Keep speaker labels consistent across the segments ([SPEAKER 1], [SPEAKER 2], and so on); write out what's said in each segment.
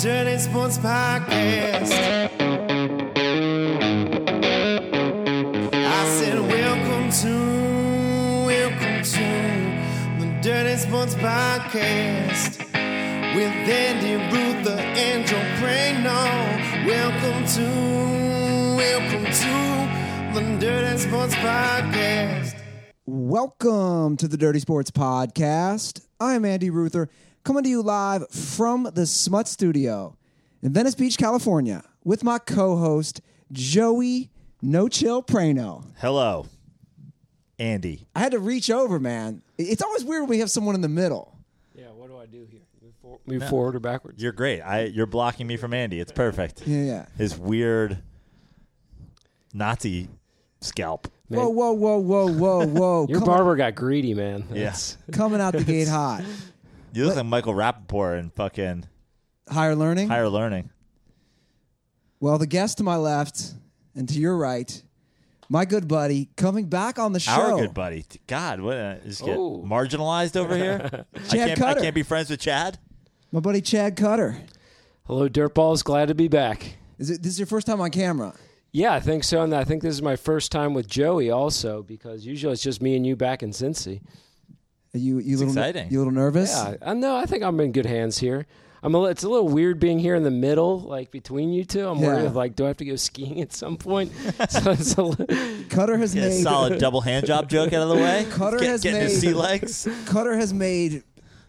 [SPEAKER 1] Someone's Podcast. I said, Welcome to, welcome to the Dirty Sports Podcast with Andy Ruther and Joe Prano. Welcome to, welcome to the Dirty Sports Podcast.
[SPEAKER 2] Welcome to the Dirty Sports Podcast. I'm Andy Ruther, coming to you live from the Smut Studio in Venice Beach, California, with my co host, Joey No Chill Prano.
[SPEAKER 3] Hello, Andy.
[SPEAKER 2] I had to reach over, man. It's always weird when we have someone in the middle.
[SPEAKER 4] Yeah, what do I do here? Move, for- move forward or backwards?
[SPEAKER 3] You're great. I you're blocking me from Andy. It's perfect.
[SPEAKER 2] Yeah, yeah.
[SPEAKER 3] His weird Nazi scalp.
[SPEAKER 2] Whoa, whoa, whoa, whoa, whoa, whoa.
[SPEAKER 4] Your
[SPEAKER 2] coming,
[SPEAKER 4] barber got greedy, man.
[SPEAKER 3] Yes.
[SPEAKER 2] coming out the gate hot.
[SPEAKER 3] You look like Michael Rappaport in fucking
[SPEAKER 2] Higher learning?
[SPEAKER 3] higher learning.
[SPEAKER 2] Well, the guest to my left and to your right, my good buddy, coming back on the show.
[SPEAKER 3] Our good buddy. God, what uh, just get
[SPEAKER 4] Oh.
[SPEAKER 3] marginalized over here? I can't
[SPEAKER 2] Cutter.
[SPEAKER 3] I can't be friends with Chad.
[SPEAKER 2] My buddy, Chad Cutter.
[SPEAKER 4] Hello, Dirtballs. Glad to be back.
[SPEAKER 2] Is it, this is your first time on camera?
[SPEAKER 4] Yeah, I think so. And I think this is my first time with Joey also because usually it's just me and you back in Cincy.
[SPEAKER 2] Are you you little
[SPEAKER 3] exciting.
[SPEAKER 2] you little nervous?
[SPEAKER 4] Yeah, I know. I think I'm in good hands here. I'm a, li- it's a little weird being here in the middle, like between you two. I'm worried
[SPEAKER 2] Yeah.
[SPEAKER 4] of like, do I have to go skiing at some point? so it's a li-
[SPEAKER 2] Cutter has
[SPEAKER 3] Get a
[SPEAKER 2] made
[SPEAKER 3] solid double hand job joke out of the way.
[SPEAKER 2] Cutter
[SPEAKER 3] Get-
[SPEAKER 2] has
[SPEAKER 3] getting his
[SPEAKER 2] made-
[SPEAKER 3] sea legs.
[SPEAKER 2] Cutter has made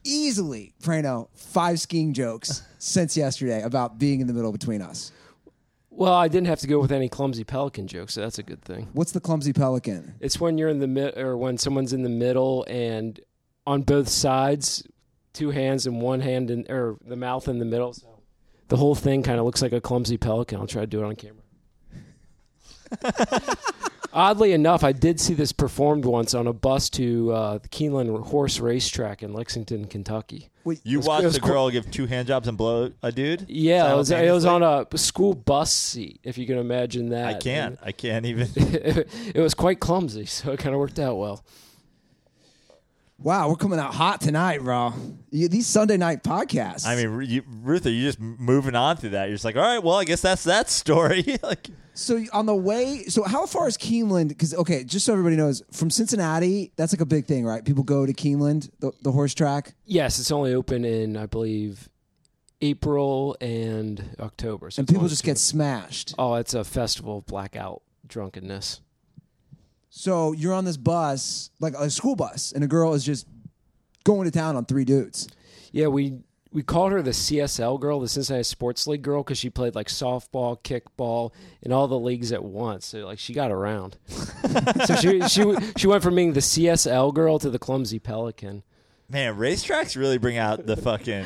[SPEAKER 2] easily Prano five skiing jokes since yesterday about being in the middle between us.
[SPEAKER 4] well, I didn't have to go with any clumsy pelican jokes, so that's a good thing.
[SPEAKER 2] What's the clumsy pelican?
[SPEAKER 4] It's when you're in the mid, or when someone's in the middle and on both sides, two hands and one hand in, or the mouth in the middle. So the whole thing kind of looks like a clumsy pelican. I'll try to do it on camera. Oddly enough, I did see this performed once on a bus to uh, the Keeneland Horse Racetrack in Lexington, Kentucky.
[SPEAKER 3] You
[SPEAKER 4] was- it
[SPEAKER 3] watched
[SPEAKER 4] was
[SPEAKER 3] a girl give two hand jobs and blow a dude?
[SPEAKER 4] Yeah, it was, it was
[SPEAKER 3] simultaneously?
[SPEAKER 4] on a school bus seat, if you can imagine that.
[SPEAKER 3] I can't. I can't even
[SPEAKER 4] it was quite clumsy, so it kind of worked out well.
[SPEAKER 2] Wow, we're coming out hot tonight, bro. You, these Sunday night podcasts.
[SPEAKER 3] I mean, Ru- you, Ruther, you're just m- moving on through that. You're just like, all right, well, I guess that's that story. like,
[SPEAKER 2] so you- on the way, so how far is Keeneland? Because okay, just so everybody knows, from Cincinnati, that's like a big thing, right? People go to Keeneland, the, the horse track.
[SPEAKER 4] Yes, it's only open in I believe April and October. So
[SPEAKER 2] And
[SPEAKER 4] it's
[SPEAKER 2] people
[SPEAKER 4] only
[SPEAKER 2] just
[SPEAKER 4] two-
[SPEAKER 2] get smashed.
[SPEAKER 4] oh, it's a festival of blackout drunkenness.
[SPEAKER 2] So you're on this bus, like a school bus, and a girl is just going to town on three dudes.
[SPEAKER 4] Yeah, we we called her the CSL girl, the Cincinnati Sports League girl, because she played like softball, kickball, and all the leagues at once. So like she got around. so she she she went from being the CSL girl to the clumsy pelican.
[SPEAKER 3] man, racetracks really bring out the fucking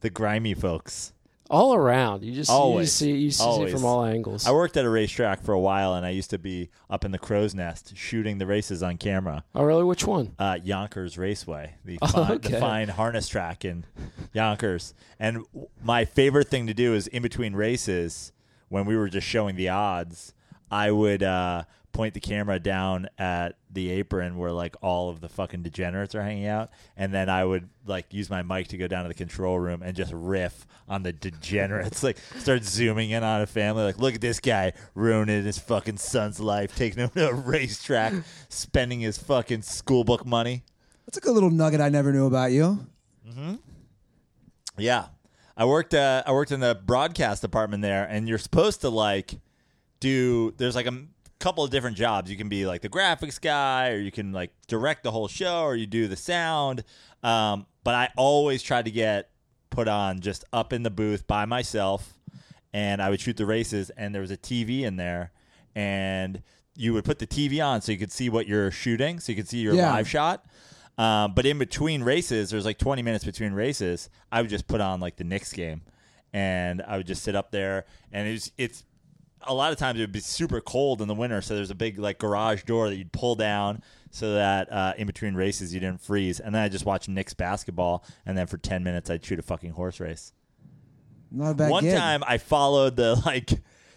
[SPEAKER 3] the grimy folks.
[SPEAKER 4] All around, you just you
[SPEAKER 3] Always.
[SPEAKER 4] just see you see
[SPEAKER 3] Always.
[SPEAKER 4] it from all angles.
[SPEAKER 3] I worked at a racetrack for a while, and I used to be up in the crow's nest shooting the races on camera.
[SPEAKER 4] oh really? Which one?
[SPEAKER 3] Uh, Yonkers Raceway, the fine, the
[SPEAKER 4] okay.
[SPEAKER 3] fine harness track in Yonkers. And w- my favorite thing to do is in between races, when we were just showing the odds, I would uh, point the camera down at the apron where like all of the fucking degenerates are hanging out, and then I would like use my mic to go down to the control room and just riff on the degenerates, like start zooming in on a family, like look at this guy ruining his fucking son's life, taking him to a racetrack, spending his fucking schoolbook money.
[SPEAKER 2] That's a good little nugget I never knew about you.
[SPEAKER 3] Yeah, I worked. Uh, I worked in the broadcast department there, and you're supposed to like do. There's like a m- couple of different jobs. You can be like the graphics guy, or you can like direct the whole show, or you do the sound. Um, but I always tried to get put on just up in the booth by myself, and I would shoot the races. And there was a TV in there, and you would put the TV on so you could see what you're shooting, so you could see your
[SPEAKER 2] Yeah.
[SPEAKER 3] live shot. Um, but in between races, there's like 20 minutes between races. I would just put on like the Knicks game, and I would just sit up there. And it's it's a lot of times it would be super cold in the winter, so there's a big like garage door that you'd pull down so that uh, in between races you didn't freeze. And then I just watch Knicks basketball, and then for 10 minutes I'd shoot a fucking horse race.
[SPEAKER 2] Not a bad
[SPEAKER 3] One
[SPEAKER 2] gig.
[SPEAKER 3] time I followed the like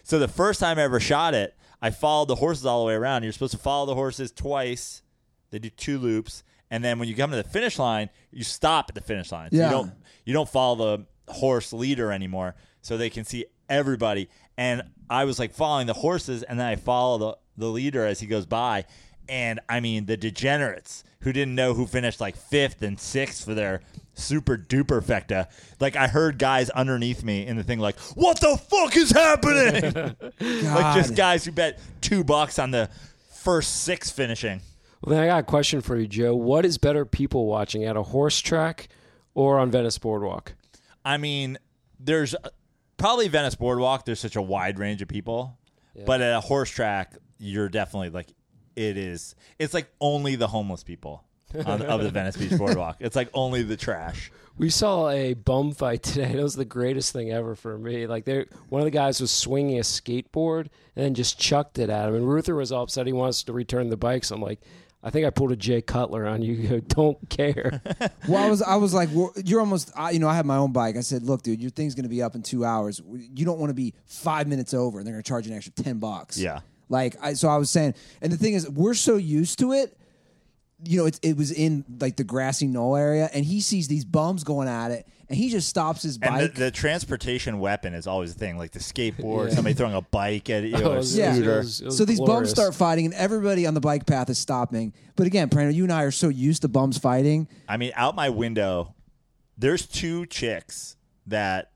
[SPEAKER 3] so the first time I ever shot it, I followed the horses all the way around. You're supposed to follow the horses twice. They do two loops and then when you come to the finish line, you stop at the finish line. So
[SPEAKER 2] Yeah.
[SPEAKER 3] You don't you don't follow the horse leader anymore, so they can see everybody. And I was like following the horses, and then I follow the, the leader as he goes by. And I mean, the degenerates who didn't know who finished like fifth and sixth for their super duper fecta. Like, I heard guys underneath me in the thing, like, what the fuck is happening? like, just
[SPEAKER 2] God.
[SPEAKER 3] guys who bet two bucks on the first six finishing.
[SPEAKER 4] Well, then I got a question for you, Joe. What is better people watching at a horse track or on Venice Boardwalk?
[SPEAKER 3] I mean, there's uh, probably Venice Boardwalk. There's such a wide range of people, but at a horse track, you're definitely like it is. It's like only the homeless people on, of the Venice Beach Boardwalk. It's like only the trash.
[SPEAKER 4] We saw a bum fight today. That was the greatest thing ever for me. Like, there, one of the guys was swinging a skateboard and then just chucked it at him. And Ruther was all upset. He wants to return the bikes. I'm like, I think I pulled a Jay Cutler on you. He goes, Don't care.
[SPEAKER 2] Well, I was, I was like, well, you're almost, I, you know, I have my own bike. I said, look, dude, your thing's going to be up in two hours. You don't want to be five minutes over, and they're going to charge you an extra ten bucks.
[SPEAKER 3] Yeah.
[SPEAKER 2] Like, I, so I was saying, and the thing is, we're so used to it. You know, it, it was in like the grassy knoll area, and he sees these bums going at it, and he just stops his
[SPEAKER 3] And the,
[SPEAKER 2] bike.
[SPEAKER 3] the transportation weapon is always a thing, like the skateboard, somebody throwing a bike at you,
[SPEAKER 4] Oh,
[SPEAKER 3] or a
[SPEAKER 4] it was- it
[SPEAKER 3] scooter.
[SPEAKER 4] was- it was
[SPEAKER 2] so these bums
[SPEAKER 4] glorious.
[SPEAKER 2] start fighting, and everybody on the bike path is stopping. But again, Prano, you and I are so used to bums fighting.
[SPEAKER 3] I mean, out my window, there's two chicks that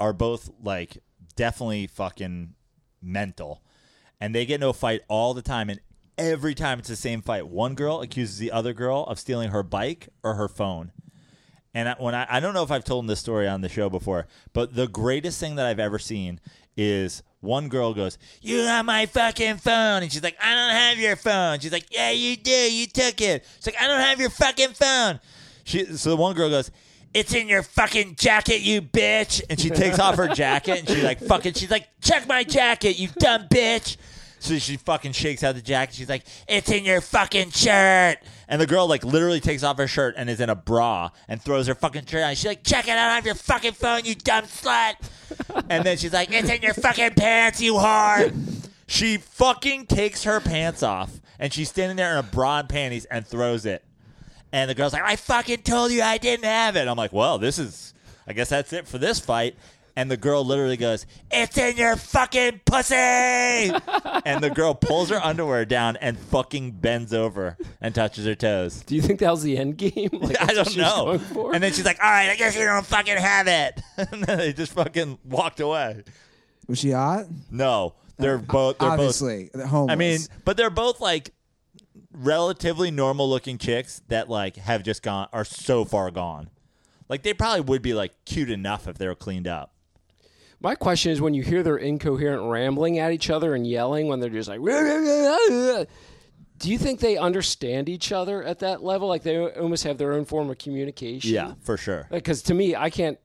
[SPEAKER 3] are both like definitely fucking mental, and they get into a fight all the time, and every time it's the same fight. One girl accuses the other girl of stealing her bike or her phone. And I, when I, I don't know if I've told this story on the show before, but the greatest thing that I've ever seen is one girl goes, "You have my fucking phone," and she's like, "I don't have your phone." She's like, "Yeah, you do. You took it." She's like, "I don't have your fucking phone." She, so the one girl goes, "It's in your fucking jacket, you bitch!" And she takes off her jacket and she like fucking, she's like, "Check my jacket, you dumb bitch." So she fucking shakes out the jacket. She's like, "It's in your fucking shirt." And the girl like literally takes off her shirt and is in a bra and throws her fucking shirt on. She's like, "Check it out on your fucking phone, you dumb slut." and then she's like, "It's in your fucking pants, you whore." She fucking takes her pants off and she's standing there in a bra and panties and throws it. And the girl's like, I fucking told you I didn't have it. I'm like, well, this is, I guess that's it for this fight. And the girl literally goes, It's in your fucking pussy. and the girl pulls her underwear down and fucking bends over and touches her toes.
[SPEAKER 4] Do you think that was the end game? Like,
[SPEAKER 3] I
[SPEAKER 4] that's what
[SPEAKER 3] don't
[SPEAKER 4] she's
[SPEAKER 3] know.
[SPEAKER 4] going for?
[SPEAKER 3] And then she's like, All right, I guess you don't fucking have it. and then they just fucking walked away.
[SPEAKER 2] Was she hot?
[SPEAKER 3] No,
[SPEAKER 4] Uh,
[SPEAKER 3] they're both, they're both
[SPEAKER 2] Obviously, homeless.
[SPEAKER 3] I mean, but they're both like relatively normal looking chicks that like have just gone are so far gone. Like they probably would be like cute enough if they were cleaned up.
[SPEAKER 4] My question is when you hear their incoherent rambling at each other and yelling when they're just like, "Rah, rah, rah, rah, rah," do you think they understand each other at that level? Like they almost have their own form of communication?
[SPEAKER 3] for sure.
[SPEAKER 4] Because to me, I can't,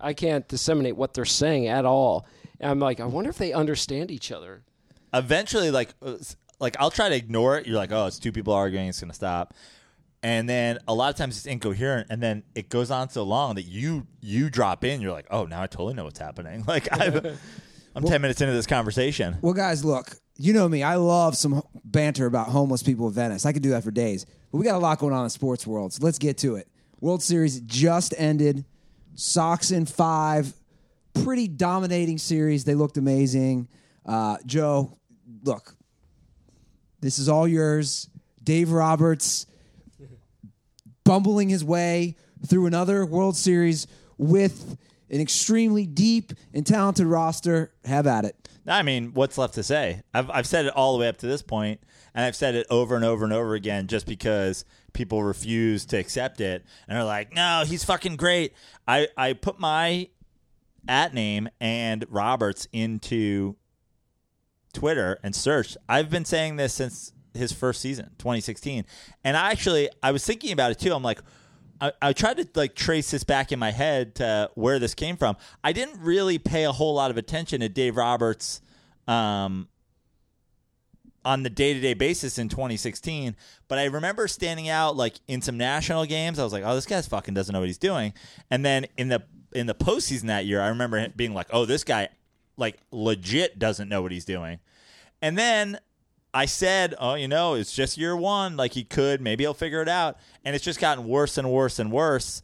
[SPEAKER 4] I can't disseminate what they're saying at all. And I'm like, I wonder if they understand each other.
[SPEAKER 3] Eventually, like uh, s- like I'll try to ignore it. You're like, oh, it's two people arguing. It's gonna stop. And then a lot of times it's incoherent, and then it goes on so long that you you drop in. You're like, oh, now I totally know what's happening. Like I've, I'm ten minutes into this conversation.
[SPEAKER 2] Well, guys, look, you know me. I love some ho- banter about homeless people of Venice. I could do that for days. But we got a lot going on in sports world, so let's get to it. World Series just ended. Sox in five. Pretty dominating series. They looked amazing. Uh, Joe, look, this is all yours. Dave Roberts bumbling his way through another World Series with an extremely deep and talented roster. Have at it.
[SPEAKER 3] I mean, what's left to say? I've, I've said it all the way up to this point, and I've said it over and over and over again just because people refuse to accept it and are like, no, he's fucking great. I, I put my at name and Roberts into Twitter and searched. I've been saying this since his first season, 2016. And I actually, I was thinking about it too. I'm like, I, I tried to like trace this back in my head to where this came from. I didn't really pay a whole lot of attention to Dave Roberts um, on the day to day basis in 2016, but I remember standing out like in some national games. I was like, oh, this guy's fucking doesn't know what he's doing. And then in the in the postseason that year, I remember him being like, oh, this guy like legit doesn't know what he's doing. And then I said, oh, you know, it's just year one. Like he could, maybe he'll figure it out. And it's just gotten worse and worse and worse.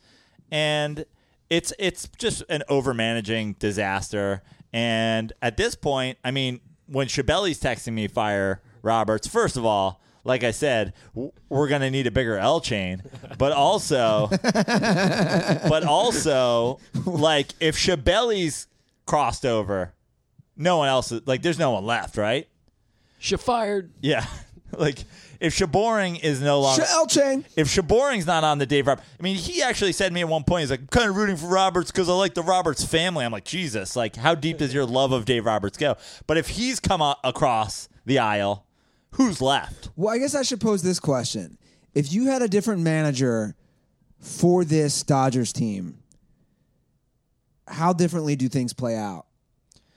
[SPEAKER 3] And it's it's just an overmanaging disaster. And at this point, I mean, when Shabelli's texting me fire Roberts, first of all, like I said, w- we're gonna need a bigger L chain, but also, but also, like if Shabelli's crossed over, no one else is like there's no one left, right?
[SPEAKER 4] She fired.
[SPEAKER 3] Yeah, like if Shaboring is no longer
[SPEAKER 2] Shell chain.
[SPEAKER 3] if Shaboring's not on the Dave Roberts, I mean, he actually said to me at one point, he's like, kind of rooting for Roberts because I like the Roberts family. I'm like, Jesus, like, how deep does your love of Dave Roberts go? But if he's come a- across the aisle, who's left?
[SPEAKER 2] Well, I guess I should pose this question. If you had a different manager for this Dodgers team, how differently do things play out?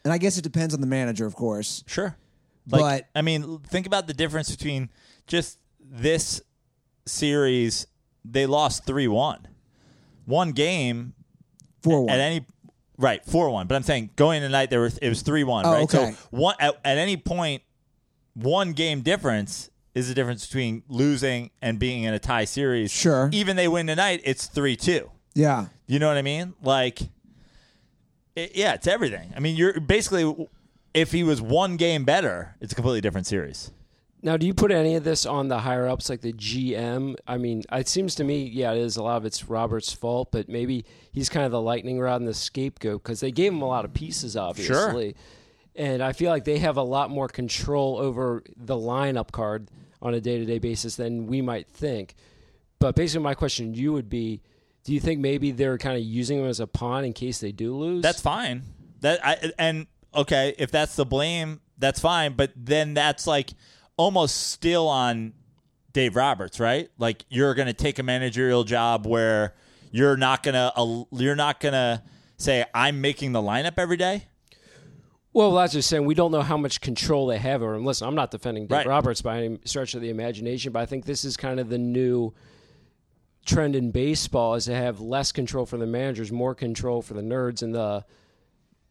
[SPEAKER 2] And I guess it depends on the manager, of course.
[SPEAKER 3] Sure. Like,
[SPEAKER 2] But-
[SPEAKER 3] I mean, think about the difference between just this series. They lost 3 1. One game,
[SPEAKER 2] For one.
[SPEAKER 3] at any right four one. But I'm saying going tonight there was it was three one.
[SPEAKER 2] Oh,
[SPEAKER 3] right.
[SPEAKER 2] okay.
[SPEAKER 3] So one at, at any point, one game difference is the difference between losing and being in a tie series.
[SPEAKER 2] Sure.
[SPEAKER 3] Even they win tonight, it's three two.
[SPEAKER 2] yeah.
[SPEAKER 3] You know what I mean? Like, it, yeah, it's everything. I mean, you're basically if he was one game better, it's a completely different series.
[SPEAKER 4] Now, do you put any of this on the higher ups, like the GM? I mean, it seems to me, yeah, it is a lot of it's Robert's fault, but maybe he's kind of the lightning rod and the scapegoat because they gave him a lot of pieces, obviously. And I feel like they have a lot more control over the lineup card on a day to day basis than we might think. But basically, my question to you would be do you think maybe they're kind of using him as a pawn in case they do lose?
[SPEAKER 3] That's fine. That I and okay, if that's the blame, that's fine. But then that's like almost still on Dave Roberts, right? Like you're going to take a managerial job where you're not going to you're not going to say I'm making the lineup every day.
[SPEAKER 4] Well, that's just saying we don't know how much control they have over him. Listen, I'm not defending Dave
[SPEAKER 3] Right.
[SPEAKER 4] Roberts by any stretch of the imagination, but I think this is kind of the new trend in baseball is to have less control for the managers, more control for the nerds and the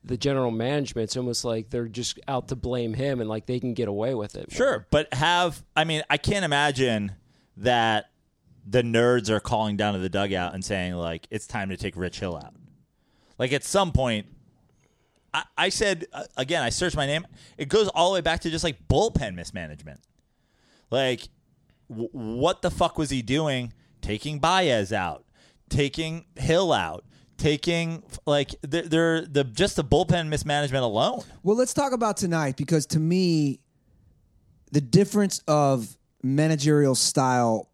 [SPEAKER 4] the general management. It's almost like they're just out to blame him and like they can get away with it.
[SPEAKER 3] Sure, but have I mean I can't imagine that the nerds are calling down to the dugout and saying like it's time to take Rich Hill out. Like at some point, I, I said uh, again I searched my name. It goes all the way back to just like bullpen mismanagement. Like w- what the fuck was he doing? Taking Baez out, taking Hill out, taking like they're, they're the just the bullpen mismanagement alone.
[SPEAKER 2] Well, let's talk about tonight because to me, the difference of managerial style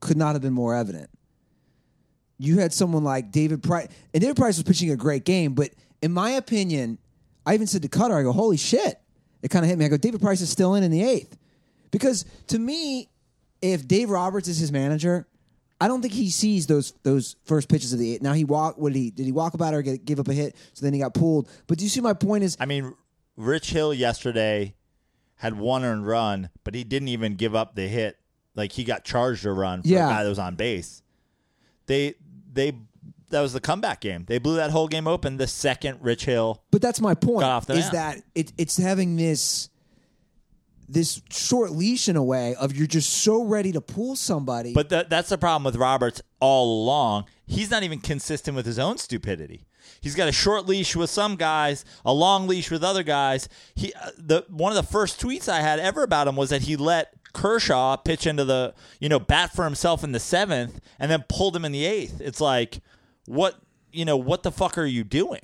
[SPEAKER 2] could not have been more evident. You had someone like David Price, and David Price was pitching a great game, but in my opinion, I even said to Cutter, I go, holy shit. It kind of hit me. I go, David Price is still in in the eighth. Because to me, if Dave Roberts is his manager, I don't think he sees those those first pitches of the eighth. Now he walked. What did he did he walk about or get, give up a hit? So then he got pulled. But do you see my point? Is
[SPEAKER 3] I mean, Rich Hill yesterday had one earned run, but he didn't even give up the hit. Like he got charged a run for
[SPEAKER 2] Yeah.
[SPEAKER 3] a guy that was on base. They they that was the comeback game. They blew that whole game open the second Rich Hill.
[SPEAKER 2] But that's my point.
[SPEAKER 3] Got off the
[SPEAKER 2] is
[SPEAKER 3] mound.
[SPEAKER 2] that it, it's having this this short leash in a way of you're just so ready to pull somebody.
[SPEAKER 3] But that that's the problem with Roberts all along. He's not even consistent with his own stupidity. He's got a short leash with some guys, a long leash with other guys. He uh, the one of the first tweets I had ever about him was that he let Kershaw pitch into the you know bat for himself in the seventh and then pulled him in the eighth. It's like what you know what the fuck are you doing?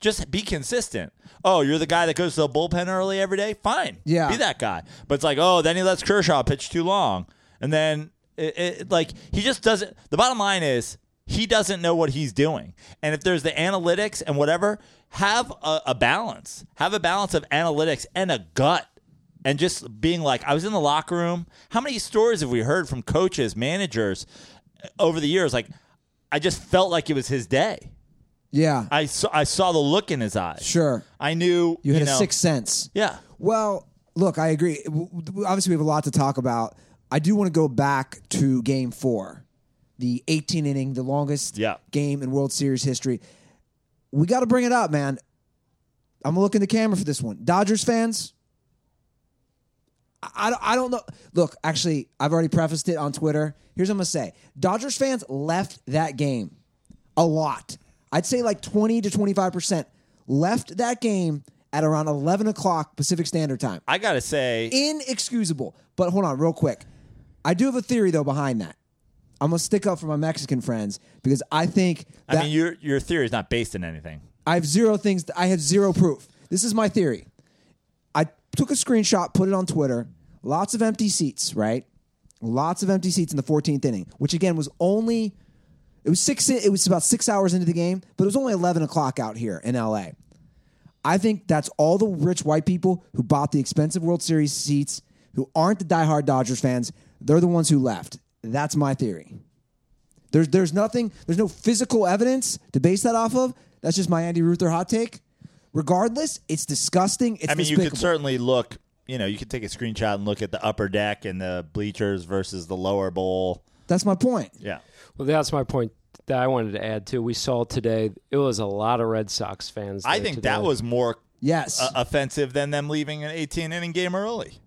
[SPEAKER 3] Just be consistent. Oh, you're the guy that goes to the bullpen early every day. Fine,
[SPEAKER 2] Yeah.
[SPEAKER 3] be that that guy. But it's like, oh, then he lets Kershaw pitch too long, and then it, it, like he just doesn't. The bottom line is he doesn't know what he's doing. And if there's the analytics and whatever, have a, a balance. Have a balance of analytics and a gut. And just being like, I was in the locker room. How many stories have we heard from coaches, managers over the years? Like, I just felt like it was his day.
[SPEAKER 2] yeah,
[SPEAKER 3] I saw, I saw the look in his eyes.
[SPEAKER 2] sure.
[SPEAKER 3] I knew
[SPEAKER 2] You had a
[SPEAKER 3] know,
[SPEAKER 2] sixth sense.
[SPEAKER 3] Yeah.
[SPEAKER 2] Well, look, I agree. W- w- Obviously, we have a lot to talk about. I do want to go back to game four, the 18 inning, the longest
[SPEAKER 3] Yeah.
[SPEAKER 2] game in World Series history. We got to bring it up, man. I'm going to look in the camera for this one. Dodgers fans, I, I don't- I don't know. Look, actually, I've already prefaced it on Twitter. Here's what I'm going to say Dodgers fans left that game a lot. I'd say like 20 to 25% left that game at around 11 o'clock Pacific Standard Time.
[SPEAKER 3] I gotta say,
[SPEAKER 2] Inexcusable. But hold on, real quick. I do have a theory, though, behind that. I'm going to stick up for my Mexican friends because I think that
[SPEAKER 3] I mean, your your theory is not based in anything.
[SPEAKER 2] I have zero things. I have zero proof. This is my theory. I took a screenshot, put it on Twitter. Lots of empty seats, right? Lots of empty seats in the 14th inning, which again was only it was six. It was about six hours into the game, but it was only 11 o'clock out here in LA. I think that's all the rich white people who bought the expensive World Series seats, who aren't the diehard Dodgers fans. They're the ones who left. That's my theory. There's there's nothing there's no physical evidence to base that off of. That's just my Andy Ruther hot take. Regardless, it's disgusting. It's
[SPEAKER 3] I mean, you
[SPEAKER 2] despicable.
[SPEAKER 3] could certainly look. You know, you could take a screenshot and look at the upper deck and the bleachers versus the lower bowl.
[SPEAKER 2] That's my point.
[SPEAKER 3] Yeah,
[SPEAKER 4] Well, that's my point that I wanted to add too. We saw today it was a lot of Red Sox fans.
[SPEAKER 3] I
[SPEAKER 4] there
[SPEAKER 3] think
[SPEAKER 4] today.
[SPEAKER 3] that was more
[SPEAKER 2] Yes.
[SPEAKER 3] uh, offensive than them leaving an 18 inning game early.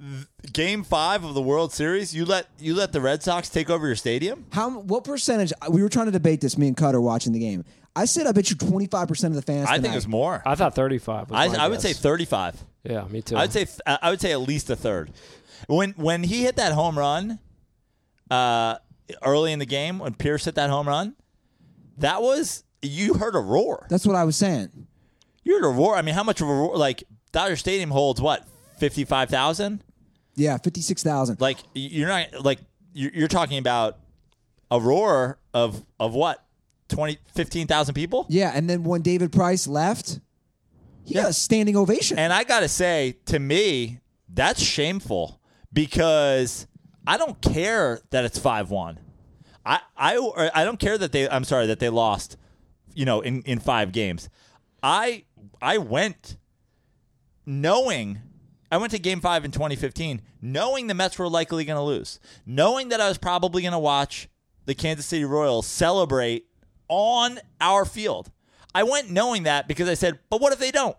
[SPEAKER 3] Th- Game five of the World Series, you let you let the Red Sox take over your stadium.
[SPEAKER 2] How what percentage? uh, We were trying to debate this. Me and Cutter watching the game. I said I bet you twenty five percent of the fans.
[SPEAKER 3] I
[SPEAKER 2] tonight.
[SPEAKER 3] think it's more.
[SPEAKER 4] I thought thirty-five. Was
[SPEAKER 3] I,
[SPEAKER 4] my
[SPEAKER 3] I would say
[SPEAKER 4] guess.
[SPEAKER 3] 35.
[SPEAKER 4] Yeah, me too.
[SPEAKER 3] I would say th- uh, I would say at least a third. When when he hit that home run, uh, early in the game when Pierce hit that home run, that was you heard a roar.
[SPEAKER 2] That's what I was saying.
[SPEAKER 3] You heard a roar. I mean, how much of a roar? Like Dodger Stadium holds what fifty five thousand.
[SPEAKER 2] Yeah, fifty six thousand.
[SPEAKER 3] Like you're not like you're, you're talking about a roar of of what 20, 15,000 people.
[SPEAKER 2] Yeah, and then when David Price left, he got a standing ovation.
[SPEAKER 3] And I got to say, to me, that's shameful because I don't care that it's 5 1. I, I, or I don't care that they, I'm sorry, that they lost, you know, in, in five games. I, I went knowing, I went to game five in 2015, knowing the Mets were likely going to lose, knowing that I was probably going to watch the Kansas City Royals celebrate on our field. I went knowing that because I said, but what if they don't?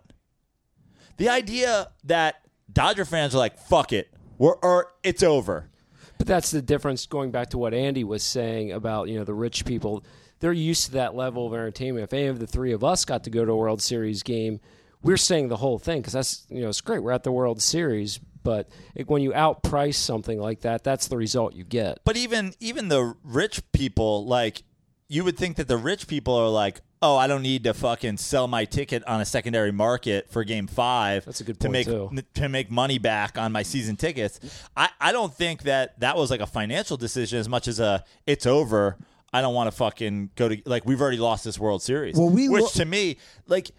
[SPEAKER 3] The idea that Dodger fans are like, "Fuck it, we're or it's over."
[SPEAKER 4] But that's the difference going back to what Andy was saying about, you know, the rich people. They're used to that level of entertainment. If any of the three of us got to go to a World Series game, we're saying the whole thing because that's, you know, it's great. We're at the World Series. But it, when you outprice something like that, that's the result you get.
[SPEAKER 3] But even even the rich people, like, you would think that the rich people are like, "Oh, I don't need to fucking sell my ticket on a secondary market for Game Five.
[SPEAKER 4] That's a good
[SPEAKER 3] to
[SPEAKER 4] point,
[SPEAKER 3] make
[SPEAKER 4] too.
[SPEAKER 3] to make money back on my season tickets." I I don't think that that was like a financial decision as much as a it's over. I don't want to fucking go to like we've already lost this World Series.
[SPEAKER 2] Well, we
[SPEAKER 3] which
[SPEAKER 2] lo-
[SPEAKER 3] to me like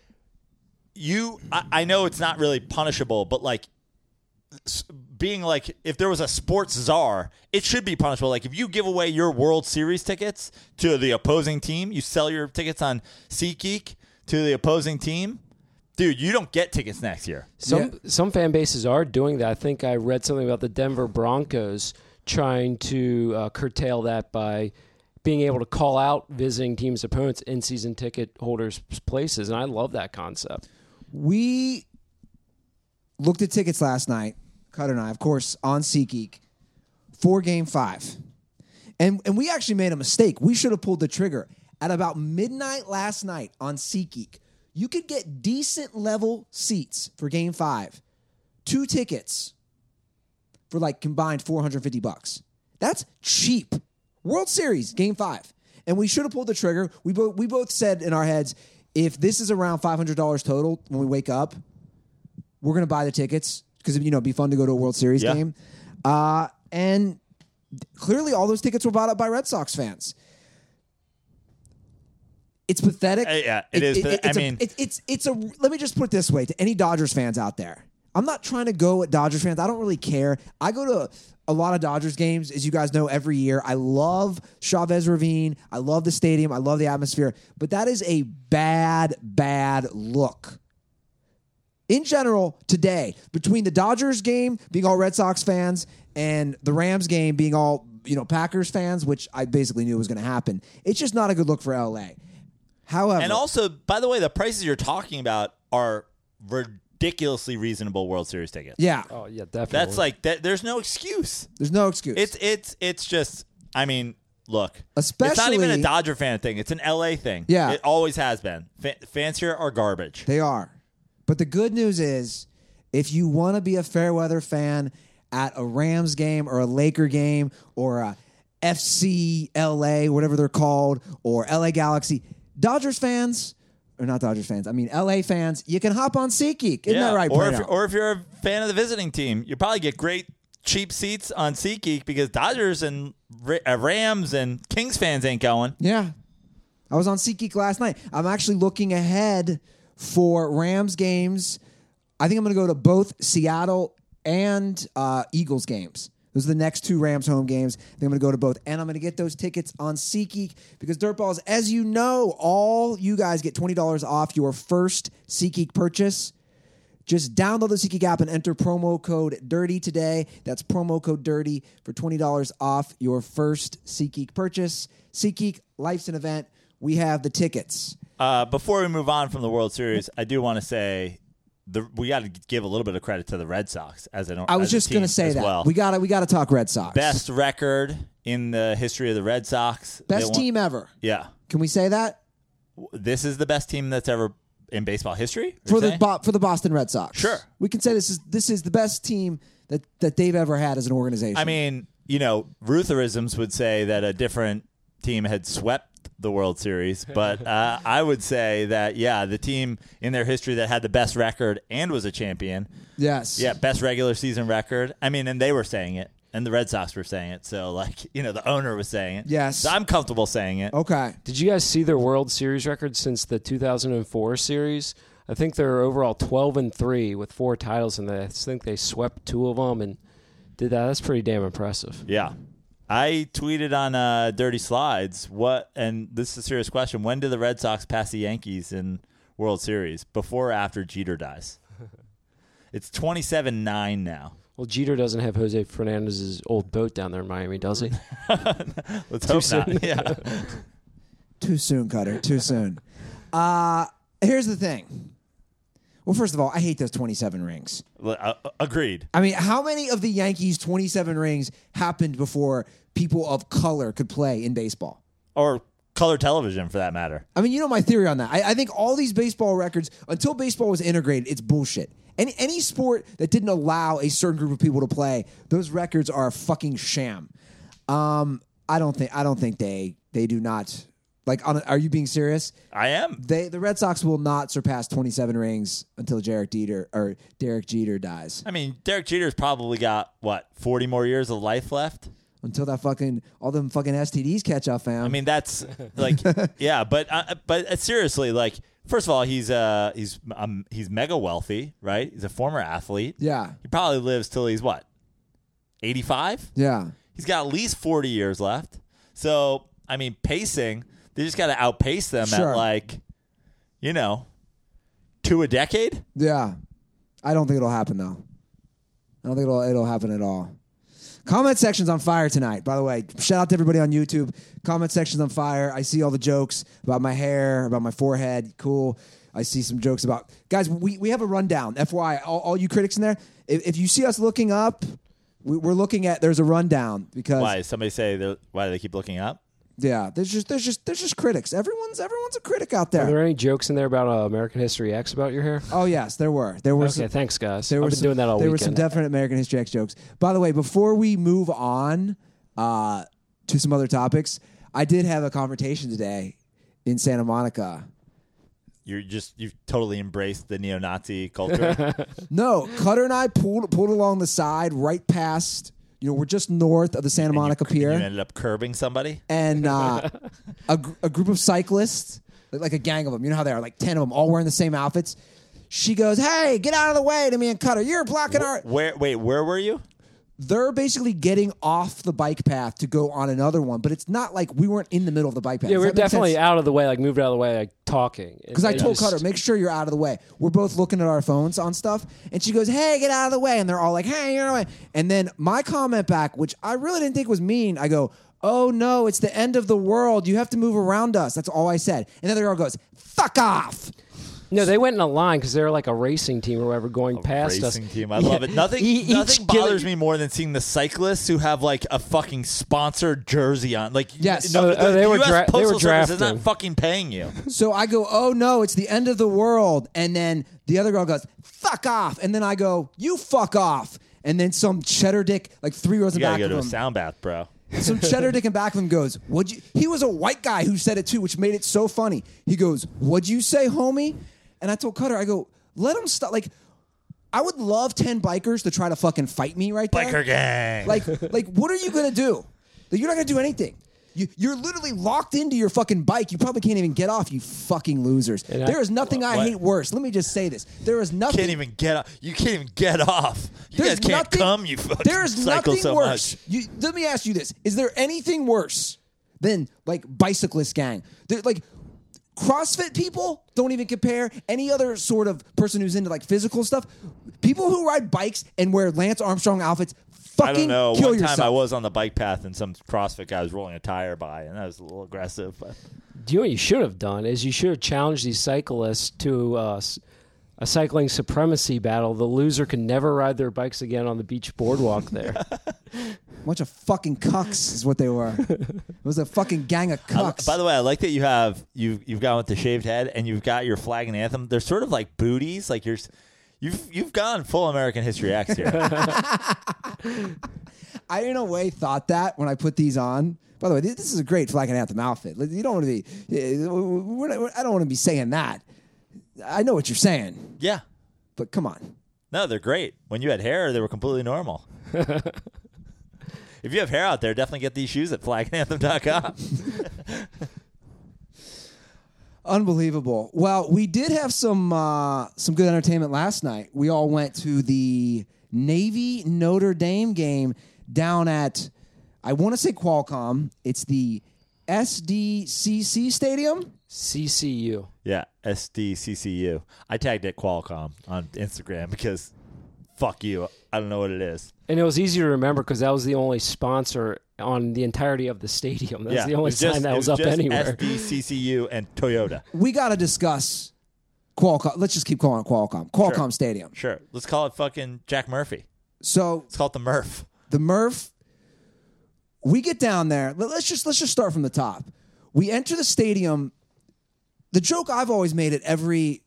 [SPEAKER 3] you I, I know it's not really punishable but like s- being like if there was a sports czar it should be punishable like if you give away your world series tickets to the opposing team you sell your tickets on SeatGeek to the opposing team dude you don't get tickets next year
[SPEAKER 4] Some some fan bases are doing that. I think I read something about the Denver Broncos trying to uh, curtail that by being able to call out visiting teams' opponents in season ticket holders' places, and I love that concept.
[SPEAKER 2] We looked at tickets last night, Cutter and I, of course, on SeatGeek for game five. And, and we actually made a mistake. We should have pulled the trigger. At about midnight last night on SeatGeek, you could get decent level seats for game five, two tickets for like combined 450 bucks. That's cheap. World Series, game five. And we should have pulled the trigger. We both we both said in our heads, if this is around five hundred dollars total when we wake up, we're gonna buy the tickets because you know it'd be fun to go to a World Series
[SPEAKER 3] Yeah.
[SPEAKER 2] game. Uh, and clearly, all those tickets were bought up by Red Sox fans. It's pathetic.
[SPEAKER 3] Uh, yeah, it is pa- I
[SPEAKER 2] it's a-
[SPEAKER 3] mean-
[SPEAKER 2] it- it's it's a. Let me just put it this way to any Dodgers fans out there. I'm not trying to go at Dodgers fans. I don't really care. I go to a, a lot of Dodgers games, as you guys know, every year. I love Chavez Ravine. I love the stadium. I love the atmosphere. But that is a bad, bad look in general today between the Dodgers game being all Red Sox fans and the Rams game being all you know Packers fans, which I basically knew was going to happen. It's just not a good look for LA. However,
[SPEAKER 3] and also by the way the prices you're talking about are ridiculously reasonable world series tickets
[SPEAKER 2] yeah,
[SPEAKER 4] Oh yeah, definitely.
[SPEAKER 3] that's like that there's no excuse
[SPEAKER 2] there's no excuse.
[SPEAKER 3] It's it's it's just. I mean, look. it's not
[SPEAKER 2] Especially-
[SPEAKER 3] even a Dodger fan thing. It's an LA thing.
[SPEAKER 2] Yeah.
[SPEAKER 3] it always has been. Fa- fancier or garbage.
[SPEAKER 2] They are. But the good news is if you want to be a fair weather fan at a Rams game or a Laker game or a FC LA, whatever they're called, or LA Galaxy, Dodgers fans, or not Dodgers fans, I mean LA fans, you can hop on SeatGeek. Isn't that right,
[SPEAKER 3] Or
[SPEAKER 2] Breno?
[SPEAKER 3] if, or if you're a fan of the visiting team, you probably get great cheap seats on SeatGeek because Dodgers and Ra- uh, Rams and Kings fans ain't going.
[SPEAKER 2] Yeah. I was on SeatGeek last night. I'm actually looking ahead for Rams games. I think I'm going to go to both Seattle and uh, Eagles games. Those are the next two Rams home games. I think I'm going to go to both. And I'm going to get those tickets on SeatGeek because Dirtballs, as you know, all you guys get $20 off your first SeatGeek purchase. Just download the SeatGeek app and enter promo code DIRTY today. That's promo code DIRTY for $20 off your first SeatGeek purchase. SeatGeek, life's an event. We have the tickets.
[SPEAKER 3] Uh, before we move on from the World Series, I do want to say the, we got to give a little bit of credit to the Red Sox as an.
[SPEAKER 2] I was
[SPEAKER 3] as a
[SPEAKER 2] just going to
[SPEAKER 3] team
[SPEAKER 2] say
[SPEAKER 3] as
[SPEAKER 2] that.
[SPEAKER 3] well.
[SPEAKER 2] We got to we got to talk Red Sox.
[SPEAKER 3] best record in the history of the Red Sox. They
[SPEAKER 2] Best
[SPEAKER 3] won-
[SPEAKER 2] team ever.
[SPEAKER 3] Yeah,
[SPEAKER 2] Can we say that?
[SPEAKER 3] this is the best team that's ever in baseball history
[SPEAKER 2] For
[SPEAKER 3] you're
[SPEAKER 2] the
[SPEAKER 3] saying?
[SPEAKER 2] Bo- for the Boston Red Sox.
[SPEAKER 3] Sure.
[SPEAKER 2] We can say this is this is the best team that that they've ever had as an organization.
[SPEAKER 3] I mean, you know, Rutherisms would say that a different team had swept the World Series, but uh, I would say that yeah, the team in their history that had the best record and was a champion,
[SPEAKER 2] yes.
[SPEAKER 3] yeah, best regular season record. I mean, and they were saying it, and the Red Sox were saying it. So like, you know, the owner was saying it.
[SPEAKER 2] Yes. Oh.
[SPEAKER 3] so I'm comfortable saying it.
[SPEAKER 2] Okay.
[SPEAKER 4] Did you guys see their World Series record since the 2004 series? I think they're overall 12 and 3 with four titles and I think they swept two of them and did that. That's pretty damn impressive.
[SPEAKER 3] Yeah. I tweeted on uh, Dirty Slides what, and this is a serious question. When did the Red Sox pass the Yankees in World Series? Before or after Jeter dies? It's twenty-seven nine now.
[SPEAKER 4] Well, Jeter doesn't have Jose Fernandez's old boat down there in Miami, does he?
[SPEAKER 3] Let's hope
[SPEAKER 4] soon.
[SPEAKER 3] not. Yeah.
[SPEAKER 2] Too soon, Cutter. Too soon. Uh, here's the thing. Well, first of all, I hate those 27 rings.
[SPEAKER 3] Well, uh, agreed.
[SPEAKER 2] I mean, how many of the Yankees' 27 rings happened before people of color could play in baseball?
[SPEAKER 3] Or color television for that matter.
[SPEAKER 2] I mean, you know my theory on that. I, I think all these baseball records, until baseball was integrated, it's bullshit. Any, any sport that didn't allow a certain group of people to play, those records are a fucking sham. Um, I don't think I don't think they they do not like. On a, are you being serious?
[SPEAKER 3] I am.
[SPEAKER 2] They the Red Sox will not surpass 27 rings until Derek Jeter or Derek Jeter dies.
[SPEAKER 3] I mean, Derek Jeter's probably got, what, 40 more years of life left?
[SPEAKER 2] Until that fucking all them fucking STDs catch up, fam.
[SPEAKER 3] I mean, that's like, yeah, but uh, but uh, seriously, like, first of all, he's uh he's um, he's mega wealthy, right? He's a former athlete.
[SPEAKER 2] yeah,
[SPEAKER 3] He probably lives till he's what, eighty five.
[SPEAKER 2] yeah.
[SPEAKER 3] He's got at least forty years left. So I mean, pacing, they just got to outpace them
[SPEAKER 2] Sure.
[SPEAKER 3] at like, you know, two a decade.
[SPEAKER 2] Yeah. I don't think it'll happen though. I don't think it'll it'll happen at all. Comment section's on fire tonight. By the way, shout out to everybody on YouTube. Comment section's on fire. I see all the jokes about my hair, about my forehead. Cool. I see some jokes about guys. We, we have a rundown. FYI, all, all you critics in there, if, if you see us looking up, we, we're looking at. There's a rundown because
[SPEAKER 3] Why? Somebody say they're- why do they keep looking up?
[SPEAKER 2] yeah, there's just there's just there's just critics. Everyone's everyone's a critic out
[SPEAKER 4] Are
[SPEAKER 2] there.
[SPEAKER 4] there any jokes in there about uh, American History X about your hair?
[SPEAKER 2] Oh yes, there were there were
[SPEAKER 4] Okay,
[SPEAKER 2] some,
[SPEAKER 4] thanks, guys.
[SPEAKER 2] There
[SPEAKER 4] I've
[SPEAKER 2] were
[SPEAKER 4] been
[SPEAKER 2] some,
[SPEAKER 4] doing that all
[SPEAKER 2] There were
[SPEAKER 4] weekend.
[SPEAKER 2] some definite American History X jokes. By the way, before we move on uh, to some other topics, I did have a confrontation today in Santa Monica.
[SPEAKER 3] You're just you've totally embraced the neo Nazi culture.
[SPEAKER 2] No, Cutter and I pulled pulled along the side, right past. You know, we're just north of the Santa Monica
[SPEAKER 3] you
[SPEAKER 2] Pier,
[SPEAKER 3] ended up curbing somebody.
[SPEAKER 2] and uh, a, gr- a group of cyclists, like, like a gang of them. You know how they are, like ten of them, all wearing the same outfits. She goes, "Hey, get out of the way to me and Cutter. You're blocking our."
[SPEAKER 3] Where? Wait, where were you?
[SPEAKER 2] they're basically getting off the bike path to go on another one, but it's not like we weren't in the middle of the bike path.
[SPEAKER 4] yeah, we're definitely out of the way, like moved out of the way, like talking.
[SPEAKER 2] Because I told Cutter, make sure you're out of the way. We're both looking at our phones on stuff, and she goes, "Hey, get out of the way!" And they're all like, "Hey, you're out of the way!" And then my comment back, which I really didn't think was mean, I go, "Oh no, it's the end of the world. You have to move around us." That's all I said. And then the girl goes, "Fuck off."
[SPEAKER 4] No, they went in a line because they were like a racing team or whatever going past us.
[SPEAKER 3] racing team. I love it. Nothing,
[SPEAKER 4] E- each
[SPEAKER 3] nothing
[SPEAKER 4] killer-
[SPEAKER 3] bothers me more than seeing the cyclists who have like a fucking sponsored jersey on. Like,
[SPEAKER 2] Yes. Uh,
[SPEAKER 3] no,
[SPEAKER 4] Oh, oh,
[SPEAKER 3] the
[SPEAKER 4] they were
[SPEAKER 3] U.S.
[SPEAKER 4] dra- they
[SPEAKER 3] Postal
[SPEAKER 4] were
[SPEAKER 3] Service is not
[SPEAKER 4] drafting.
[SPEAKER 3] fucking paying you.
[SPEAKER 2] So I go, oh no, it's the end of the world. And then the other girl goes, fuck off. And then I go, you fuck off. And then some cheddar dick, like three rows
[SPEAKER 3] You
[SPEAKER 2] in back
[SPEAKER 3] gotta go
[SPEAKER 2] of
[SPEAKER 3] to a
[SPEAKER 2] him,
[SPEAKER 3] sound bath, bro.
[SPEAKER 2] some cheddar dick in back of him goes, "Would you?" He was a white guy who said it too, which made it so funny. He goes, "What'd you say, homie?" And I told Cutter, I go, "Let him stop." Like, I would love ten bikers to try to fucking fight me right there.
[SPEAKER 3] Biker gang.
[SPEAKER 2] Like, like, what are you gonna do? Like, you're not gonna do anything. You, you're literally locked into your fucking bike. You probably can't even get off. You fucking losers.
[SPEAKER 4] I-
[SPEAKER 2] there is nothing I
[SPEAKER 3] What?
[SPEAKER 2] hate worse. Let me just say this: there is nothing.
[SPEAKER 3] can't even get off. You can't even get off. You
[SPEAKER 2] there's
[SPEAKER 3] guys can't
[SPEAKER 2] nothing-
[SPEAKER 3] come. You fucking
[SPEAKER 2] there is
[SPEAKER 3] cycle
[SPEAKER 2] nothing
[SPEAKER 3] so
[SPEAKER 2] worse.
[SPEAKER 3] much.
[SPEAKER 2] You, let me ask you this: Is there anything worse than like bicyclist gang? They're, like CrossFit people don't even compare. Any other sort of person who's into like physical stuff, people who ride bikes and wear Lance Armstrong outfits,
[SPEAKER 3] I
[SPEAKER 2] fucking
[SPEAKER 3] don't know.
[SPEAKER 2] kill
[SPEAKER 3] One time
[SPEAKER 2] yourself.
[SPEAKER 3] I was on the bike path and some CrossFit guy was rolling a tire by, and that was a little aggressive. But
[SPEAKER 4] Do you know what you should have done is you should have challenged these cyclists to uh, s- a cycling supremacy battle. The loser can never ride their bikes again on the beach boardwalk there.
[SPEAKER 2] bunch of fucking cucks is what they were. it was a fucking gang of
[SPEAKER 3] I-
[SPEAKER 2] cucks.
[SPEAKER 3] by the way, I like that you have you have you've gone with the shaved head and you've got your flag and anthem. They're sort of like booties. Like you're, s- you've you've gone full American History X here.
[SPEAKER 2] I in a way thought that when I put these on. By the way, this this is a great flag and anthem outfit. Like, You don't want to be. eh, we're not- I don't want to be saying that. I know what you're saying,
[SPEAKER 3] yeah.
[SPEAKER 2] but come on.
[SPEAKER 3] No, they're great. When you had hair, they were completely normal. if you have hair out there, definitely get these shoes at flagandanthem.com.
[SPEAKER 2] Unbelievable. Well, we did have some uh, some good entertainment last night. We all went to the Navy Notre Dame game down at I want to say Qualcomm. It's the SDCC Stadium.
[SPEAKER 4] CCU.
[SPEAKER 3] Yeah, SDCCU. I tagged it Qualcomm on Instagram because fuck you. I don't know what it is.
[SPEAKER 4] And it was easy to remember because that was the only sponsor on the entirety of the stadium. That's
[SPEAKER 3] yeah,
[SPEAKER 4] the
[SPEAKER 3] it
[SPEAKER 4] only
[SPEAKER 3] was just-
[SPEAKER 4] sign that
[SPEAKER 3] it
[SPEAKER 4] was, up
[SPEAKER 3] just
[SPEAKER 4] anywhere.
[SPEAKER 3] SDCCU and Toyota.
[SPEAKER 2] We got to discuss Qualcomm. Let's just keep calling it Qualcomm. Qualcomm Stadium.
[SPEAKER 3] Sure. Let's call it fucking Jack Murphy.
[SPEAKER 2] So
[SPEAKER 3] Let's call it the Murph.
[SPEAKER 2] the Murph. We get down there. Let- Let's just let's just start from the top. We enter the stadium. The joke I've always made at every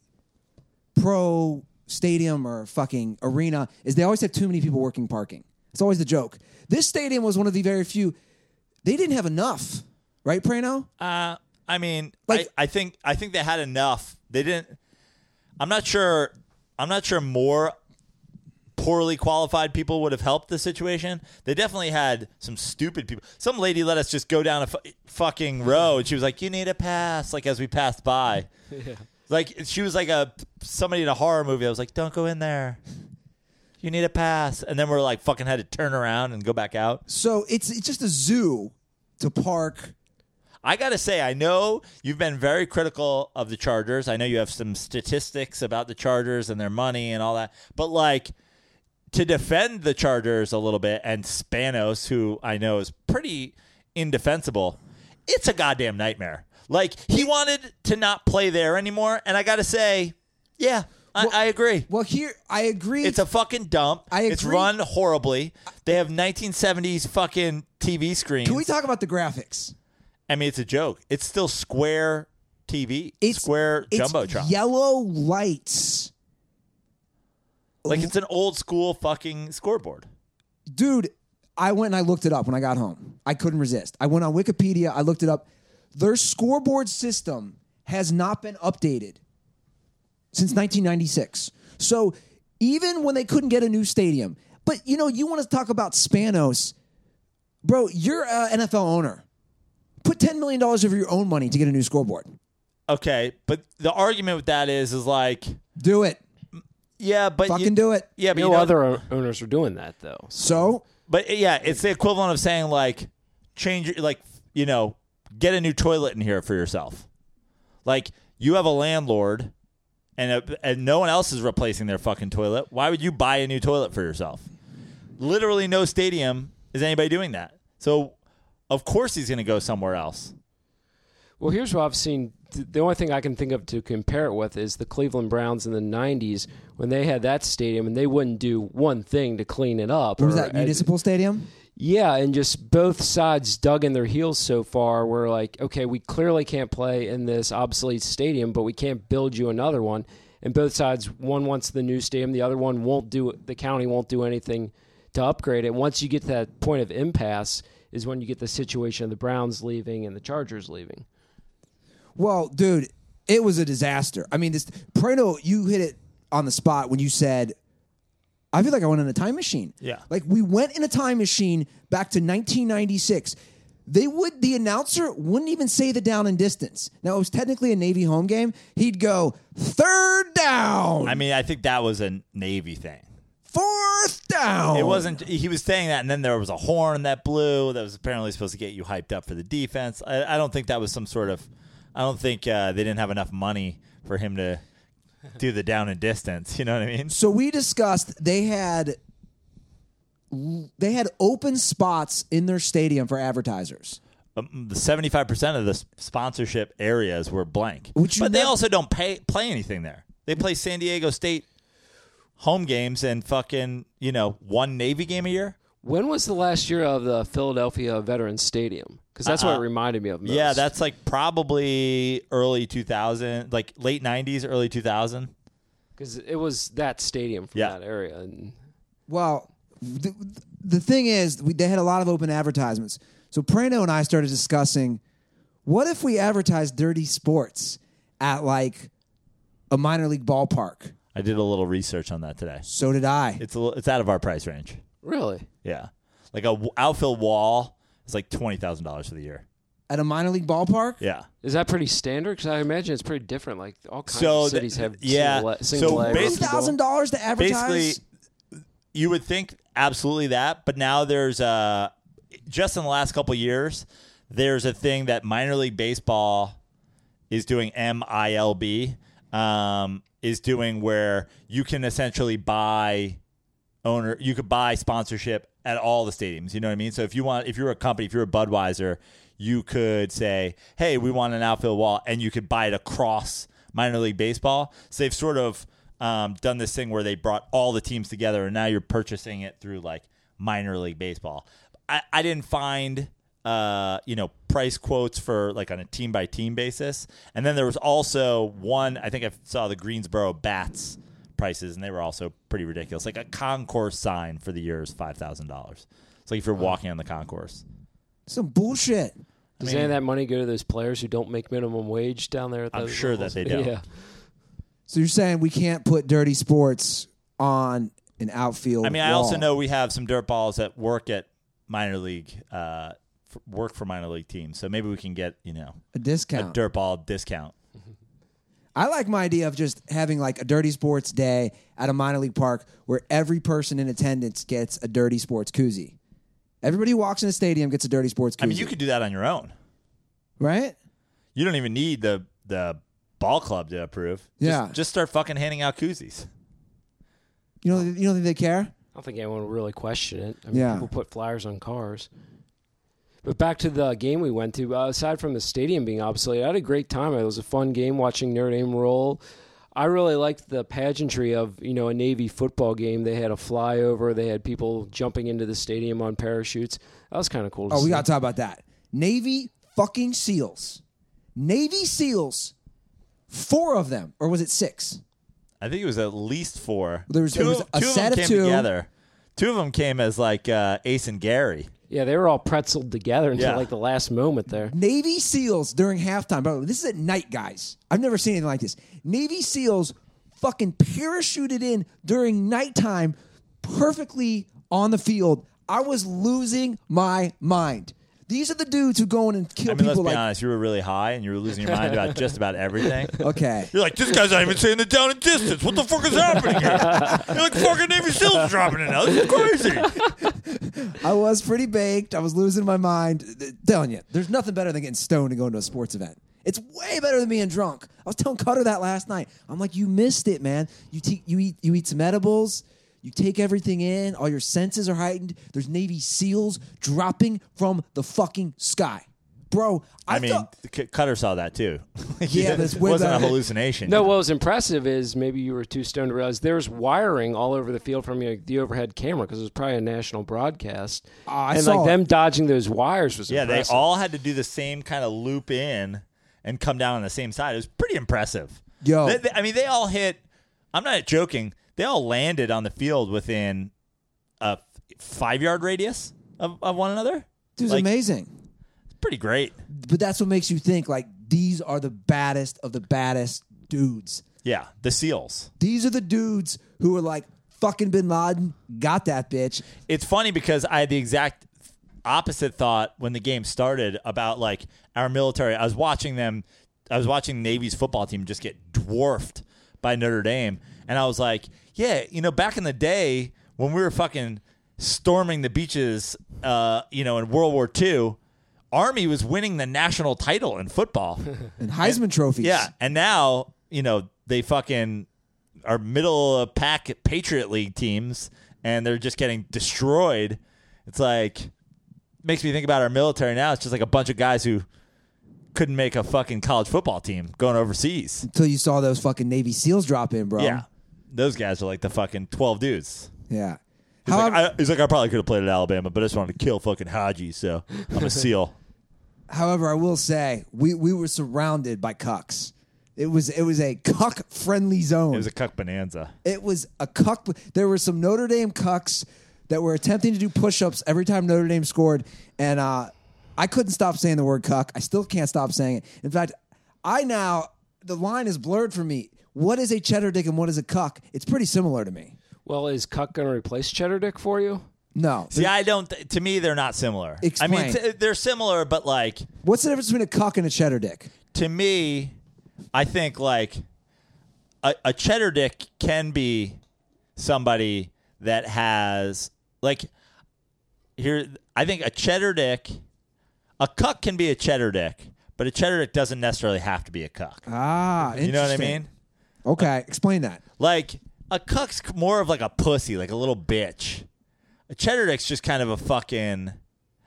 [SPEAKER 2] pro stadium or fucking arena is they always have too many people working parking. It's always the joke. This stadium was one of the very few. They didn't have enough, right, Prano?
[SPEAKER 3] Uh, I mean,
[SPEAKER 2] Like-
[SPEAKER 3] I, I think I think they had enough. They didn't. I'm not sure. I'm not sure more poorly qualified people would have helped the situation. They definitely had some stupid people. Some lady let us just go down a f- fucking row, and she was like, "You need a pass." Like as we passed by, like she was like a somebody in a horror movie. I was like, "Don't go in there." You need a pass, and then we're like fucking had to turn around and go back out.
[SPEAKER 2] So it's it's just a zoo to park.
[SPEAKER 3] I gotta say, I know you've been very critical of the Chargers. I know you have some statistics about the Chargers and their money and all that, but like to defend the Chargers a little bit and Spanos, who I know is pretty indefensible, it's a goddamn nightmare. Like he wanted to not play there anymore, and I gotta say, yeah, I, I agree.
[SPEAKER 2] Well, here I agree.
[SPEAKER 3] It's a fucking dump.
[SPEAKER 2] I
[SPEAKER 3] It's
[SPEAKER 2] agree.
[SPEAKER 3] run horribly. They have 1970s fucking TV screens.
[SPEAKER 2] Can we talk about the graphics?
[SPEAKER 3] I mean, it's a joke. It's still square TV,
[SPEAKER 2] It's
[SPEAKER 3] square
[SPEAKER 2] it's
[SPEAKER 3] jumbotron.
[SPEAKER 2] Yellow lights.
[SPEAKER 3] like it's an old school fucking scoreboard.
[SPEAKER 2] dude i went and i looked it up when i got home i couldn't resist i went on wikipedia i looked it up their scoreboard system has not been updated since 1996 so even when they couldn't get a new stadium but you know you want to talk about spanos bro you're an nfl owner put $10 million of your own money to get a new scoreboard
[SPEAKER 3] Okay, but the argument with that is, is like,
[SPEAKER 2] do it
[SPEAKER 3] yeah, but
[SPEAKER 2] fucking
[SPEAKER 3] Uh, you,
[SPEAKER 2] do it
[SPEAKER 3] yeah, but
[SPEAKER 4] no
[SPEAKER 3] you know,
[SPEAKER 4] other o- owners were doing that though.
[SPEAKER 2] so
[SPEAKER 3] but uh, yeah, it's the equivalent of saying like, change, your- like you know, get a new toilet in here for yourself. Like you have a landlord, and a, and no one else is replacing their fucking toilet. Why would you buy a new toilet for yourself? Literally, no stadium is anybody doing that. So, of course, he's going to go somewhere else.
[SPEAKER 4] Well, here's what I've seen th- the only thing I can think of to compare it with is the Cleveland Browns in the '90s when they had that stadium and they wouldn't do one thing to clean it up.
[SPEAKER 2] What was
[SPEAKER 4] or- uh,
[SPEAKER 2] that municipal stadium?
[SPEAKER 4] yeah, and just both sides dug in their heels so far. We're like, okay, we clearly can't play in this obsolete stadium, but we can't build you another one. And both sides, one wants the new stadium, the other one won't do it. The county won't do anything to upgrade it. Once you get to that point of impasse, is when you get the situation of the Browns leaving and the Chargers leaving.
[SPEAKER 2] Well, dude, it was a disaster. I mean, this Prano, you hit it on the spot when you said, "I feel like I went in a time machine."
[SPEAKER 3] Yeah.
[SPEAKER 2] like we went in a time machine back to 1996. They would the announcer wouldn't even say the down and distance. Now it was technically a Navy home game. He'd go third down,
[SPEAKER 3] I mean, I think that was a Navy thing.
[SPEAKER 2] fourth down.
[SPEAKER 3] It wasn't. He was saying that, and then there was a horn that blew that was apparently supposed to get you hyped up for the defense. I, I don't think that was some sort of. I don't think uh, they didn't have enough money for him to do the down and distance. You know what I mean?
[SPEAKER 2] So we discussed they had they had open spots in their stadium for advertisers.
[SPEAKER 3] Um, The seventy-five percent of the s- sponsorship areas were blank,
[SPEAKER 2] Which you
[SPEAKER 3] but they
[SPEAKER 2] nev-
[SPEAKER 3] also don't pay play anything there. They play San Diego State home games and fucking you know one Navy game a year.
[SPEAKER 4] When was the last year of the Philadelphia Veterans Stadium? Because that's what it reminded me of. Most.
[SPEAKER 3] Uh-uh. Yeah, that's like probably early two thousand, like late nineties, early two thousand.
[SPEAKER 4] because it was that stadium from
[SPEAKER 3] Yeah.
[SPEAKER 4] that area. And
[SPEAKER 2] Well, the, the thing is, we, they had a lot of open advertisements. So Prano and I started discussing what if we advertised dirty sports at like a minor league ballpark?
[SPEAKER 3] I did a little research on that today.
[SPEAKER 2] So did I.
[SPEAKER 3] It's a little, it's out of our price range.
[SPEAKER 4] really,
[SPEAKER 3] Yeah, like a w- outfield wall is like twenty thousand dollars for the year.
[SPEAKER 2] At a minor league ballpark?
[SPEAKER 3] Yeah.
[SPEAKER 4] Is that pretty standard? Because I imagine it's pretty different. Like all kinds
[SPEAKER 3] So
[SPEAKER 4] of cities
[SPEAKER 3] the-
[SPEAKER 4] have
[SPEAKER 3] yeah,
[SPEAKER 4] single,
[SPEAKER 3] so
[SPEAKER 4] single A
[SPEAKER 3] basi-
[SPEAKER 4] basketball.
[SPEAKER 2] $80,000 to advertise?
[SPEAKER 3] Basically, you would think absolutely that, but now there's uh just in the last couple years, there's a thing that minor league baseball is doing MILB um, is doing where you can essentially buy owner you could buy sponsorship at all the stadiums you know what i mean so if you want if you're a company if you're a budweiser you could say hey we want an outfield wall and you could buy it across minor league baseball so they've sort of um, done this thing where they brought all the teams together and now you're purchasing it through like minor league baseball i, I didn't find uh, you know price quotes for like on a team by team basis and then there was also one i think i saw the greensboro bats prices, and they were also pretty ridiculous. Like a concourse sign for the year is five thousand dollars. It's like if you're walking on the concourse.
[SPEAKER 2] Some bullshit.
[SPEAKER 4] Does any of that money go to those players who don't make minimum wage down there? At
[SPEAKER 3] I'm
[SPEAKER 4] those
[SPEAKER 3] sure that
[SPEAKER 4] levels?
[SPEAKER 3] they don't.
[SPEAKER 4] Yeah,
[SPEAKER 2] So you're saying we can't put dirty sports on an outfield?
[SPEAKER 3] I mean, I also
[SPEAKER 2] wall.
[SPEAKER 3] know we have some dirt balls that work at minor league, uh, f- work for minor league teams. So maybe we can get you know
[SPEAKER 2] a
[SPEAKER 3] a
[SPEAKER 2] discount.
[SPEAKER 3] dirt ball discount.
[SPEAKER 2] I like my idea of just having like a dirty sports day at a minor league park where every person in attendance gets a dirty sports koozie. Everybody who walks in a stadium gets a dirty sports koozie.
[SPEAKER 3] I mean, you could do that on your own.
[SPEAKER 2] right?
[SPEAKER 3] You don't even need the the ball club to approve. Just-
[SPEAKER 2] Yeah.
[SPEAKER 3] just start fucking handing out koozies.
[SPEAKER 2] You know, you don't think they care?
[SPEAKER 4] I don't think anyone will really question it. I mean,
[SPEAKER 2] Yeah.
[SPEAKER 4] people put flyers on cars. But back to the game we went to. Uh, aside from the stadium being obsolete, I had a great time. It was a fun game watching Notre Dame roll. I really liked the pageantry of you know a Navy football game. They had a flyover. They had people jumping into the stadium on parachutes. That was kind of cool. To
[SPEAKER 2] Oh, we
[SPEAKER 4] see.
[SPEAKER 2] got to talk about that. Navy fucking SEALs. Navy SEALs. Four of them, or was it six?
[SPEAKER 3] I think it was at least four.
[SPEAKER 2] There was-
[SPEAKER 3] two,
[SPEAKER 2] it was
[SPEAKER 3] of-
[SPEAKER 2] a
[SPEAKER 3] two of
[SPEAKER 2] set
[SPEAKER 3] them
[SPEAKER 2] of
[SPEAKER 3] came
[SPEAKER 2] two.
[SPEAKER 3] together. Two of them came as like uh, Ace and Gary.
[SPEAKER 4] Yeah, they were all pretzeled together until
[SPEAKER 3] Yeah.
[SPEAKER 4] like the last moment there.
[SPEAKER 2] Navy SEALs during halftime. Bro, this is at night, guys. I've never seen anything like this. Navy SEALs fucking parachuted in during nighttime, perfectly on the field. I was losing my mind. These are the dudes who go in and kill
[SPEAKER 3] I mean, let's
[SPEAKER 2] people
[SPEAKER 3] be
[SPEAKER 2] like.
[SPEAKER 3] honest. You were really high, and you were losing your mind about just about everything.
[SPEAKER 2] Okay.
[SPEAKER 3] You're like, this guy's not even saying the down and distance. What the fuck is happening here? You're like, fucking Navy SEALs dropping it now. This is crazy.
[SPEAKER 2] I was pretty baked. I was losing my mind. Th- Telling you, there's nothing better than getting stoned and going to a sports event. It's way better than being drunk. I was telling Cutter that last night. I'm like, you missed it, man. You te- you eat you eat some edibles. You take everything in. All your senses are heightened. There's Navy SEALs dropping from the fucking sky. bro. I,
[SPEAKER 3] I, mean,
[SPEAKER 2] thought-
[SPEAKER 3] C- Cutter saw that too.
[SPEAKER 2] Yeah, that's
[SPEAKER 3] it
[SPEAKER 2] way
[SPEAKER 3] wasn't
[SPEAKER 2] better.
[SPEAKER 3] a hallucination.
[SPEAKER 4] No, what was impressive is maybe you were too stoned to realize there's wiring all over the field from you know, the overhead camera because it was probably a national broadcast.
[SPEAKER 2] Ah, I
[SPEAKER 4] and
[SPEAKER 2] saw it.
[SPEAKER 4] like them dodging those wires was
[SPEAKER 3] yeah,
[SPEAKER 4] impressive.
[SPEAKER 3] they all had to do the same kind of loop in and come down on the same side. It was pretty impressive.
[SPEAKER 2] Yo.
[SPEAKER 3] They- they- I mean, they all hit. I'm not joking. They all landed on the field within a five yard radius of, of one another.
[SPEAKER 2] it was
[SPEAKER 3] like-
[SPEAKER 2] amazing.
[SPEAKER 3] It's pretty great.
[SPEAKER 2] But that's what makes you think like these are the baddest of the baddest dudes.
[SPEAKER 3] Yeah, the seals.
[SPEAKER 2] These are the dudes who are like fucking Bin Laden got that bitch.
[SPEAKER 3] it's funny because I had the exact opposite thought when the game started about like our military. I was watching them. I was watching Navy's football team just get dwarfed by Notre Dame, and I was like, yeah, you know, back in the day when we were fucking storming the beaches, uh, you know, in World War II. Army was winning the national title in football.
[SPEAKER 2] And Heisman trophies.
[SPEAKER 3] Yeah, and now you know they fucking are middle of pack Patriot League teams, and they're just getting destroyed. It's like makes me think about our military now. It's just like a bunch of guys who couldn't make a fucking college football team going overseas.
[SPEAKER 2] Until you saw those fucking Navy SEALs drop in, bro.
[SPEAKER 3] Yeah, those guys are like the fucking twelve dudes.
[SPEAKER 2] Yeah.
[SPEAKER 3] He's like,
[SPEAKER 2] However,
[SPEAKER 3] I, he's like, I probably could have played at Alabama, but I just wanted to kill fucking Haji, so I'm a seal.
[SPEAKER 2] however, I will say we, we were surrounded by cucks. It was it was a cuck friendly zone.
[SPEAKER 3] It was a cuck bonanza.
[SPEAKER 2] It was a cuck. There were some Notre Dame cucks that were attempting to do push-ups every time Notre Dame scored, and uh, I couldn't stop saying the word cuck. I still can't stop saying it. In fact, I now the line is blurred for me. What is a cheddar dick and what is a cuck? It's pretty similar to me.
[SPEAKER 4] Well, is Cuck going to replace Cheddar Dick for you?
[SPEAKER 2] No.
[SPEAKER 3] See, I don't. Th- to me, they're not similar. I
[SPEAKER 2] Explain.
[SPEAKER 3] mean, t- they're similar, but like
[SPEAKER 2] What's the difference between a cuck and a cheddar dick?
[SPEAKER 3] to me, I think like a, a cheddar dick can be somebody that has like here. I think a cheddar dick, a cuck can be a cheddar dick, but a cheddar dick doesn't necessarily have to be a cuck.
[SPEAKER 2] Ah,
[SPEAKER 3] you know what I
[SPEAKER 2] interesting.
[SPEAKER 3] mean?
[SPEAKER 2] Okay, explain that.
[SPEAKER 3] Like a cuck's more of like a pussy, like a little bitch. A cheddar dick's just kind of a fucking.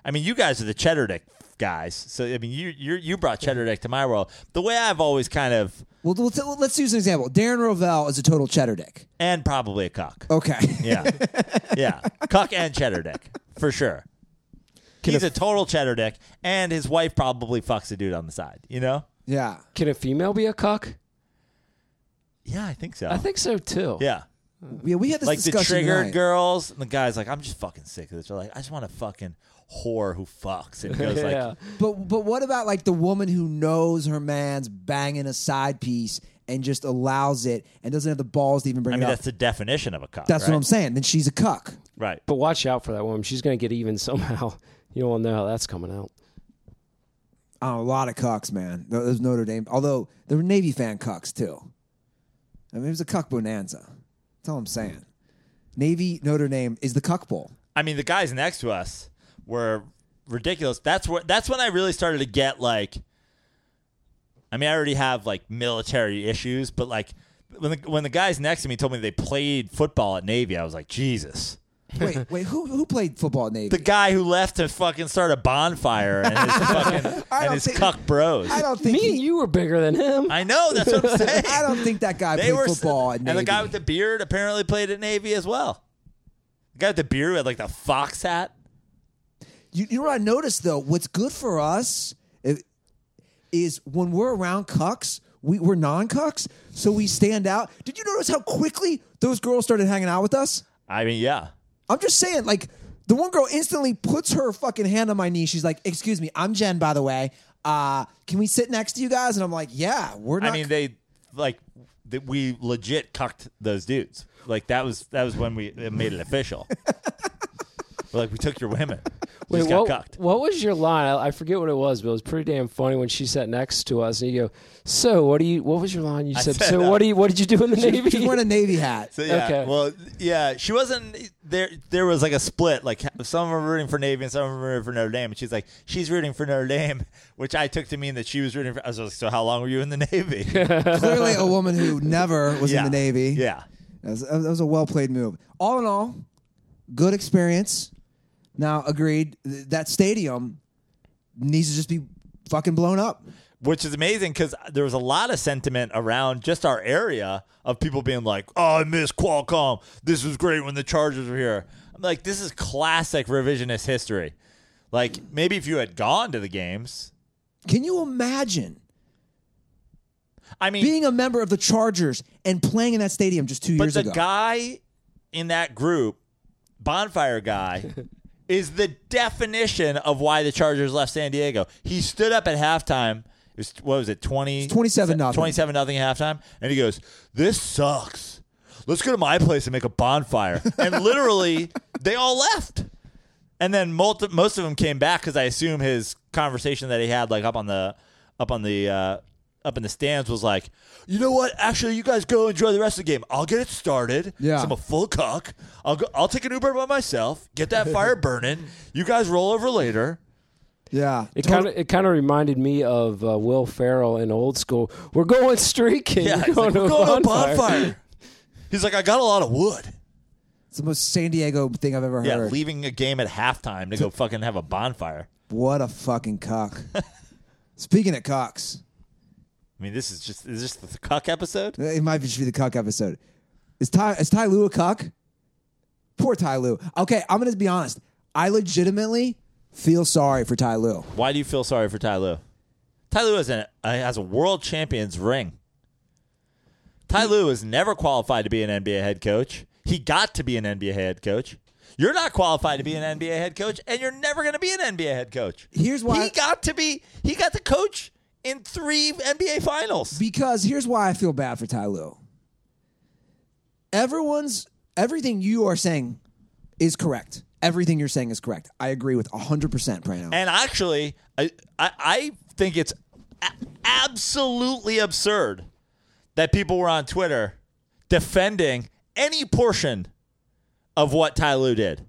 [SPEAKER 3] I mean, you guys are the cheddar dick guys, so I mean, you you you brought cheddar dick to my world. The way I've always kind of
[SPEAKER 2] Well, let's, let's use an example. Darren Rovell is a total cheddar dick.
[SPEAKER 3] and probably a cuck.
[SPEAKER 2] Okay.
[SPEAKER 3] Yeah, yeah, cuck and cheddar dick for sure. He's a total cheddar dick, and his wife probably fucks a dude on the side. You know?
[SPEAKER 2] yeah.
[SPEAKER 4] Can a female be a cuck?
[SPEAKER 3] Yeah, I think so.
[SPEAKER 4] I think so too.
[SPEAKER 3] yeah.
[SPEAKER 2] Yeah, we had this
[SPEAKER 3] like the
[SPEAKER 2] discussion
[SPEAKER 3] triggered
[SPEAKER 2] tonight.
[SPEAKER 3] girls and the guys like i'm just fucking sick of this they're like i just want a fucking whore who fucks and goes
[SPEAKER 4] yeah.
[SPEAKER 3] like
[SPEAKER 2] But but what about like the woman who knows her man's banging a side piece and just allows it and doesn't have the balls to even bring
[SPEAKER 3] i
[SPEAKER 2] it
[SPEAKER 3] mean
[SPEAKER 2] up?
[SPEAKER 3] that's the definition of a cuck
[SPEAKER 2] That's
[SPEAKER 3] right?
[SPEAKER 2] what I'm saying. Then she's a cuck.
[SPEAKER 3] right
[SPEAKER 4] But watch out for that woman. She's going to get even somehow. You don't know how that's coming out.
[SPEAKER 2] Oh, a lot of cucks, man. Th- There's Notre Dame. Although there were Navy fan cucks too. I mean, it was a cuck bonanza. That's all I'm saying. Navy Notre Dame is the cuck bowl.
[SPEAKER 3] i mean the guys next to us were ridiculous that's where that's when i really started to get like i mean i already have like military issues but like when the, when the guys next to me told me they played football at navy i was like jesus
[SPEAKER 2] Wait, wait, who who played football at Navy?
[SPEAKER 3] the guy who left to fucking start a bonfire and his fucking
[SPEAKER 2] I
[SPEAKER 3] and
[SPEAKER 2] don't
[SPEAKER 3] his
[SPEAKER 2] think-
[SPEAKER 3] cuck bros
[SPEAKER 2] I don't think
[SPEAKER 4] Me and
[SPEAKER 2] he,
[SPEAKER 4] you were bigger than him.
[SPEAKER 3] I know that's what I'm saying.
[SPEAKER 2] I don't think that guy
[SPEAKER 3] they
[SPEAKER 2] played
[SPEAKER 3] were
[SPEAKER 2] football at
[SPEAKER 3] and
[SPEAKER 2] Navy.
[SPEAKER 3] the guy with the beard apparently played at Navy as well. The guy with the beard who had like the fox hat.
[SPEAKER 2] You, you know what I noticed though? What's good for us i- is when we're around cucks, we, we're non cucks, so we stand out. Did you notice how quickly those girls started hanging out with us?
[SPEAKER 3] I mean, yeah,
[SPEAKER 2] I'm just saying, like, the one girl instantly puts her fucking hand on my knee. She's like, Excuse me, I'm Jen, by the way. Uh, can we sit next to you guys? And I'm like, Yeah, we're not.
[SPEAKER 3] I mean they like th- we legit cucked those dudes. Like that was that was when we it made it official. We're like we took your women. We just
[SPEAKER 4] what,
[SPEAKER 3] got cucked.
[SPEAKER 4] what was your line? I, I forget what it was, but it was pretty damn funny when she sat next to us and you go, "So, what do you? What was your line?" You said,
[SPEAKER 3] said,
[SPEAKER 4] "So,
[SPEAKER 3] uh,
[SPEAKER 4] what do you? What did you do in the navy?"
[SPEAKER 2] she's wearing a Navy hat.
[SPEAKER 3] So yeah,
[SPEAKER 4] Okay.
[SPEAKER 3] well, yeah, she wasn't there. There was like a split. Like some were rooting for Navy and some were rooting for Notre Dame, and she's like, she's rooting for Notre Dame, which I took to mean that she was rooting for. I was like, so how long were you in the Navy?
[SPEAKER 2] Clearly, a woman who never was in
[SPEAKER 3] yeah.
[SPEAKER 2] the Navy.
[SPEAKER 3] Yeah,
[SPEAKER 2] That was, that was a well played move. All in all, good experience. Now, agreed. th- That stadium needs to just be fucking blown up.
[SPEAKER 3] which is amazing because there was a lot of sentiment around just our area of people being like, "Oh, I miss Qualcomm. This was great when the Chargers were here." I'm like, this is classic revisionist history. Like maybe if you had gone to the games,
[SPEAKER 2] Can you imagine
[SPEAKER 3] I mean,
[SPEAKER 2] being a member of the Chargers and playing in that stadium just two
[SPEAKER 3] but
[SPEAKER 2] years
[SPEAKER 3] the
[SPEAKER 2] ago?
[SPEAKER 3] guy in that group, bonfire guy. Is the definition of why the Chargers left San Diego. He stood up at halftime. It was, what was it, 20,
[SPEAKER 2] 27 nothing.
[SPEAKER 3] 27 nothing at halftime and he goes this sucks let's go to my place and make a bonfire and literally they all left and then multi- most of them came back because i assume his conversation that he had like up on the up on the uh, up in the stands was like you know what actually you guys go enjoy the rest of the game i'll get it started
[SPEAKER 2] Yeah.
[SPEAKER 3] 'cause i'm a full cock i'll go i'll take an uber by myself get that fire burning you guys roll over later
[SPEAKER 2] yeah,
[SPEAKER 4] It
[SPEAKER 2] Tot-
[SPEAKER 4] kind of it kind of reminded me of uh, Will Ferrell in Old School. We're going streaking.
[SPEAKER 3] yeah
[SPEAKER 4] we're
[SPEAKER 3] he's like,
[SPEAKER 4] going,
[SPEAKER 3] we're
[SPEAKER 4] to, a
[SPEAKER 3] going to a
[SPEAKER 4] bonfire.
[SPEAKER 3] bonfire he's like i got a lot of wood
[SPEAKER 2] it's the most San Diego thing I've ever
[SPEAKER 3] Yeah,
[SPEAKER 2] heard.
[SPEAKER 3] leaving a game at halftime to go fucking have a bonfire.
[SPEAKER 2] what a fucking cock. Speaking of cocks,
[SPEAKER 3] I mean, this is just is this the cuck episode?
[SPEAKER 2] it might just be the cock episode. Is Ty is Ty Lue a cock? Poor Ty Lue. Okay, I'm gonna be honest. I legitimately feel sorry for Ty Lue.
[SPEAKER 3] Why do you feel sorry for Ty Lue? Ty Lue has a uh, has a world champions ring. Ty Lue is never qualified to be an NBA head coach. He got to be an NBA head coach. You're not qualified to be an NBA head coach, and you're never going to be an NBA head coach.
[SPEAKER 2] Here's why-
[SPEAKER 3] he got to be he got to coach in three NBA finals.
[SPEAKER 2] Because here's why I feel bad for Ty Lue. Everyone's everything you are saying is correct. Everything you're saying is correct. I agree with 100% Prano.
[SPEAKER 3] And actually, I I, I think it's a- absolutely absurd that people were on Twitter defending any portion of what Ty Lue did.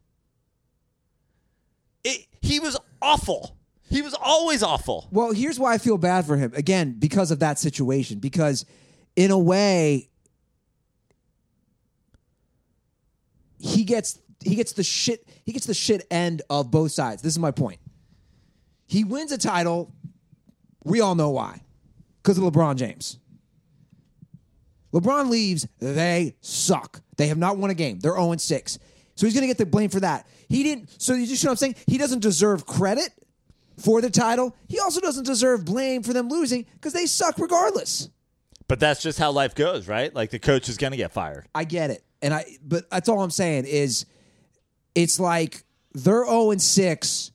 [SPEAKER 3] It, he was awful. He was always awful.
[SPEAKER 2] Well, here's why I feel bad for him. Again, because of that situation. Because in a way, he gets he gets the shit he gets the shit end of both sides. This is my point. He wins a title. We all know why. Because of LeBron James. LeBron leaves, they suck. They have not won a game. They're 0 6. So he's going to get the blame for that. He didn't, so you just know what I'm saying? He doesn't deserve credit for the title. He also doesn't deserve blame for them losing because they suck regardless.
[SPEAKER 3] But that's just how life goes, right? Like the coach is going to get fired.
[SPEAKER 2] I get it. And I, but that's all I'm saying is it's like they're 0 and 6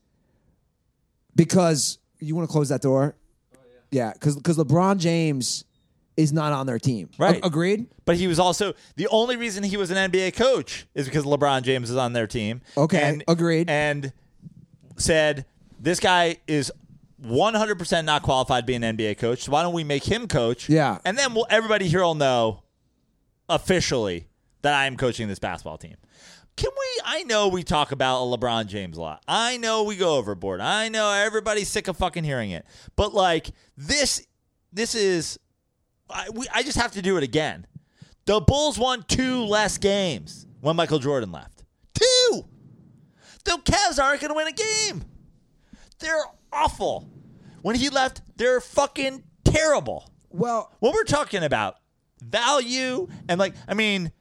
[SPEAKER 2] because you want to close that door? Oh, Yeah, because because LeBron James is not on their team.
[SPEAKER 3] Right.
[SPEAKER 2] A- agreed?
[SPEAKER 3] But he was also the only reason he was an NBA coach is because LeBron James is on their team.
[SPEAKER 2] Okay,
[SPEAKER 3] and,
[SPEAKER 2] agreed.
[SPEAKER 3] And said this guy is 100% not qualified to be an NBA coach. So why don't we make him coach?
[SPEAKER 2] Yeah.
[SPEAKER 3] And then we'll, everybody here will know officially that I am coaching this basketball team. Can we? I know we talk about LeBron James a lot. I know we go overboard. I know everybody's sick of fucking hearing it. But like this, this is. I, we, I just have to do it again. The Bulls won two less games when Michael Jordan left. Two. The Cavs aren't going to win a game. They're awful. When he left, they're fucking terrible
[SPEAKER 2] Well,
[SPEAKER 3] when we're talking about value and like i mean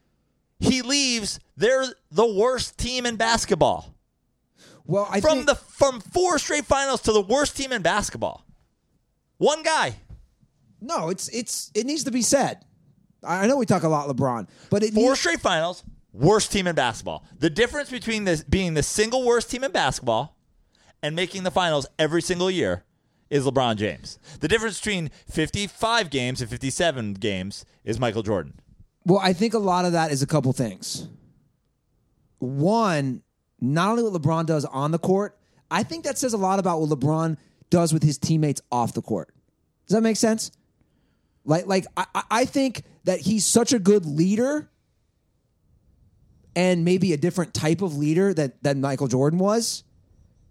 [SPEAKER 3] he leaves they're the worst team in basketball
[SPEAKER 2] well, I
[SPEAKER 3] from
[SPEAKER 2] think,
[SPEAKER 3] the from four straight finals to the worst team in basketball one guy
[SPEAKER 2] No, it's it's it needs to be said. I I know we talk a lot LeBron, but it
[SPEAKER 3] four
[SPEAKER 2] needs,
[SPEAKER 3] straight finals worst team in basketball the difference between this being the single worst team in basketball and making the finals every single year is LeBron James. The difference between 55 games and 57 games is Michael Jordan.
[SPEAKER 2] well, I think a lot of that is a couple things. One, not only what LeBron does on the court, I think that says a lot about what LeBron does with his teammates off the court. Does that make sense? Like, like I, I- I think that he's such a good leader, and maybe a different type of leader that than Michael Jordan was.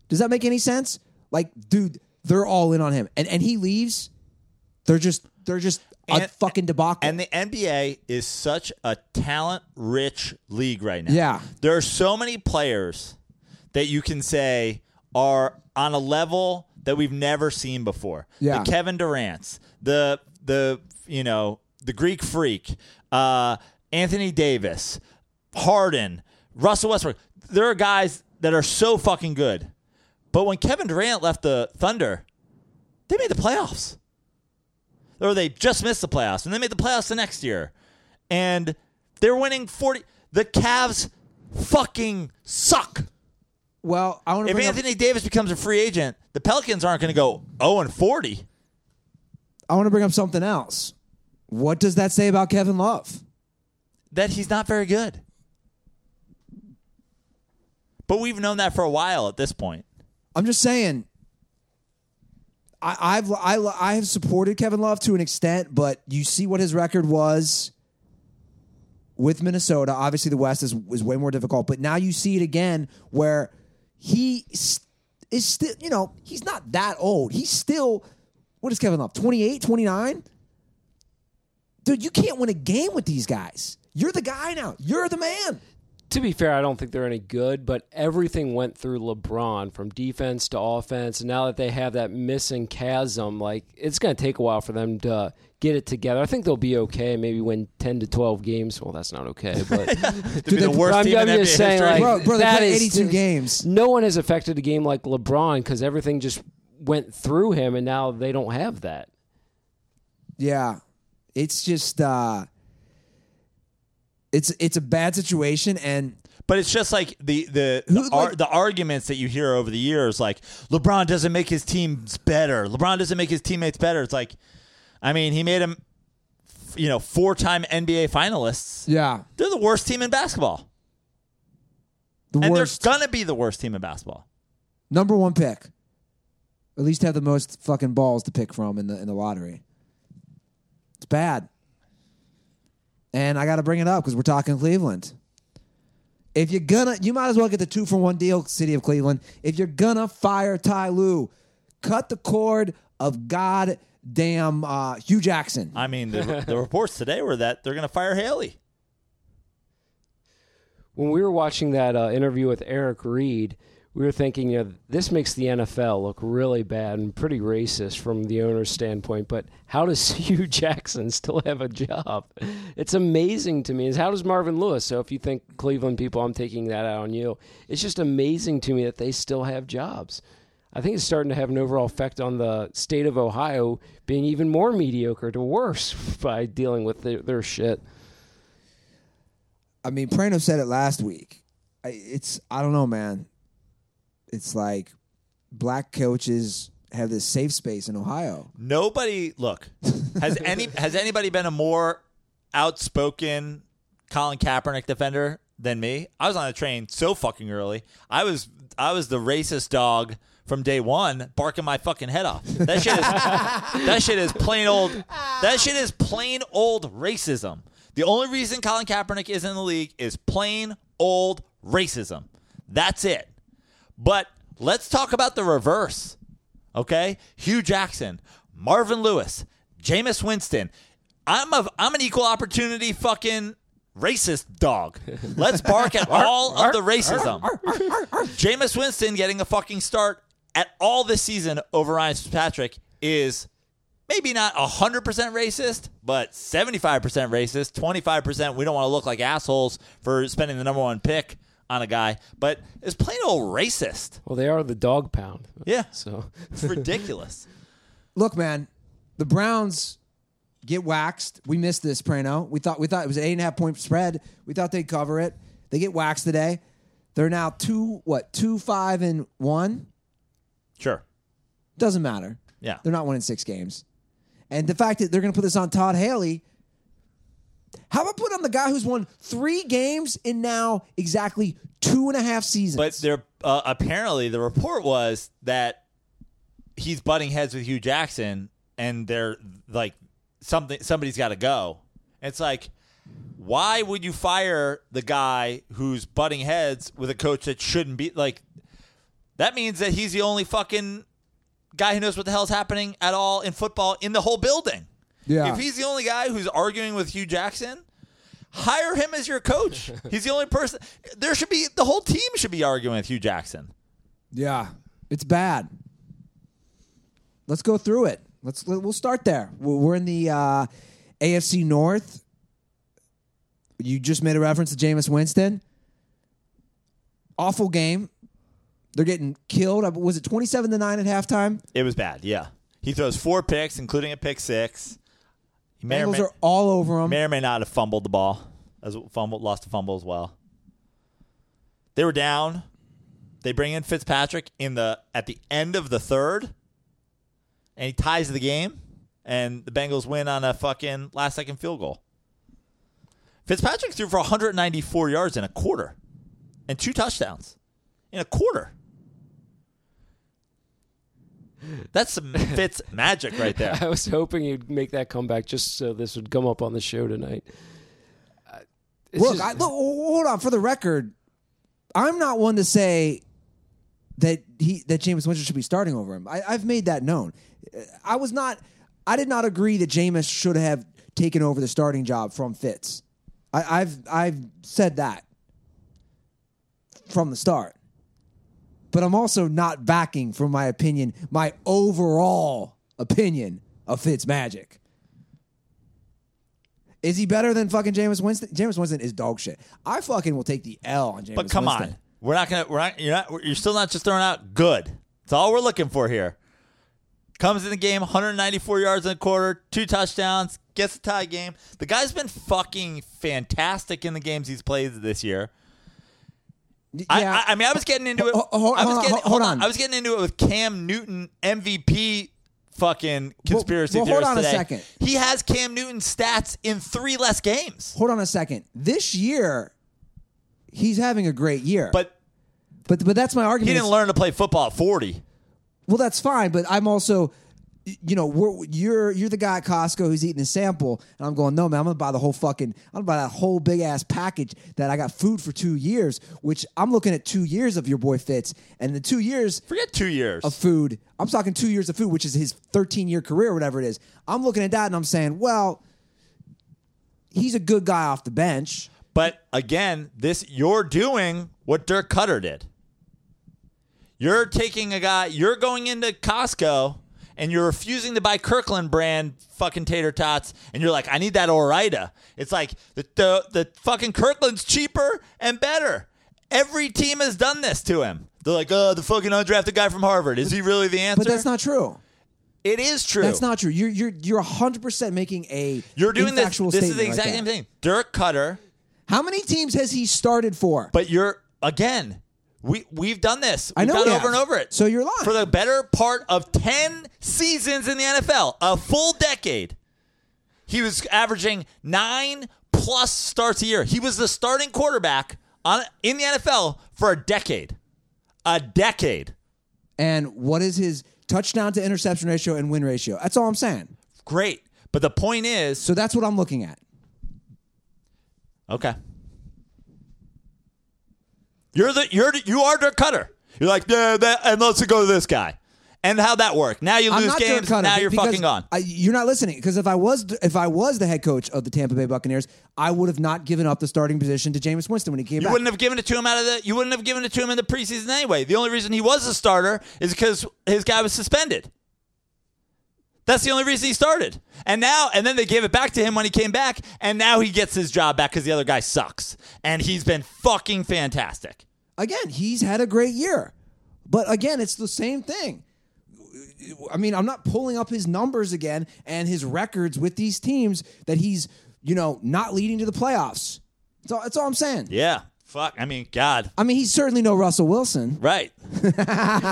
[SPEAKER 2] Does that make any sense? Like, dude, they're all in on him, and and he leaves. They're just they're just a
[SPEAKER 3] And-
[SPEAKER 2] fucking debacle.
[SPEAKER 3] And the NBA is such a talent rich league right now.
[SPEAKER 2] Yeah.
[SPEAKER 3] There are so many players that you can say are on a level that we've never seen before.
[SPEAKER 2] Yeah.
[SPEAKER 3] The Kevin Durant's, the the you know the Greek Freak, uh, Anthony Davis, Harden, Russell Westbrook. There are guys that are so fucking good, but when Kevin Durant left the Thunder, they made the playoffs, or they just missed the playoffs, and they made the playoffs the next year, and they're winning forty. The Cavs fucking suck
[SPEAKER 2] Well, I want to
[SPEAKER 3] if
[SPEAKER 2] bring up,
[SPEAKER 3] Anthony Davis becomes a free agent, the Pelicans aren't going to go 0 and 40.
[SPEAKER 2] I want to bring up something else. What does that say about Kevin Love?
[SPEAKER 3] That he's not very good. But we've known that for a while at this point.
[SPEAKER 2] I'm just saying. I, I've I, I have supported Kevin Love to an extent, but you see what his record was with Minnesota. Obviously, the West is is way more difficult, but now you see it again where he s- is still. You know, he's not that old. He's still. What is Kevin Love? 28, 29? Dude, you can't win a game with these guys. You're the guy now. You're the man.
[SPEAKER 4] to be fair, I don't think they're any good, but everything went through LeBron from defense to offense. And now that they have that missing chasm, like it's going to take a while for them to get it together. I think they'll be okay, maybe win 10 to 12 12 games. Well, that's not okay, but
[SPEAKER 3] To be
[SPEAKER 2] they-
[SPEAKER 3] the worst
[SPEAKER 4] I'm,
[SPEAKER 3] team
[SPEAKER 4] I'm
[SPEAKER 3] in
[SPEAKER 4] just
[SPEAKER 3] NBA
[SPEAKER 4] saying,
[SPEAKER 3] history.
[SPEAKER 4] like,
[SPEAKER 2] Bro, bro, they
[SPEAKER 4] that
[SPEAKER 2] played
[SPEAKER 4] is-
[SPEAKER 2] 82 games.
[SPEAKER 4] No one has affected a game like LeBron because everything just went through him, and now they don't have that.
[SPEAKER 2] Yeah. It's just uh it's it's a bad situation and
[SPEAKER 3] But it's just like the the the,
[SPEAKER 2] Who,
[SPEAKER 3] ar-
[SPEAKER 2] like-
[SPEAKER 3] the arguments that you hear over the years, like LeBron doesn't make his teams better. LeBron doesn't make his teammates better. It's like, I mean, he made him, you know, four time NBA finalists.
[SPEAKER 2] yeah,
[SPEAKER 3] They're the worst team in basketball,
[SPEAKER 2] the
[SPEAKER 3] and
[SPEAKER 2] worst
[SPEAKER 3] they're gonna be the worst team in basketball.
[SPEAKER 2] number 1 pick. At least have the most fucking balls to pick from in the in the lottery. It's bad. And I got to bring it up cuz we're talking Cleveland. If you're gonna you might as well get the 2 for 1 deal city of Cleveland. If you're gonna fire Ty Lue, cut the cord of goddamn uh Hugh Jackson.
[SPEAKER 3] I mean, the, the reports today were that they're going to fire Haley.
[SPEAKER 4] when we were watching that uh, interview with Eric Reed, we were thinking, you know, this makes the NFL look really bad and pretty racist from the owner's standpoint. But how does Hugh Jackson still have a job? It's amazing to me. Is how does Marvin Lewis? So if you think Cleveland people, I'm taking that out on you. It's just amazing to me that they still have jobs. I think it's starting to have an overall effect on the state of Ohio being even more mediocre to worse by dealing with their, their shit.
[SPEAKER 2] I mean, Prano said it last week. I, it's I don't know, man. It's like black coaches have this safe space in Ohio.
[SPEAKER 3] Nobody look has any has anybody been a more outspoken Colin Kaepernick defender than me? I was on the train so fucking early. I was I was the racist dog from day one, barking my fucking head off. That shit is that shit is plain old that shit is plain old racism. The only reason Colin Kaepernick is in the league is plain old racism. That's it. But let's talk about the reverse. Okay? Hugh Jackson, Marvin Lewis, Jameis Winston. I'm a I'm an equal opportunity fucking racist dog. Let's bark at all of the racism. Jameis Winston getting a fucking start at all this season over Ryan Fitzpatrick is maybe not 100% racist, but 75% racist, 25% we don't want to look like assholes for spending the number one pick on a guy, but it's plain old racist.
[SPEAKER 4] Well, they are the dog pound.
[SPEAKER 3] Yeah.
[SPEAKER 4] So
[SPEAKER 3] It's ridiculous.
[SPEAKER 2] Look, man, the Browns get waxed. We missed this, Prano. We thought we thought it was an eight and a half point spread. We thought they'd cover it. They get waxed today. They're now two what two five and one.
[SPEAKER 3] sure.
[SPEAKER 2] Doesn't matter.
[SPEAKER 3] Yeah.
[SPEAKER 2] They're not winning six games. And the fact that they're going to put this on Todd Haley, how about put on the guy who's won three games in now exactly two and a half seasons?
[SPEAKER 3] But there, uh, apparently, the report was that he's butting heads with Hugh Jackson, and they're like something. Somebody's got to go. It's like, why would you fire the guy who's butting heads with a coach that shouldn't be? Like, that means that he's the only fucking guy who knows what the hell's happening at all in football in the whole building.
[SPEAKER 2] Yeah.
[SPEAKER 3] If he's the only guy who's arguing with Hugh Jackson, hire him as your coach. He's the only person. There should be the whole team should be arguing with Hugh Jackson.
[SPEAKER 2] yeah, it's bad. let's go through it. Let's let, we'll start there. We're we're in the uh, AFC North. You just made a reference to Jameis Winston. Awful game. They're getting killed. Uh, Was it twenty-seven to nine at halftime?
[SPEAKER 3] It was bad. Yeah, he throws four picks, including a pick six. He may, or
[SPEAKER 2] Bengals
[SPEAKER 3] may,
[SPEAKER 2] are all over them.
[SPEAKER 3] may or may not have fumbled the ball, as fumbled, lost a fumble as well. They were down. They bring in Fitzpatrick in the at the end of the third, and he ties the game, and the Bengals win on a fucking last second field goal. Fitzpatrick threw for 194 yards in a quarter, and two touchdowns in a quarter. That's some Fitz magic right there.
[SPEAKER 4] I was hoping you'd make that comeback just so this would come up on the show tonight. Uh, it's
[SPEAKER 2] Look,
[SPEAKER 4] just-
[SPEAKER 2] I, look, hold on. For the record, I'm not one to say that he that Jameis Winston should be starting over him. I, I've made that known. Uh, I was not. I did not agree that Jameis should have taken over the starting job from Fitz. I, I've I've said that from the start. But I'm also not backing from my opinion, my overall opinion of Fitz Magic. Is he better than fucking Jameis Winston? Jameis Winston is dog shit. I fucking will take the L on Jameis
[SPEAKER 3] But come
[SPEAKER 2] Winston.
[SPEAKER 3] on, we're not gonna. We're not. You're not. You're still not just throwing out good. That's all we're looking for here. Comes in the game, 194 yards in a quarter, two touchdowns, gets a tie game. The guy's been fucking fantastic in the games he's played this year.
[SPEAKER 2] Yeah.
[SPEAKER 3] I, I, I mean, I was getting into it.
[SPEAKER 2] Ho- ho-
[SPEAKER 3] I was
[SPEAKER 2] hold on,
[SPEAKER 3] getting,
[SPEAKER 2] ho- hold on.
[SPEAKER 3] I was getting into it with Cam Newton MVP fucking conspiracy
[SPEAKER 2] well, hold
[SPEAKER 3] theorist
[SPEAKER 2] on a
[SPEAKER 3] today.
[SPEAKER 2] second.
[SPEAKER 3] He has Cam Newton stats in three less games,
[SPEAKER 2] Hold on a second. This year, he's having a great year.
[SPEAKER 3] but
[SPEAKER 2] but but that's my
[SPEAKER 3] he
[SPEAKER 2] argument.
[SPEAKER 3] didn't
[SPEAKER 2] is-
[SPEAKER 3] learn to play football at 40.
[SPEAKER 2] Well, that's fine, but I'm also, y- you know, we're, you're you're the guy at Costco who's eating a sample, and I'm going, no man, I'm gonna buy the whole fucking, I'm gonna buy that whole big ass package that I got food for two years, which I'm looking at two years of your boy Fitz, and the two years
[SPEAKER 3] Forget two years.
[SPEAKER 2] of food, I'm talking two years of food, which is his 13 year career, whatever it is. I'm looking at that and I'm saying, well, he's a good guy off the bench.
[SPEAKER 3] But again, this you're doing what Dirk Cutter did. You're taking a guy, you're going into Costco and you're refusing to buy Kirkland brand fucking tater tots and you're like, I need that Orida. It's like the the, the fucking Kirkland's cheaper and better. Every team has done this to him. They're like, oh, the fucking undrafted guy from Harvard. Is he really the answer?
[SPEAKER 2] But that's not true.
[SPEAKER 3] it is true.
[SPEAKER 2] That's not true. You're you're you're 100% making a
[SPEAKER 3] You're doing this.
[SPEAKER 2] factual
[SPEAKER 3] This is the
[SPEAKER 2] statement like
[SPEAKER 3] exact
[SPEAKER 2] that.
[SPEAKER 3] same thing. Dirk Cutter
[SPEAKER 2] How many teams has he started for?
[SPEAKER 3] But you're again, we we've done this. We've
[SPEAKER 2] I know
[SPEAKER 3] done
[SPEAKER 2] we
[SPEAKER 3] it
[SPEAKER 2] have.
[SPEAKER 3] over and over it.
[SPEAKER 2] So you're lying.
[SPEAKER 3] for the better part of ten seasons in the NFL, a full decade. He was averaging nine plus starts a year. He was the starting quarterback on in the NFL for a decade. A decade.
[SPEAKER 2] and what is his touchdown to interception ratio and win ratio? That's all I'm saying.
[SPEAKER 3] Great. But the point is
[SPEAKER 2] So that's what I'm looking at.
[SPEAKER 3] Okay. You're the you're the- you are Dirk Cutter. You're like yeah, that, and let's go to this guy. And how that worked? Now you
[SPEAKER 2] I'm
[SPEAKER 3] lose
[SPEAKER 2] not Dirk
[SPEAKER 3] games.
[SPEAKER 2] Cutter
[SPEAKER 3] Now
[SPEAKER 2] be-
[SPEAKER 3] you're
[SPEAKER 2] because
[SPEAKER 3] fucking gone.
[SPEAKER 2] I, you're not listening because if I was if I was the head coach of the Tampa Bay Buccaneers, I would have not given up the starting position to Jameis Winston when he came
[SPEAKER 3] You
[SPEAKER 2] back.
[SPEAKER 3] wouldn't have given it to him out of the. You wouldn't have given it to him in the preseason anyway. The only reason he was a starter is because his guy was suspended. That's the only reason he started. And now, and then they gave it back to him when he came back, and now he gets his job back because the other guy sucks, and he's been fucking fantastic.
[SPEAKER 2] again, he's had a great year. But again, it's the same thing. I mean, I'm not pulling up his numbers again and his records with these teams that he's, you know, not leading to the playoffs. That's all, that's all I'm saying.
[SPEAKER 3] Yeah, fuck. I mean, God,
[SPEAKER 2] I mean, he's certainly no Russell Wilson.
[SPEAKER 3] right?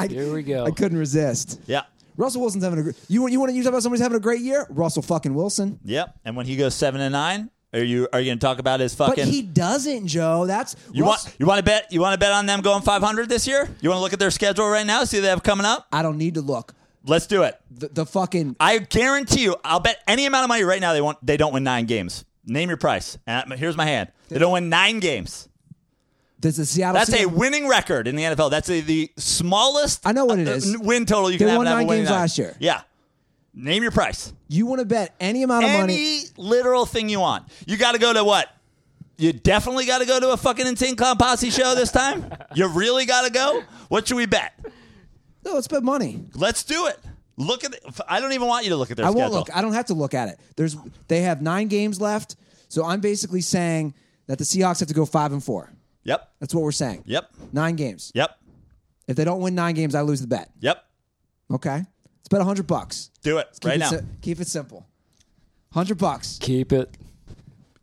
[SPEAKER 4] here we go.
[SPEAKER 2] I couldn't resist.
[SPEAKER 3] Yeah.
[SPEAKER 2] Russell Wilson's having a gr- you want- you want to use about somebody's having a great year? Russell fucking Wilson.
[SPEAKER 3] Yep. And when he goes seven and nine, are you are you going to talk about his
[SPEAKER 2] But
[SPEAKER 3] fucking?
[SPEAKER 2] he doesn't, Joe. That's
[SPEAKER 3] you
[SPEAKER 2] Russ-
[SPEAKER 3] want you want to bet you want to bet on them going 500 this year? You want to look at their schedule right now, see what they have coming up?
[SPEAKER 2] I don't need to look.
[SPEAKER 3] Let's do it.
[SPEAKER 2] The, the fucking
[SPEAKER 3] I guarantee you, I'll bet any amount of money right now they won't they don't win nine games. Name your price. And here's my hand. They don't win nine games.
[SPEAKER 2] does the Seattle.
[SPEAKER 3] That's a
[SPEAKER 2] Seahawks-
[SPEAKER 3] winning record in the NFL. That's a, the smallest.
[SPEAKER 2] I know what it
[SPEAKER 3] uh,
[SPEAKER 2] is.
[SPEAKER 3] Win total you
[SPEAKER 2] They
[SPEAKER 3] can have.
[SPEAKER 2] won
[SPEAKER 3] and have a
[SPEAKER 2] nine
[SPEAKER 3] winning
[SPEAKER 2] games last year.
[SPEAKER 3] Yeah. Name your price.
[SPEAKER 2] you want to bet any amount of
[SPEAKER 3] any
[SPEAKER 2] money?
[SPEAKER 3] literal thing you want. You got to go to what? You definitely got to go to a fucking insane clown posse show this time. you really got to go. What should we bet?
[SPEAKER 2] No, let's bet money.
[SPEAKER 3] Let's do it. Look at. The, I don't even want you to look at their
[SPEAKER 2] I
[SPEAKER 3] schedule.
[SPEAKER 2] won't look. I don't have to look at it. There's they have nine games left, so I'm basically saying that the Seahawks have to go five and four.
[SPEAKER 3] Yep.
[SPEAKER 2] That's what we're saying.
[SPEAKER 3] Yep.
[SPEAKER 2] Nine games.
[SPEAKER 3] Yep.
[SPEAKER 2] If they don't win nine games, I lose the bet.
[SPEAKER 3] Yep.
[SPEAKER 2] Okay, it's bet hundred bucks.
[SPEAKER 3] Do it
[SPEAKER 2] Keep
[SPEAKER 3] right
[SPEAKER 2] it
[SPEAKER 3] now.
[SPEAKER 2] si- keep it simple. Hundred bucks.
[SPEAKER 4] Keep it.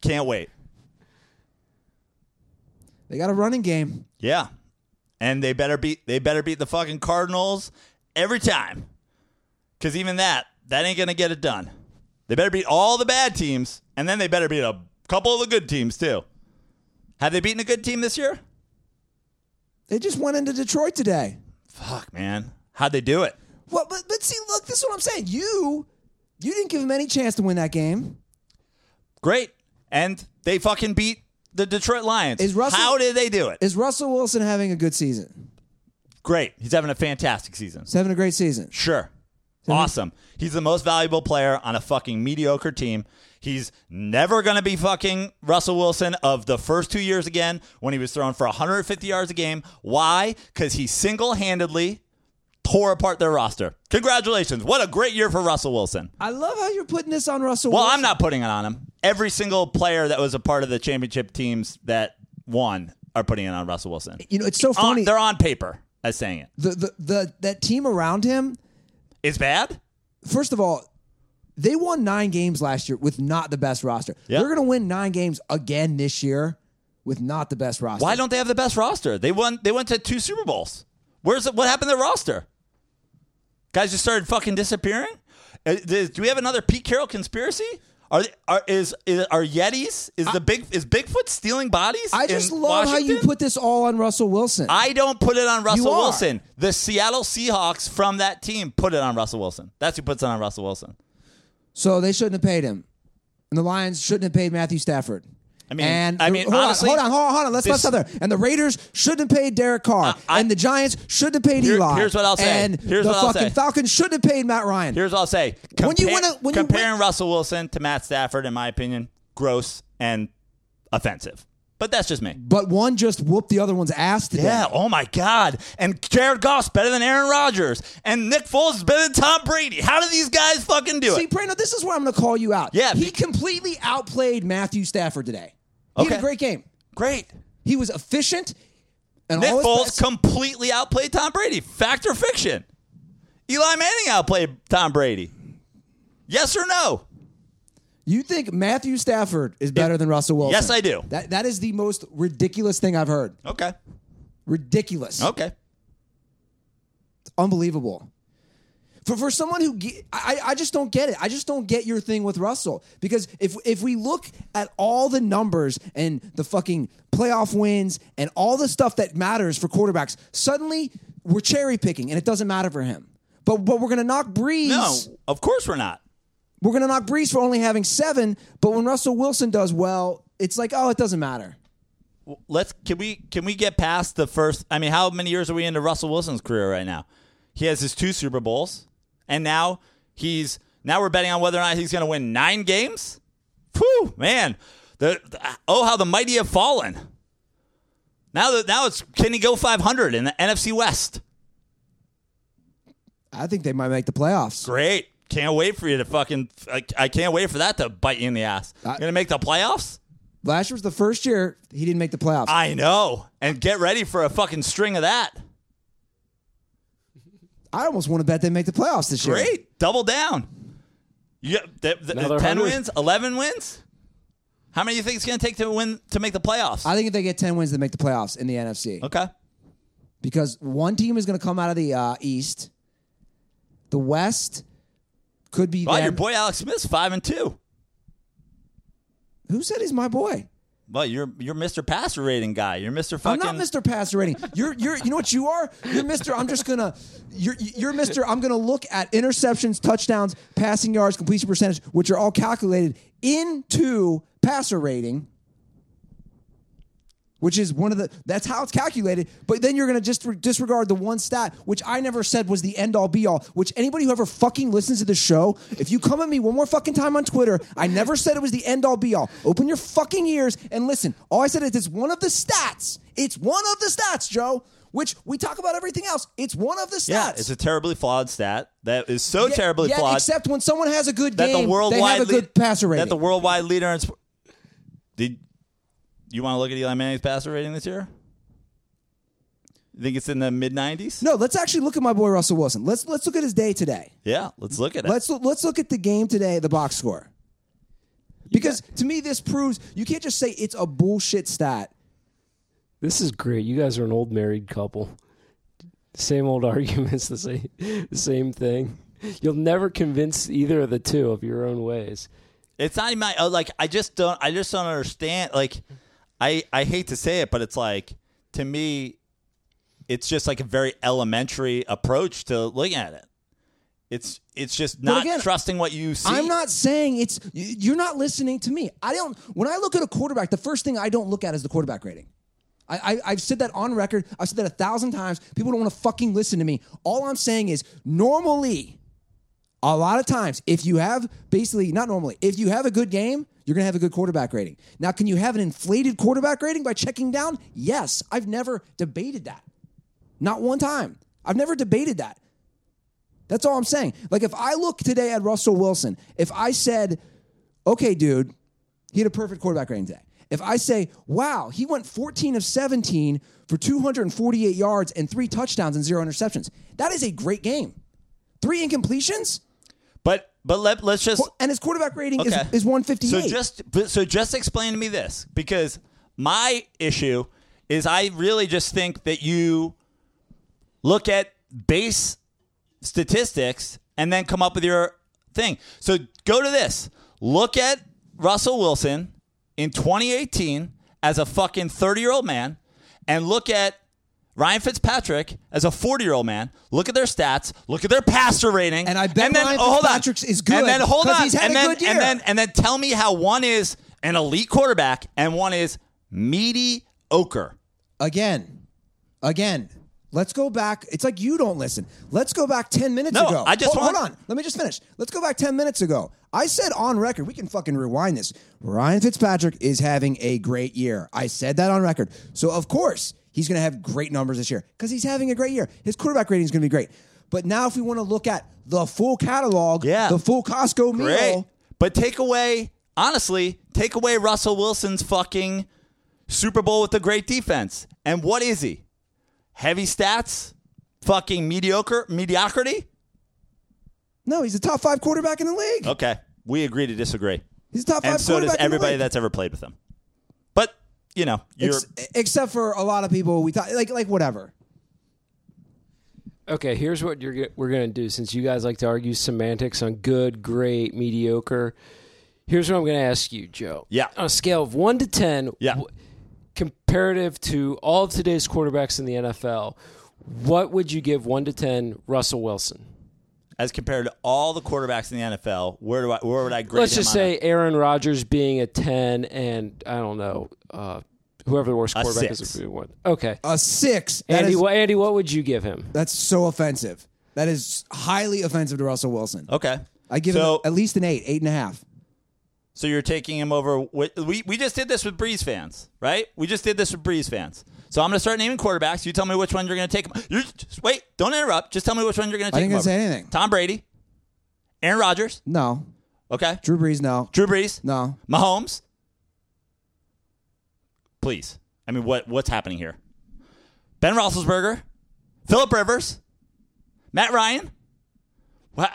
[SPEAKER 3] Can't wait.
[SPEAKER 2] They got a running game.
[SPEAKER 3] Yeah. And they better beat they better beat the fucking Cardinals every time. Cause even that, that ain't gonna get it done. They better beat all the bad teams, and then they better beat a couple of the good teams too. Have they beaten a good team this year?
[SPEAKER 2] They just went into Detroit today.
[SPEAKER 3] Fuck, man. How'd they do it?
[SPEAKER 2] Well, but but see, look, this is what I'm saying. You you didn't give them any chance to win that game.
[SPEAKER 3] Great. And they fucking beat the Detroit Lions.
[SPEAKER 2] Is Russell-
[SPEAKER 3] How did they do it?
[SPEAKER 2] Is Russell Wilson having a good season?
[SPEAKER 3] Great. He's having a fantastic season.
[SPEAKER 2] He's having a great season.
[SPEAKER 3] Sure. Awesome. He's the most valuable player on a fucking mediocre team. He's never going to be fucking Russell Wilson of the first two years again when he was thrown for 150 yards a game. Why? Because he single handedly tore apart their roster. Congratulations. What a great year for Russell Wilson.
[SPEAKER 2] I love how you're putting this on Russell.
[SPEAKER 3] Well,
[SPEAKER 2] Wilson.
[SPEAKER 3] I'm not putting it on him. Every single player that was a part of the championship teams that won are putting it on Russell Wilson.
[SPEAKER 2] You know, it's so
[SPEAKER 3] On,
[SPEAKER 2] funny.
[SPEAKER 3] they're on paper as saying it.
[SPEAKER 2] the, the the that team around him.
[SPEAKER 3] It's bad?
[SPEAKER 2] First of all, they won nine games last year with not the best roster.
[SPEAKER 3] Yeah.
[SPEAKER 2] They're going to win nine games again this year with not the best roster.
[SPEAKER 3] Why don't they have the best roster? They won. They went to two Super Bowls. Where's the, what happened to their roster? Guys just started fucking disappearing. Uh, does- Do we have another Pete Carroll conspiracy? Are they- are is, is are Yetis? Is the big is Bigfoot stealing bodies?
[SPEAKER 2] I just
[SPEAKER 3] in
[SPEAKER 2] love how you
[SPEAKER 3] Washington?
[SPEAKER 2] put this all on Russell Wilson.
[SPEAKER 3] I don't put it on Russell
[SPEAKER 2] are.
[SPEAKER 3] Wilson. The Seattle Seahawks from that team put it on Russell Wilson. That's who puts it on Russell Wilson.
[SPEAKER 2] so they shouldn't have paid him, and the Lions shouldn't have paid Matthew Stafford.
[SPEAKER 3] I mean-
[SPEAKER 2] and
[SPEAKER 3] I mean,
[SPEAKER 2] hold
[SPEAKER 3] honestly,
[SPEAKER 2] on, hold on, hold on, hold on. Let's not
[SPEAKER 3] this-
[SPEAKER 2] stop there. And the Raiders shouldn't have paid Derek Carr,
[SPEAKER 3] I-
[SPEAKER 2] and the Giants shouldn't have paid
[SPEAKER 3] Here-
[SPEAKER 2] Eli.
[SPEAKER 3] here's what I'll say.
[SPEAKER 2] And
[SPEAKER 3] Here's
[SPEAKER 2] the
[SPEAKER 3] what I'll
[SPEAKER 2] fucking
[SPEAKER 3] say.
[SPEAKER 2] Falcons shouldn't have paid Matt Ryan.
[SPEAKER 3] Here's what I'll say.
[SPEAKER 2] When you
[SPEAKER 3] Compare-
[SPEAKER 2] wanna- when you win-
[SPEAKER 3] comparing Russell Wilson to Matt Stafford, in my opinion, gross and offensive. But that's just me.
[SPEAKER 2] but one just whooped the other one's ass today.
[SPEAKER 3] Yeah. Oh my God. And Jared Goff's better than Aaron Rodgers, and Nick Foles is better than Tom Brady. How do these guys fucking do
[SPEAKER 2] See,
[SPEAKER 3] it?
[SPEAKER 2] Prano, this is where I'm going to call you out.
[SPEAKER 3] Yeah.
[SPEAKER 2] He completely outplayed Matthew Stafford today. He had a
[SPEAKER 3] Okay.
[SPEAKER 2] great game.
[SPEAKER 3] Great.
[SPEAKER 2] He was efficient. And
[SPEAKER 3] Nick
[SPEAKER 2] all his
[SPEAKER 3] Foles
[SPEAKER 2] pass-
[SPEAKER 3] completely outplayed Tom Brady. Fact or fiction? Eli Manning outplayed Tom Brady. Yes or no?
[SPEAKER 2] you think Matthew Stafford is better than Russell Wilson?
[SPEAKER 3] Yes, I do.
[SPEAKER 2] That, that is the most ridiculous thing I've heard.
[SPEAKER 3] Okay.
[SPEAKER 2] Ridiculous.
[SPEAKER 3] Okay.
[SPEAKER 2] unbelievable. For for someone who ge- I I just don't get it. I just don't get your thing with Russell because if if we look at all the numbers and the fucking playoff wins and all the stuff that matters for quarterbacks, suddenly we're cherry picking and it doesn't matter for him. But but we're gonna knock Breeze.
[SPEAKER 3] No. Of course we're not.
[SPEAKER 2] We're gonna knock Breeze for only having seven. But when Russell Wilson does well, it's like oh, it doesn't matter.
[SPEAKER 3] let's can we can we get past the first I mean how many years are we into Russell Wilson's career right now? He has his two Super Bowls and now he's now we're betting on whether or not he's going to win 9 games? Whew, man. The, the- oh how the mighty have fallen. Now that now it's can he go 500 in the NFC West?
[SPEAKER 2] I think they might make the playoffs.
[SPEAKER 3] Great. Can't wait for you to fucking I, I can't wait for that to bite you in the ass.
[SPEAKER 2] I-
[SPEAKER 3] going to make the playoffs?
[SPEAKER 2] Last year was the first year he didn't make the playoffs.
[SPEAKER 3] I know. And get ready for a fucking string of that.
[SPEAKER 2] I almost want to bet they make the playoffs this year.
[SPEAKER 3] Great. Double down. You got th- th-
[SPEAKER 4] Another
[SPEAKER 3] 10
[SPEAKER 4] 100.
[SPEAKER 3] wins, 11 wins? How many do you think it's going to take to win to make the playoffs?
[SPEAKER 2] I think if they get 10 wins, they make the playoffs in the NFC
[SPEAKER 3] okay.
[SPEAKER 2] because one team is going to come out of the uh, East. The West could be.
[SPEAKER 3] Well,
[SPEAKER 2] them.
[SPEAKER 3] your boy Alex Smith's 5 and 2.
[SPEAKER 2] Who said he's my boy?
[SPEAKER 3] Well, you're you're Mr. passer rating guy. You're Mr.
[SPEAKER 2] I'm
[SPEAKER 3] fucking
[SPEAKER 2] not Mr. Passer rating. You're you're you know what you are? You're Mr. I'm just gonna you're you're Mr. I'm gonna look at interceptions, touchdowns, passing yards, completion percentage, which are all calculated into passer rating. which is one of the that's how it's calculated but then you're going to just re- disregard the one stat which i never said was the end all be all which anybody who ever fucking listens to the show if you come at me one more fucking time on twitter i never said it was the end all be all open your fucking ears and listen all i said is it's one of the stats it's one of the stats joe which we talk about everything else it's one of the stats
[SPEAKER 3] Yeah, it's a terribly flawed stat that is so
[SPEAKER 2] Yet-
[SPEAKER 3] terribly
[SPEAKER 2] yet
[SPEAKER 3] flawed
[SPEAKER 2] except when someone has a good
[SPEAKER 3] that
[SPEAKER 2] game
[SPEAKER 3] the worldwide
[SPEAKER 2] they have a
[SPEAKER 3] lea-
[SPEAKER 2] good passer rating
[SPEAKER 3] That the worldwide leader in sp- did you want to look at Eli Manning's passer rating this year? You think it's in the mid nineties?
[SPEAKER 2] no let's actually look at my boy russell wilson let's let's look at his day today
[SPEAKER 3] Yeah, let's look at it.
[SPEAKER 2] Let's let's look at the game today, the box score. Because to me, this proves you can't just say it's a bullshit stat.
[SPEAKER 4] This is great. You guys are an old married couple. Same old arguments, the same, the same thing. You'll never convince either of the two of your own ways.
[SPEAKER 3] It's not even my uh, like. I just don't. I just don't understand. Like, I I hate to say it, but it's like to me, it's just like a very elementary approach to looking at it. It's it's just not
[SPEAKER 2] again,
[SPEAKER 3] trusting what you see.
[SPEAKER 2] I'm not saying it's y- you're not listening to me. I don't. When I look at a quarterback, the first thing I don't look at is the quarterback rating. I, I, I've said that on record. I've said that a thousand times. People don't want to fucking listen to me. All I'm saying is normally, a lot of times, if you have basically not normally, if you have a good game, you're gonna have a good quarterback rating. Now, can you have an inflated quarterback rating by checking down? Yes. I've never debated that. Not one time. I've never debated that. That's all I'm saying. Like if I look today at Russell Wilson, if I said, "Okay, dude, he had a perfect quarterback rating today." If I say, "Wow, he went 14 of 17 for 248 yards and three touchdowns and zero interceptions," that is a great game. Three incompletions,
[SPEAKER 3] But but let let's just
[SPEAKER 2] and his quarterback rating
[SPEAKER 3] Okay.
[SPEAKER 2] is, is 158.
[SPEAKER 3] So just but- so just explain to me this because my issue is I really just think that you look at base statistics and then come up with your thing. So go to this. Look at Russell Wilson in 2018 as a fucking 30-year-old man and look at Ryan Fitzpatrick as a 40-year-old man. Look at their stats, look at their passer rating oh,
[SPEAKER 2] And I bet Ryan
[SPEAKER 3] hold on.
[SPEAKER 2] Fitzpatrick's is good,
[SPEAKER 3] And then hold
[SPEAKER 2] 'cause
[SPEAKER 3] on.
[SPEAKER 2] he's had
[SPEAKER 3] and
[SPEAKER 2] a
[SPEAKER 3] then
[SPEAKER 2] good year.
[SPEAKER 3] and then and then tell me how one is an elite quarterback and one is mediocre.
[SPEAKER 2] again, again. Let's go back. It's like you don't listen. Let's go back 10 minutes
[SPEAKER 3] No,
[SPEAKER 2] ago.
[SPEAKER 3] I just
[SPEAKER 2] hold,
[SPEAKER 3] want-
[SPEAKER 2] hold on. Let me just finish. Let's go back 10 minutes ago. I said on record, we can fucking rewind this. Ryan Fitzpatrick is having a great year. I said that on record. So, of course, he's going to have great numbers this year because he's having a great year. His quarterback rating is going to be great. But now, if we want to look at the full catalog,
[SPEAKER 3] Yeah.
[SPEAKER 2] the full Costco meal,
[SPEAKER 3] Great. But take away, honestly, take away Russell Wilson's fucking Super Bowl with a great defense. And what is he? Heavy stats? Fucking mediocre mediocrity?
[SPEAKER 2] no, he's a top five quarterback in the league.
[SPEAKER 3] Okay. We agree to disagree.
[SPEAKER 2] He's a top five
[SPEAKER 3] And so does
[SPEAKER 2] quarterback in the
[SPEAKER 3] everybody
[SPEAKER 2] league.
[SPEAKER 3] that's ever played with him. But, you know, you're
[SPEAKER 2] Ex- except for a lot of people we thought like like whatever.
[SPEAKER 4] Okay, here's what you're go- we're gonna do since you guys like to argue semantics on good, great, mediocre. Here's what I'm gonna ask you, Joe.
[SPEAKER 3] Yeah.
[SPEAKER 4] On a scale of one to ten,
[SPEAKER 3] Yeah.
[SPEAKER 4] comparative to all of today's quarterbacks in the NFL, what would you give one to ten Russell Wilson?
[SPEAKER 3] as compared to all the quarterbacks in the NFL, where do I where would I grade
[SPEAKER 4] Let's
[SPEAKER 3] him
[SPEAKER 4] just
[SPEAKER 3] on a-
[SPEAKER 4] say Aaron Rodgers being a ten, and I don't know uh, whoever the worst quarterback
[SPEAKER 3] six.
[SPEAKER 4] is would be one. Okay,
[SPEAKER 2] A six. Uh, That
[SPEAKER 4] Andy,
[SPEAKER 2] is-
[SPEAKER 4] wha- Andy, what would you give him?
[SPEAKER 2] that's so offensive. That is highly offensive to Russell Wilson.
[SPEAKER 3] Okay.
[SPEAKER 2] I give
[SPEAKER 3] Uh, so,
[SPEAKER 2] him at least an eight, eight and a half.
[SPEAKER 3] So you're taking him over. With, we we just did this with Breeze fans, right? We just did this with Breeze fans. So I'm going to start naming quarterbacks. You tell me which one you're going to take. Him. You just, wait, don't interrupt. Just tell me which one you're going to
[SPEAKER 2] I
[SPEAKER 3] take.
[SPEAKER 2] didn't
[SPEAKER 3] him
[SPEAKER 2] gonna say
[SPEAKER 3] over.
[SPEAKER 2] anything.
[SPEAKER 3] Tom Brady, Aaron Rodgers,
[SPEAKER 2] No.
[SPEAKER 3] okay,
[SPEAKER 2] Drew Brees, no.
[SPEAKER 3] Drew Brees,
[SPEAKER 2] No.
[SPEAKER 3] Mahomes. Please, I mean, what what's happening here? Ben Roethlisberger, Philip Rivers, Matt Ryan. What?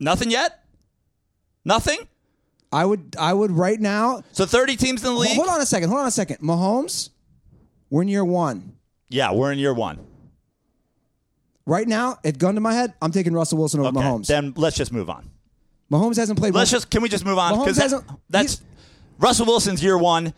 [SPEAKER 3] Nothing yet. Nothing.
[SPEAKER 2] I would I would right now
[SPEAKER 3] So 30 teams in the league.
[SPEAKER 2] hold on a second. Hold on a second. Mahomes, we're in year one.
[SPEAKER 3] Yeah, we're in year one.
[SPEAKER 2] Right now, it gun to my head, I'm taking Russell Wilson over
[SPEAKER 3] Okay,
[SPEAKER 2] Mahomes.
[SPEAKER 3] Then let's just move on.
[SPEAKER 2] Mahomes hasn't played
[SPEAKER 3] Let's
[SPEAKER 2] one-
[SPEAKER 3] just can we just move on?
[SPEAKER 2] Mahomes
[SPEAKER 3] 'Cause that-
[SPEAKER 2] hasn't-
[SPEAKER 3] that's Russell Wilson's year one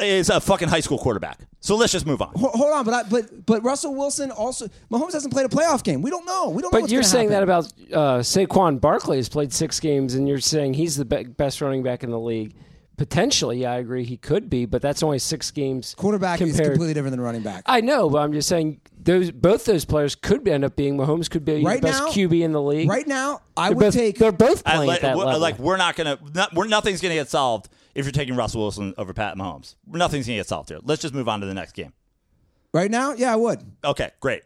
[SPEAKER 3] is a fucking high school quarterback. So let's just move on.
[SPEAKER 2] Ho- hold on, but I, but but Russell Wilson also Mahomes hasn't played a playoff game. We don't know. We don't know
[SPEAKER 4] But
[SPEAKER 2] what's
[SPEAKER 4] you're
[SPEAKER 2] gonna
[SPEAKER 4] saying that
[SPEAKER 2] happen.
[SPEAKER 4] about uh, Saquon Barkley has played six games, and you're saying he's the be- best running back in the league. potentially, I agree, he could be, but that's only six games.
[SPEAKER 2] Quarterback is
[SPEAKER 4] compared.
[SPEAKER 2] completely different than running back.
[SPEAKER 4] I know, but I'm just saying those both those players could end up being Mahomes could be
[SPEAKER 2] Right
[SPEAKER 4] the best
[SPEAKER 2] now-
[SPEAKER 4] QB in the league.
[SPEAKER 2] right now, I
[SPEAKER 4] they're
[SPEAKER 2] would
[SPEAKER 4] both,
[SPEAKER 2] take.
[SPEAKER 4] they're both
[SPEAKER 3] I
[SPEAKER 4] playing
[SPEAKER 3] like-
[SPEAKER 4] at that
[SPEAKER 3] we're,
[SPEAKER 4] level.
[SPEAKER 3] like we're not gonna, not, we're nothing's gonna get solved if you're taking Russell Wilson over Pat Mahomes. Nothing's gonna get solved here. Let's just move on to the next game.
[SPEAKER 2] Right now, yeah, I would.
[SPEAKER 3] Okay, great.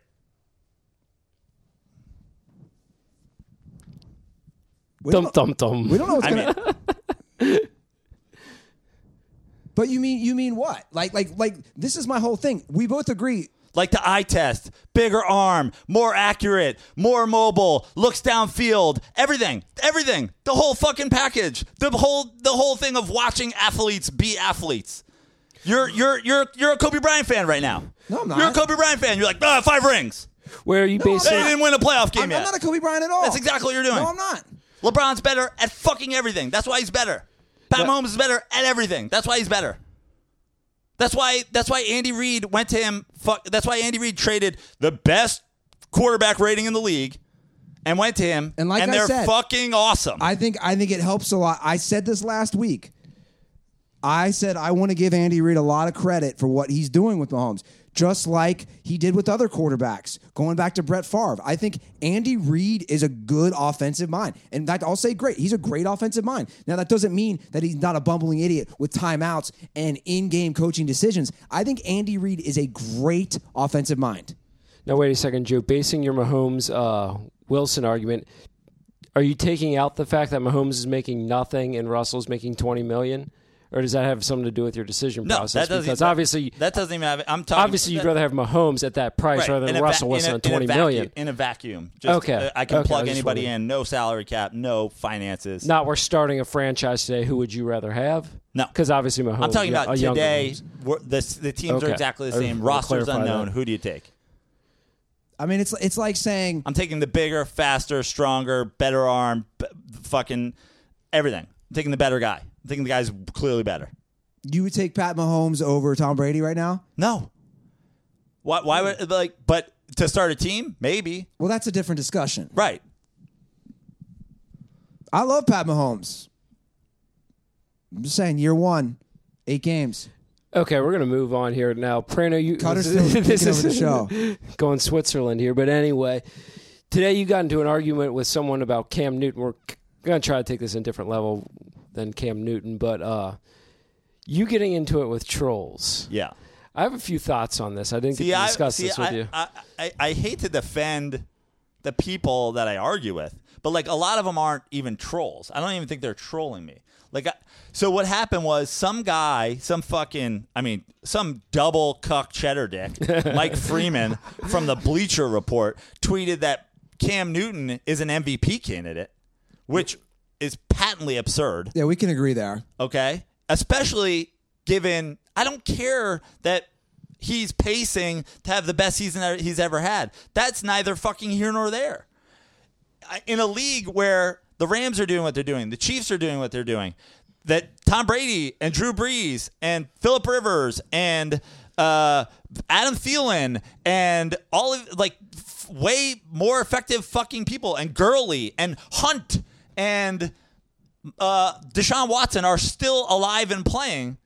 [SPEAKER 2] We
[SPEAKER 4] dum
[SPEAKER 2] don't,
[SPEAKER 4] dum dum.
[SPEAKER 2] we don't know what's
[SPEAKER 3] I
[SPEAKER 2] going
[SPEAKER 3] mean,
[SPEAKER 2] to. But you mean you mean what? Like like like this is my whole thing. We both agree.
[SPEAKER 3] like the eye test, bigger arm, more accurate, more mobile, looks downfield, everything, everything, the whole fucking package, the whole the whole thing of watching athletes be athletes. You're you're you're you're a Kobe Bryant fan right now.
[SPEAKER 2] No, I'm not.
[SPEAKER 3] You're a Kobe Bryant fan. You're like, ah, five rings.
[SPEAKER 4] Where are you basing?
[SPEAKER 3] They didn't win a playoff game
[SPEAKER 2] I'm,
[SPEAKER 3] yet.
[SPEAKER 2] I'm not a Kobe Bryant at all.
[SPEAKER 3] That's exactly what you're doing.
[SPEAKER 2] No, I'm not.
[SPEAKER 3] LeBron's better at fucking everything. That's why he's better. Pat Mahomes is better at everything. That's why he's better. That's why that's why Andy Reid went to him fuck that's why Andy Reid traded the best quarterback rating in the league and went to him
[SPEAKER 2] And like I
[SPEAKER 3] they're
[SPEAKER 2] said-
[SPEAKER 3] fucking awesome.
[SPEAKER 2] I think I think it helps a lot. I said this last week. I said I want to give Andy Reid a lot of credit for what he's doing with Mahomes, just like he did with other quarterbacks. Going back to Brett Favre, I think Andy Reid is a good offensive mind. In fact, I'll say great. He's a great offensive mind. Now that doesn't mean that he's not a bumbling idiot with timeouts and in-game coaching decisions. I think Andy Reid is a great offensive mind.
[SPEAKER 4] Now wait a second, Joe. Basing your Mahomes uh, Wilson argument, are you taking out the fact that Mahomes is making nothing and Russell's making twenty million, or does that have something to do with your decision
[SPEAKER 3] no,
[SPEAKER 4] process?
[SPEAKER 3] that doesn't
[SPEAKER 4] because
[SPEAKER 3] that-
[SPEAKER 4] obviously,
[SPEAKER 3] that doesn't even have I'm talking
[SPEAKER 4] obviously, you'd
[SPEAKER 3] that-
[SPEAKER 4] rather have Mahomes at that price
[SPEAKER 3] right,
[SPEAKER 4] rather
[SPEAKER 3] in
[SPEAKER 4] than
[SPEAKER 3] a va-
[SPEAKER 4] Russell
[SPEAKER 3] in a-
[SPEAKER 4] Wilson at
[SPEAKER 3] in a
[SPEAKER 4] twenty
[SPEAKER 3] vacuum-
[SPEAKER 4] million.
[SPEAKER 3] in a vacuum. Just,
[SPEAKER 4] Okay.
[SPEAKER 3] uh, I can
[SPEAKER 4] Okay, I
[SPEAKER 3] plug
[SPEAKER 4] just
[SPEAKER 3] anybody
[SPEAKER 4] wanted-
[SPEAKER 3] in, no salary cap, no finances.
[SPEAKER 4] Not we're starting a franchise today. Who would you rather have?
[SPEAKER 3] No.
[SPEAKER 4] because obviously Mahomes.
[SPEAKER 3] I'm talking
[SPEAKER 4] yeah,
[SPEAKER 3] about
[SPEAKER 4] a Oh, younger
[SPEAKER 3] today.
[SPEAKER 4] Mahomes.
[SPEAKER 3] we're- The, the teams are
[SPEAKER 4] Okay.
[SPEAKER 3] exactly the
[SPEAKER 4] I
[SPEAKER 3] same.
[SPEAKER 4] will
[SPEAKER 3] Roster's
[SPEAKER 4] clarify
[SPEAKER 3] unknown.
[SPEAKER 4] that.
[SPEAKER 3] Who do you take?
[SPEAKER 2] I mean, it's it's like saying
[SPEAKER 3] I'm taking the bigger, faster, stronger, better arm, b- fucking everything. I'm taking the better guy. I'm taking the guy's clearly better.
[SPEAKER 2] you would take Pat Mahomes over Tom Brady right now.
[SPEAKER 3] No. Why? Why would like? But to start a team, maybe
[SPEAKER 2] Well, that's a different discussion.
[SPEAKER 3] right.
[SPEAKER 2] I love Pat Mahomes. I'm just saying, year one, eight games.
[SPEAKER 4] Okay, we're gonna move on here now. Prano, you
[SPEAKER 2] Cutter's still taking over the show.
[SPEAKER 4] going Switzerland here, but anyway, today you got into an argument with someone about Cam Newton. We're c- gonna try to take this in a different level than Cam Newton, but uh, you getting into it with trolls.
[SPEAKER 3] Yeah.
[SPEAKER 4] I have a few thoughts on this. I didn't
[SPEAKER 3] See,
[SPEAKER 4] get to
[SPEAKER 3] I
[SPEAKER 4] discuss
[SPEAKER 3] see,
[SPEAKER 4] this with
[SPEAKER 3] I,
[SPEAKER 4] you.
[SPEAKER 3] I, I, I hate to defend the people that I argue with, but like a lot of them aren't even trolls. I don't even think they're trolling me. Like, I, so what happened was some guy, some fucking, I mean, some double cuck cheddar dick, Mike Freeman from the Bleacher Report, tweeted that Cam Newton is an MVP candidate, which is patently absurd
[SPEAKER 2] Yeah, we can agree there.
[SPEAKER 3] okay? Especially given I don't care that he's pacing to have the best season that he's ever had. That's neither fucking here nor there. I- In a league where the Rams are doing what they're doing, the Chiefs are doing what they're doing, that Tom Brady and Drew Brees and Philip Rivers and uh, Adam Thielen and all of like f- way more effective fucking people and Gurley and Hunt and uh, Deshaun Watson are still alive and playing,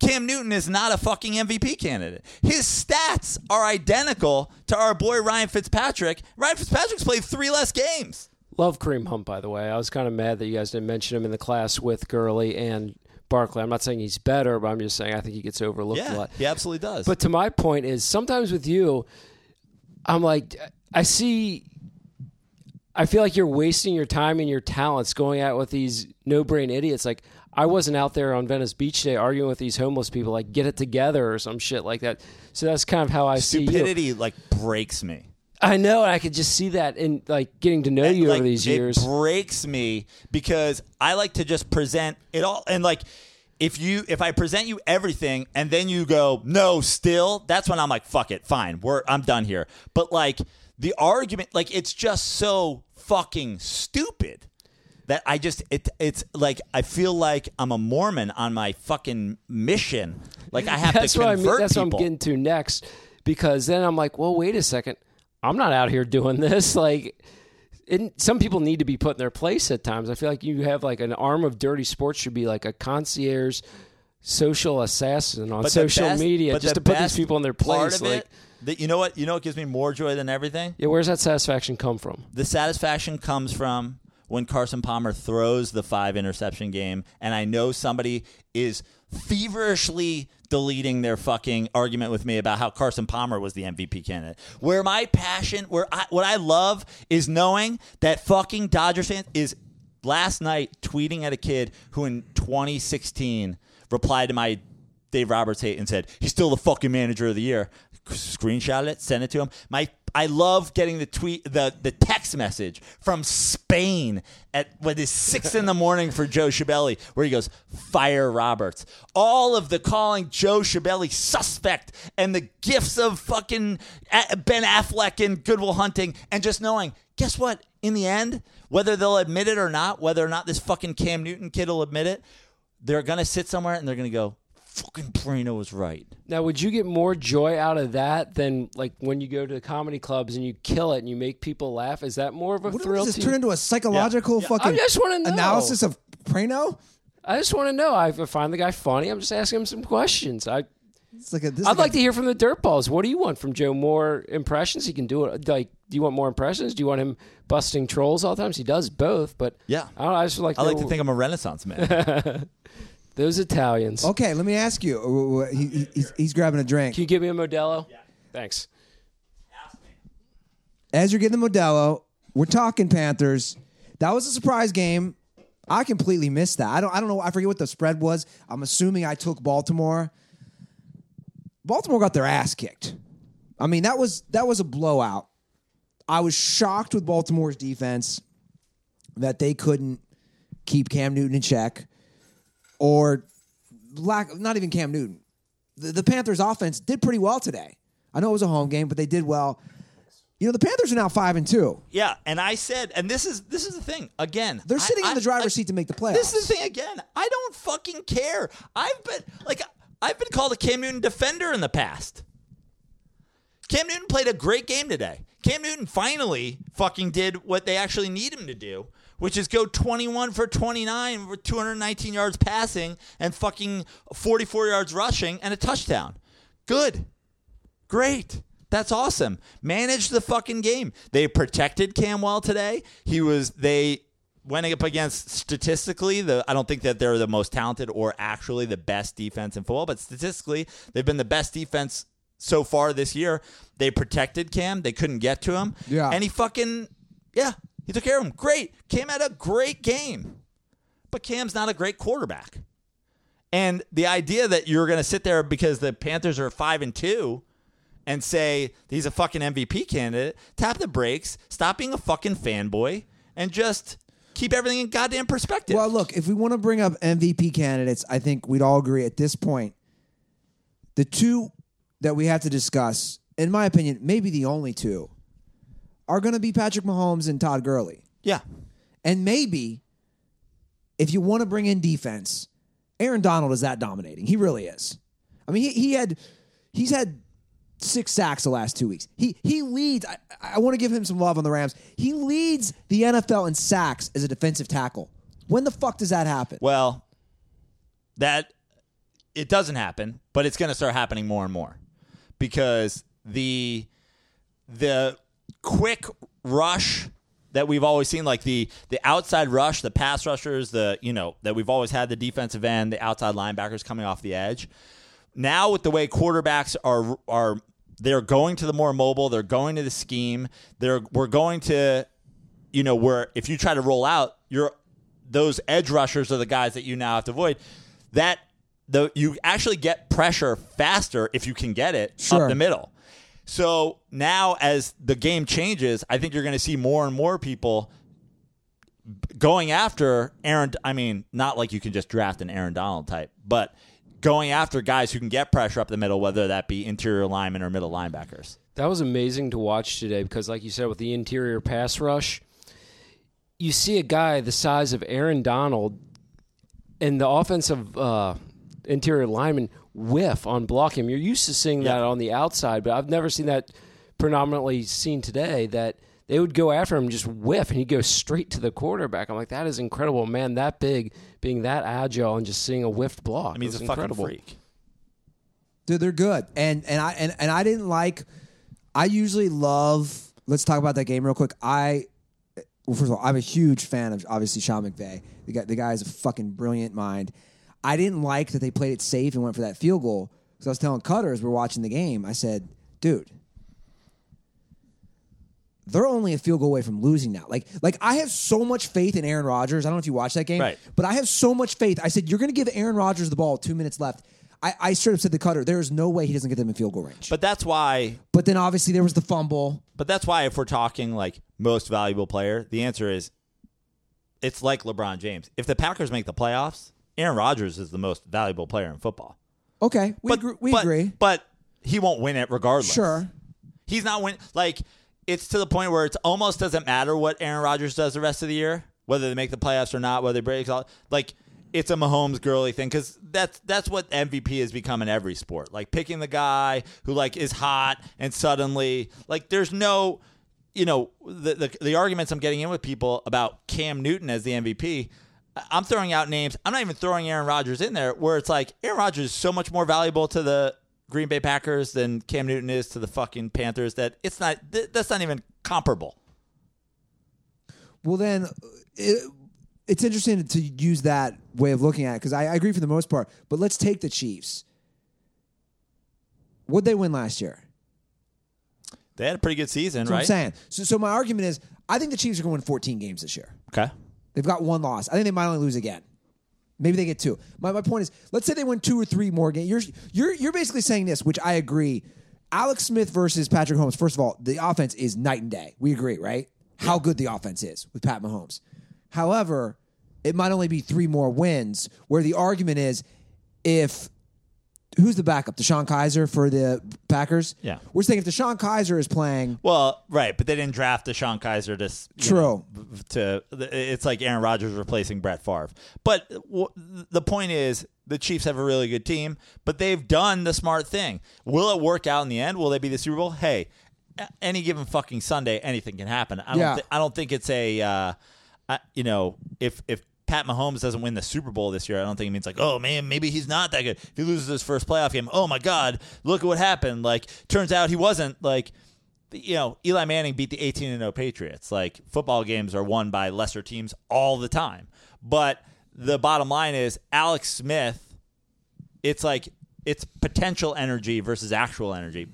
[SPEAKER 3] Cam Newton is not a fucking MVP candidate. His stats are identical to our boy Ryan Fitzpatrick. Ryan Fitzpatrick's played three less games.
[SPEAKER 4] Love Kareem Hunt, by the way. I was kind of mad that you guys didn't mention him in the class with Gurley and Barkley. I'm not saying he's better, but I'm just saying I think he gets overlooked a
[SPEAKER 3] Yeah,
[SPEAKER 4] lot.
[SPEAKER 3] he absolutely does.
[SPEAKER 4] But to my point is sometimes with you, I'm like, I see, I feel like you're wasting your time and your talents going out with these no brain idiots. Like, I wasn't out there on Venice Beach Day arguing with these homeless people, like, get it together or some shit like that. So that's kind of how I see you.
[SPEAKER 3] stupidity like breaks me.
[SPEAKER 4] I know, and I could just see that in like getting to know you
[SPEAKER 3] like,
[SPEAKER 4] over these years.
[SPEAKER 3] It breaks me because I like to just present it all and like if you if I present you everything and then you go no still that's when I'm like fuck it fine we're I'm done here but like the argument like it's just so fucking stupid that I just it it's like I feel like I'm a Mormon on my fucking mission like I have
[SPEAKER 4] that's
[SPEAKER 3] to
[SPEAKER 4] what I
[SPEAKER 3] convert
[SPEAKER 4] mean. That's
[SPEAKER 3] people
[SPEAKER 4] what I'm getting to next because then I'm like, well, wait a second. I'm not out here doing this. Like, and some people need to be put in their place at times. I feel like you have like an arm of dirty sports should be like a concierge social assassin on
[SPEAKER 3] But the
[SPEAKER 4] social
[SPEAKER 3] best-
[SPEAKER 4] media
[SPEAKER 3] but
[SPEAKER 4] just
[SPEAKER 3] the
[SPEAKER 4] to put these
[SPEAKER 3] best
[SPEAKER 4] people in their place.
[SPEAKER 3] Part of
[SPEAKER 4] like,
[SPEAKER 3] it, that you know what, you know what gives me more joy than everything.
[SPEAKER 4] yeah, where's that satisfaction come from?
[SPEAKER 3] The satisfaction comes from when Carson Palmer throws the five interception game, and I know somebody is feverishly deleting their fucking argument with me about how Carson Palmer was the MVP candidate. Where my passion, where I, what I love is knowing that fucking Dodgers fan is last night tweeting at a kid who in 2016 replied to my Dave Roberts hate and said he's still the fucking manager of the year. Screenshot it, send it to him. My I love getting the tweet, the the text message from Spain at what is six in the morning for Joe Shabelli, where he goes fire Roberts. All of the calling Joe Shabelli suspect and the gifts of fucking A- Ben Affleck and Goodwill Hunting, and just knowing guess what? In the end, whether they'll admit it or not, whether or not this fucking Cam Newton kid will admit it, they're gonna sit somewhere and they're gonna go, "Fucking Prino was right."
[SPEAKER 4] Now, would you get more joy out of that than like when you go to the comedy clubs and you kill it and you make people laugh? Is that more of a
[SPEAKER 2] What
[SPEAKER 4] thrill?
[SPEAKER 2] did this
[SPEAKER 4] to
[SPEAKER 2] turn
[SPEAKER 4] you?
[SPEAKER 2] into a psychological fucking
[SPEAKER 4] I just wanna know.
[SPEAKER 2] analysis of Prano?
[SPEAKER 4] I just want to know. I find the guy funny. I'm just asking him some questions. I
[SPEAKER 2] It's like a, this is
[SPEAKER 4] I'd
[SPEAKER 2] a-
[SPEAKER 4] like to hear from the dirt balls. What do you want from Joe? More impressions? He can do it. Like, do you want more impressions? Do you want him busting trolls all the times? He does both, but
[SPEAKER 3] Yeah.
[SPEAKER 4] I don't know. I just would like.
[SPEAKER 3] I like
[SPEAKER 4] know
[SPEAKER 3] to think I'm a Renaissance man.
[SPEAKER 4] those Italians.
[SPEAKER 3] Oh.
[SPEAKER 2] Okay, let me ask you. Uh, uh, He, he- he's, he's grabbing a drink.
[SPEAKER 4] Can you give me a Modelo? Thanks.
[SPEAKER 2] As you're getting the Modelo, we're talking Panthers. That was a surprise game. I completely missed that. I don't. I don't know. I forget what the spread was. I'm assuming I took Baltimore. Baltimore got their ass kicked. I mean, that was that was a blowout. I was shocked with Baltimore's defense that they couldn't keep Cam Newton in check, or lack. Not even Cam Newton. The, the Panthers' offense did pretty well today. I know it was a home game, but they did well. You know, the Panthers are now five and two.
[SPEAKER 3] yeah, and I said, and this is this is the thing again.
[SPEAKER 2] They're
[SPEAKER 3] I-
[SPEAKER 2] sitting
[SPEAKER 3] I-
[SPEAKER 2] in the driver's
[SPEAKER 3] I-
[SPEAKER 2] seat to make the playoffs.
[SPEAKER 3] This is the thing again. I don't fucking care. I've been like I've been called a Cam Newton defender in the past. Cam Newton played a great game today. Cam Newton finally fucking did what they actually need him to do, which is go 21 for 29 with 219 yards passing and fucking 44 yards rushing and a touchdown. Good. Great. That's awesome. Manage the fucking game. They protected Camwell today. He was they went up against statistically the I don't think that they're the most talented or actually the best defense in football, but statistically they've been the best defense so far this year. They protected Cam. They couldn't get to him.
[SPEAKER 2] Yeah.
[SPEAKER 3] And he fucking yeah, he took care of him. Great. Cam had a great game. But Cam's not a great quarterback. And the idea that you're going to sit there because the Panthers are 5 and 2 and say he's a fucking MVP candidate, tap the brakes, stop being a fucking fanboy, and just keep everything in goddamn perspective.
[SPEAKER 2] Well, look, if we want to bring up MVP candidates, I think we'd all agree at this point. The two that we have to discuss, in my opinion, maybe the only two, are going to be Patrick Mahomes and Todd Gurley.
[SPEAKER 3] yeah.
[SPEAKER 2] And maybe if you want to bring in defense, Aaron Donald is that dominating. He really is. I mean, he, he had he's had six sacks the last two weeks. He he leads. I, I want to give him some love on the Rams. He leads the NFL in sacks as a defensive tackle. When the fuck does that happen?
[SPEAKER 3] Well, that it doesn't happen, but it's going to start happening more and more because the the quick rush that we've always seen, like the the outside rush, the pass rushers, the you know that we've always had the defensive end, the outside linebackers coming off the edge. Now with the way quarterbacks are are they're going to the more mobile, they're going to the scheme, they're we're going to you know where if you try to roll out, you're those edge rushers are the guys that you now have to avoid. That the you actually get pressure faster if you can get it
[SPEAKER 2] Sure.
[SPEAKER 3] up the middle. So now, as the game changes, I think you're going to see more and more people going after Aaron. I mean, not like you can just draft an Aaron Donald type, but going after guys who can get pressure up the middle, whether that be interior linemen or middle linebackers.
[SPEAKER 4] That was amazing to watch today because, like you said, with the interior pass rush, you see a guy the size of Aaron Donald and the offensive uh, interior lineman whiff on block him. You're used to seeing that on the outside, but I've never seen that predominantly seen today. That they would go after him, and just whiff, and he'd go straight to the quarterback. I'm like, that is incredible, man. That big, being that agile, and just seeing a whiffed block.
[SPEAKER 3] I mean, he's
[SPEAKER 4] was
[SPEAKER 3] a fucking
[SPEAKER 4] incredible.
[SPEAKER 3] freak.
[SPEAKER 2] Dude, they're good. And and I and, and I didn't like I usually love let's talk about that game real quick. I well, first of all, I'm a huge fan of obviously Sean McVay. The guy the guy is a fucking brilliant mind. I didn't like that they played it safe and went for that field goal. Because I was telling Cutter as we we're watching the game, I said, dude, they're only a field goal away from losing now. Like, like I have so much faith in Aaron Rodgers. I don't know if you watched that game,
[SPEAKER 5] Right.
[SPEAKER 2] but I have so much faith. I said, you're going to give Aaron Rodgers the ball two minutes left. I, I straight up said the cutter. There is no way he doesn't get them in field goal range. But,
[SPEAKER 3] But that's why.
[SPEAKER 2] then obviously there was the fumble.
[SPEAKER 3] But that's why if we're talking like most valuable player, the answer is it's like LeBron James. If the Packers make the playoffs, Aaron Rodgers is the most valuable player in football.
[SPEAKER 2] Okay, we
[SPEAKER 3] but,
[SPEAKER 2] agree. We
[SPEAKER 3] but,
[SPEAKER 2] agree.
[SPEAKER 3] But he won't win it regardless.
[SPEAKER 2] Sure.
[SPEAKER 3] He's not win like it's to the point where it almost doesn't matter what Aaron Rodgers does the rest of the year, whether they make the playoffs or not, whether they break all like it's a Mahomes girly thing because that's that's what MVP has become in every sport. Like picking the guy who like is hot and suddenly like there's no you know the the, the arguments I'm getting in with people about Cam Newton as the MVP. I- I'm throwing out names. I'm not even throwing Aaron Rodgers in there. Where it's like Aaron Rodgers is so much more valuable to the Green Bay Packers than Cam Newton is to the fucking Panthers. That it's not. Th- that's not even comparable.
[SPEAKER 2] Well, then uh, it, it's interesting to use that way of looking at it because I, I agree for the most part. But let's take the Chiefs. Would they win last year?
[SPEAKER 3] They had a pretty good season,
[SPEAKER 2] That's what I'm
[SPEAKER 3] right?
[SPEAKER 2] saying. So, so my argument is, I think the Chiefs are going to win 14 games this year.
[SPEAKER 3] Okay.
[SPEAKER 2] They've got one loss. I think they might only lose again. Maybe they get two. My, my point is, let's say they win two or three more games. You're, you're, you're basically saying this, which I agree. Alex Smith versus Patrick Holmes. First of all, the offense is night and day. We agree, right? How good the offense is with Pat Mahomes. However, it might only be three more wins. Where the argument is, if who's the backup, Deshaun Kaiser for the Packers?
[SPEAKER 3] Yeah.
[SPEAKER 2] we're saying if Deshaun Kaiser is playing,
[SPEAKER 3] Well, right, but they didn't draft Deshaun Kaiser to s- you
[SPEAKER 2] True.
[SPEAKER 3] know, v- to it's like Aaron Rodgers replacing Brett Favre. But w- the point is, the Chiefs have a really good team, but they've done the smart thing. Will it work out in the end? Will they be the Super Bowl? Hey, a- any given fucking Sunday, anything can happen. I don't.
[SPEAKER 2] Yeah.
[SPEAKER 3] thi- I don't think it's a. Uh, I, you know, if if Pat Mahomes doesn't win the Super Bowl this year, I don't think it means like, oh man, maybe he's not that good. If he loses his first playoff game, oh my god, look at what happened. Like, turns out he wasn't. Like, you know, Eli Manning beat the 18 and 0 Patriots. Like, football games are won by lesser teams all the time. But the bottom line is Alex Smith it's like it's potential energy versus actual energy.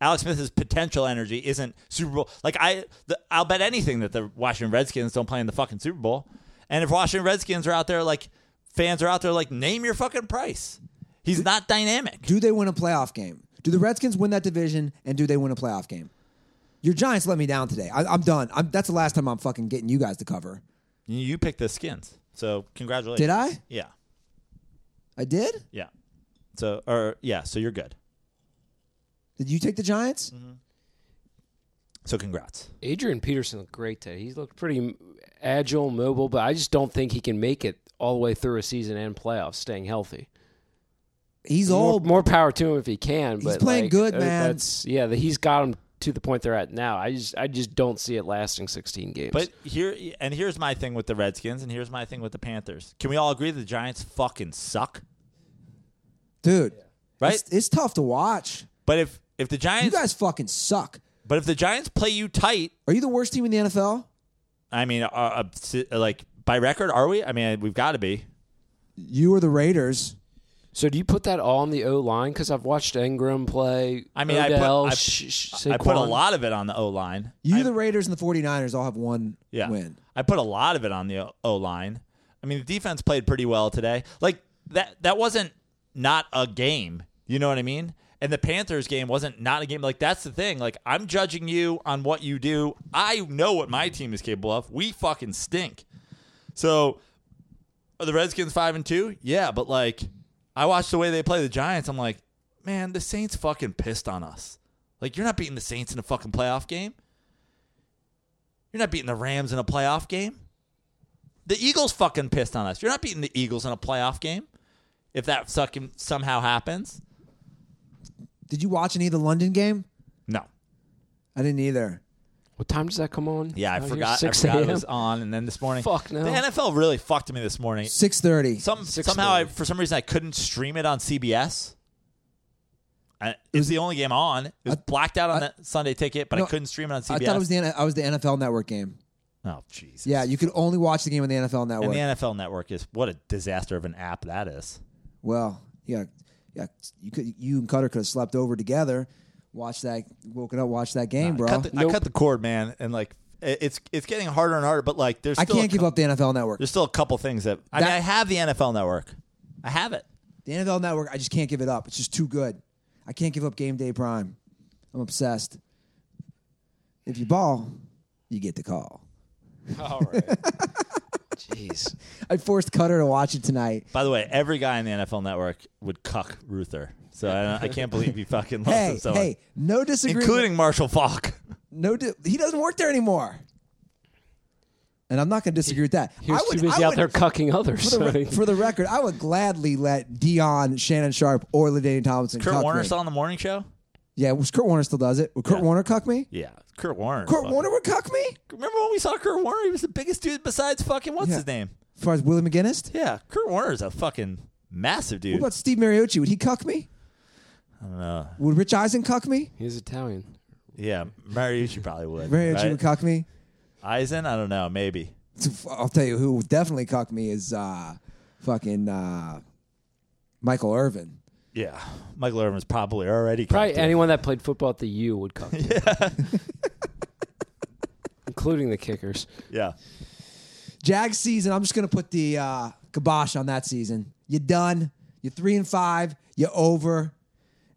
[SPEAKER 3] Alex Smith's potential energy isn't Super Bowl. Like I, the, I'll bet anything that the Washington Redskins don't play in the fucking Super Bowl. And if Washington Redskins are out there, like fans are out there, like name your fucking price. He's not dynamic.
[SPEAKER 2] Do they win a playoff game? Do the Redskins win that division, and do they win a playoff game? Your Giants let me down today. I, I'm done. I'm, that's the last time I'm fucking getting you guys to cover.
[SPEAKER 3] You picked the Skins, so congratulations.
[SPEAKER 2] Did I?
[SPEAKER 3] Yeah,
[SPEAKER 2] I did.
[SPEAKER 3] yeah. So or yeah, so you're good.
[SPEAKER 2] Did you take the Giants?
[SPEAKER 3] Mm-hmm. So congrats.
[SPEAKER 4] Adrian Peterson looked great today. He looked pretty m- agile, mobile, but I just don't think he can make it all the way through a season and playoffs staying healthy.
[SPEAKER 2] He's
[SPEAKER 4] more,
[SPEAKER 2] old.
[SPEAKER 4] more power to him if he can. But
[SPEAKER 2] playing
[SPEAKER 4] like,
[SPEAKER 2] good,
[SPEAKER 4] uh,
[SPEAKER 2] man.
[SPEAKER 4] That's yeah. The, he's got him to the point they're at now. I just I just don't see it lasting 16 games.
[SPEAKER 3] But here and here's my thing with the Redskins, and here's my thing with the Panthers. Can we all agree that the Giants fucking suck?
[SPEAKER 2] dude.
[SPEAKER 3] Right?
[SPEAKER 2] It's, it's tough to watch.
[SPEAKER 3] But if if the
[SPEAKER 2] You
[SPEAKER 3] Giants,
[SPEAKER 2] guys fucking suck.
[SPEAKER 3] but if the Giants play you tight,
[SPEAKER 2] Are you the worst team in the NFL?
[SPEAKER 3] I mean, uh, uh, si- uh, like by record, are we? I mean, we've got to be.
[SPEAKER 2] You are the Raiders.
[SPEAKER 4] so do you put that all on the O line? Because I've watched Ingram play.
[SPEAKER 3] I mean,
[SPEAKER 4] Odell,
[SPEAKER 3] I put I,
[SPEAKER 4] Sh- Sh-
[SPEAKER 3] I put a
[SPEAKER 4] Saquon.
[SPEAKER 3] lot of it on the O line.
[SPEAKER 2] You, the Raiders, and the 49ers all have one
[SPEAKER 3] Yeah,
[SPEAKER 2] win.
[SPEAKER 3] I put a lot of it on the O line. I mean, the defense played pretty well today. Like that that wasn't not a game. You know what I mean? And the Panthers game wasn't not a game. Like that's the thing. Like I'm judging you on what you do. I know what my team is capable of. We fucking stink. So are the Redskins five and two? Yeah, but like I watched the way they play the Giants. I'm like, man, the Saints fucking pissed on us. Like you're not beating the Saints in a fucking playoff game. You're not beating the Rams in a playoff game. The Eagles fucking pissed on us. You're not beating the Eagles in a playoff game. If that sucking somehow happens,
[SPEAKER 2] Did you watch any of the London game?
[SPEAKER 3] no.
[SPEAKER 2] I didn't either.
[SPEAKER 4] What time does that come on?
[SPEAKER 3] Yeah, I
[SPEAKER 4] Out here?
[SPEAKER 3] forgot. I
[SPEAKER 4] Six
[SPEAKER 3] forgot it
[SPEAKER 4] a.m.
[SPEAKER 3] was on, and then this morning,
[SPEAKER 4] Fuck no.
[SPEAKER 3] the NFL really fucked me this morning.
[SPEAKER 2] Six thirty.
[SPEAKER 3] Some
[SPEAKER 4] Six
[SPEAKER 3] somehow, I,
[SPEAKER 4] thirty.
[SPEAKER 3] for some reason, I couldn't stream it on CBS. I, it was the only game on. It was blacked out on that Sunday ticket, but
[SPEAKER 2] No,
[SPEAKER 3] I couldn't stream it on CBS.
[SPEAKER 2] I thought it was the N- I was the NFL Network game.
[SPEAKER 3] oh, jeez.
[SPEAKER 2] Yeah, you could only watch the game on the NFL Network.
[SPEAKER 3] and the NFL Network is what a disaster of an app that is.
[SPEAKER 2] well, yeah, yeah. You could you and Cutter could have slept over together, watched that, woken up, watched that game, bro.
[SPEAKER 3] I cut the, I
[SPEAKER 4] Nope.
[SPEAKER 3] cut the cord, man, and like it- it's it's getting harder and harder. But like, there's
[SPEAKER 2] I
[SPEAKER 3] still a
[SPEAKER 2] can't give
[SPEAKER 3] cou-
[SPEAKER 2] up the NFL Network.
[SPEAKER 3] There's still a couple things that I mean.
[SPEAKER 2] That-
[SPEAKER 3] I have the NFL Network. I have it.
[SPEAKER 2] The NFL Network, I just can't give it up. It's just too good. I can't give up Game Day Prime. I'm obsessed. If you ball, you get the call.
[SPEAKER 4] All right. Jeez.
[SPEAKER 2] I forced Cutter to watch it tonight.
[SPEAKER 3] By the way, every guy in the NFL Network would cuck Ruther. So I, don't- I can't believe he fucking
[SPEAKER 4] Oh,
[SPEAKER 3] loves
[SPEAKER 2] Hey,
[SPEAKER 3] him so
[SPEAKER 2] hey, no
[SPEAKER 3] much.
[SPEAKER 2] disagreement.
[SPEAKER 3] including Marshall Falk.
[SPEAKER 2] no, di- he doesn't work there anymore. And I'm not going to disagree with that.
[SPEAKER 4] He was
[SPEAKER 2] I would-
[SPEAKER 4] too busy
[SPEAKER 2] I
[SPEAKER 4] out
[SPEAKER 2] would-
[SPEAKER 4] there cucking
[SPEAKER 2] For
[SPEAKER 4] others.
[SPEAKER 2] the,
[SPEAKER 4] I
[SPEAKER 2] re-
[SPEAKER 4] mean,
[SPEAKER 2] for the record, I would gladly let Dion, Shannon Sharp, or Ladainian Tomlinson
[SPEAKER 3] Kurt
[SPEAKER 2] cuck
[SPEAKER 3] Warner
[SPEAKER 2] me.
[SPEAKER 3] still on the morning show.
[SPEAKER 2] Yeah, was Kurt Warner still does it. Would Kurt
[SPEAKER 3] Yeah.
[SPEAKER 2] Warner cuck me?
[SPEAKER 3] Yeah, Kurt Warner.
[SPEAKER 2] Kurt
[SPEAKER 3] fucking-
[SPEAKER 2] Warner would cuck me?
[SPEAKER 3] Remember when we saw Kurt Warner? He was the biggest dude besides fucking what's
[SPEAKER 2] Yeah.
[SPEAKER 3] his name.
[SPEAKER 2] As far as Willie McGinnis?
[SPEAKER 3] Yeah, Kurt Warner's a fucking massive
[SPEAKER 2] What
[SPEAKER 3] dude.
[SPEAKER 2] about Steve Mariucci? Would he cuck me?
[SPEAKER 3] I don't know.
[SPEAKER 2] Would Rich Eisen cuck me?
[SPEAKER 4] he's Italian.
[SPEAKER 3] Yeah, Mariucci probably would.
[SPEAKER 2] Mariucci
[SPEAKER 3] right?
[SPEAKER 2] would cuck me.
[SPEAKER 3] Eisen, I don't know. Maybe.
[SPEAKER 2] I'll tell you who would definitely cuck me is uh, fucking uh, Michael Irvin.
[SPEAKER 3] Yeah, Michael Irvin's probably already
[SPEAKER 4] Probably
[SPEAKER 3] cucked him.
[SPEAKER 4] anyone that played football at the U would cuck. Yeah. Including the kickers.
[SPEAKER 3] Yeah.
[SPEAKER 2] Jag season. I'm just gonna put the uh, kibosh on that season. You're done. You're three and five. You're over.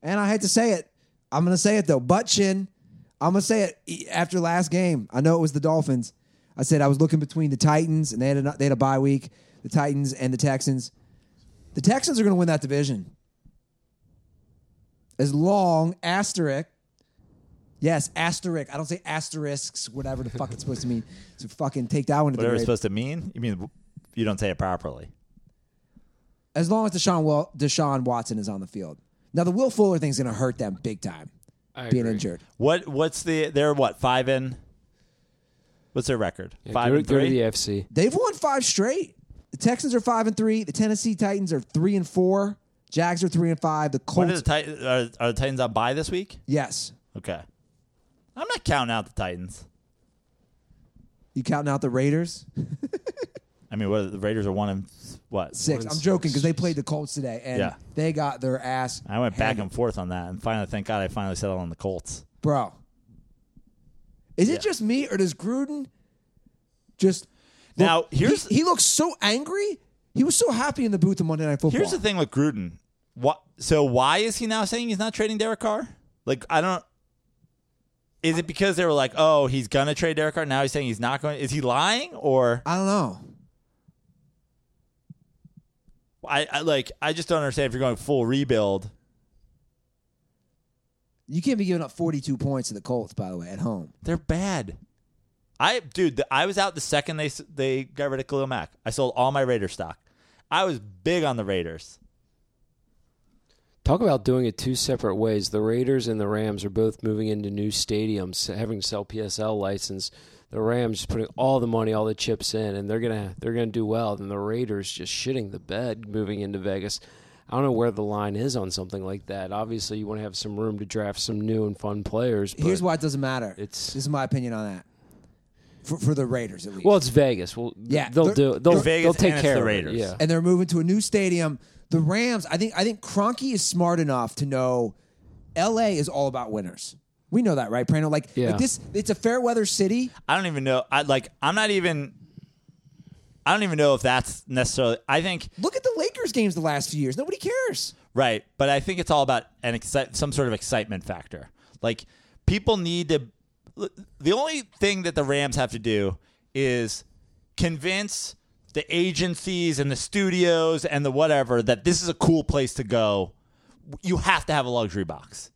[SPEAKER 2] And I hate to say it. I'm gonna say it though. Butt chin. I'm gonna say it e- after last game. I know it was the Dolphins. I said I was looking between the Titans and they had a, they had a bye week. The Titans and the Texans. The Texans are gonna win that division. As long asterisk. Yes, asterisk. I don't say asterisks, whatever the fuck it's supposed to mean. So fucking take that one to
[SPEAKER 3] Whatever
[SPEAKER 2] the
[SPEAKER 3] it's
[SPEAKER 2] grave.
[SPEAKER 3] supposed to mean? You mean you don't say it properly?
[SPEAKER 2] as long as Deshaun Wel- Deshaun Watson is on the field. Now the Will Fuller thing's going to hurt them big time
[SPEAKER 4] I
[SPEAKER 2] being
[SPEAKER 4] agree.
[SPEAKER 2] injured.
[SPEAKER 3] What? What's the? They're what? Five in. What's their record?
[SPEAKER 4] Yeah,
[SPEAKER 3] five
[SPEAKER 4] go,
[SPEAKER 3] and
[SPEAKER 4] go to
[SPEAKER 3] three.
[SPEAKER 4] the uh, FC.
[SPEAKER 2] They've won five straight. The Texans are five and three. The Tennessee Titans are three and four. Jags are three and five. The
[SPEAKER 3] When are the
[SPEAKER 2] Colts,
[SPEAKER 3] Titans? Are, are the Titans on bye this week?
[SPEAKER 2] yes.
[SPEAKER 3] Okay. I'm not counting out the Titans.
[SPEAKER 2] You counting out the Raiders?
[SPEAKER 3] I mean, what? The Raiders are one and what?
[SPEAKER 2] Six.
[SPEAKER 4] One,
[SPEAKER 2] I'm joking
[SPEAKER 4] six.
[SPEAKER 2] because they played the Colts today and
[SPEAKER 3] Yeah.
[SPEAKER 2] they got their ass.
[SPEAKER 3] I went back
[SPEAKER 2] handed.
[SPEAKER 3] and forth on that, and finally, thank God, I finally settled on the Colts.
[SPEAKER 2] bro. Is it just me or does Gruden just
[SPEAKER 3] Now,
[SPEAKER 2] look-
[SPEAKER 3] here's-
[SPEAKER 2] he, he looks so angry. He was so happy in the booth on Monday Night Football.
[SPEAKER 3] Here's the thing with Gruden. What? So why is he now saying he's not trading Derek Carr? Like I don't. Is it because they were like, oh, he's gonna trade Derek Carr? Now he's saying he's not going. Is he lying or?
[SPEAKER 2] I don't know.
[SPEAKER 3] I, I like. I just don't understand if you're going full rebuild.
[SPEAKER 2] You can't be giving up 42 points to the Colts, by the way, at home.
[SPEAKER 3] They're bad. I dude, the, I was out the second they s- they got rid of Khalil Mack. I sold all my Raider stock. I was big on the Raiders.
[SPEAKER 4] Talk about doing it two separate ways. The Raiders and the Rams are both moving into new stadiums, having to sell PSL license. The Rams just putting all the money, all the chips in, and they're gonna they're gonna do well. Then the Raiders just shitting the bed moving into Vegas. I don't know where the line is on something like that. Obviously, you want to have some room to draft some new and fun players. But
[SPEAKER 2] Here's why it doesn't matter.
[SPEAKER 4] it's-
[SPEAKER 2] this is my opinion on that. For, for the Raiders, at least.
[SPEAKER 4] Well, it's Vegas. Well,
[SPEAKER 2] Yeah,
[SPEAKER 4] yeah, they'll
[SPEAKER 2] they're-
[SPEAKER 4] do. They'll,
[SPEAKER 3] It's Vegas
[SPEAKER 4] they'll take
[SPEAKER 3] and it's
[SPEAKER 4] care
[SPEAKER 3] the
[SPEAKER 4] of it,
[SPEAKER 3] Raiders.
[SPEAKER 4] Yeah,
[SPEAKER 2] and they're moving to a new stadium. The Rams, I think I think Cronky is smart enough to know LA is all about winners. We know that, right, Prano? Like,
[SPEAKER 4] Yeah.
[SPEAKER 2] like this it's a fair weather city.
[SPEAKER 3] I don't even know. I like. I'm not even. I don't even know if that's necessarily. I think
[SPEAKER 2] Look at the Lakers games the last few years. Nobody cares.
[SPEAKER 3] Right, but I think it's all about an excite- some sort of excitement factor. Like people need to. The only thing that the Rams have to do is convince the agencies and the studios and the whatever that this is a cool place to go. You have to have a luxury box.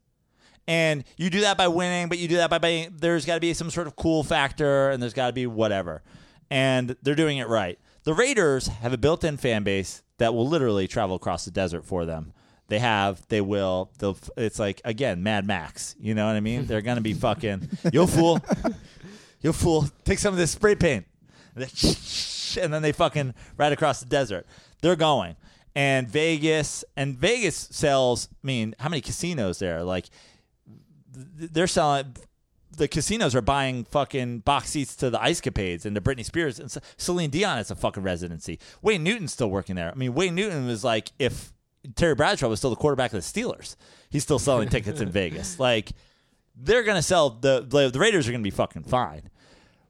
[SPEAKER 3] And you do that by winning, but you do that by being, there's got to be some sort of cool factor and there's got to be whatever. And they're doing it right. The Raiders have a built in fan base that will literally travel across the desert for them. They have, they will. They'll, it's like, again, Mad Max. You know what I mean? They're going to be fucking, yo, fool. You fool, take some of this spray paint. And then and then they fucking right across the desert. They're going. And Vegas and Vegas sells, I mean, how many casinos there? Like th- they're selling the casinos are buying fucking box seats to the Ice Capades and the Britney Spears and Ce- Celine Dion has a fucking residency. Wayne Newton's still working there. I mean, Wayne Newton was like if Terry Bradshaw was still the quarterback of the Steelers, he's still selling tickets in Vegas. Like they're gonna sell the the the Raiders are gonna be fucking fine.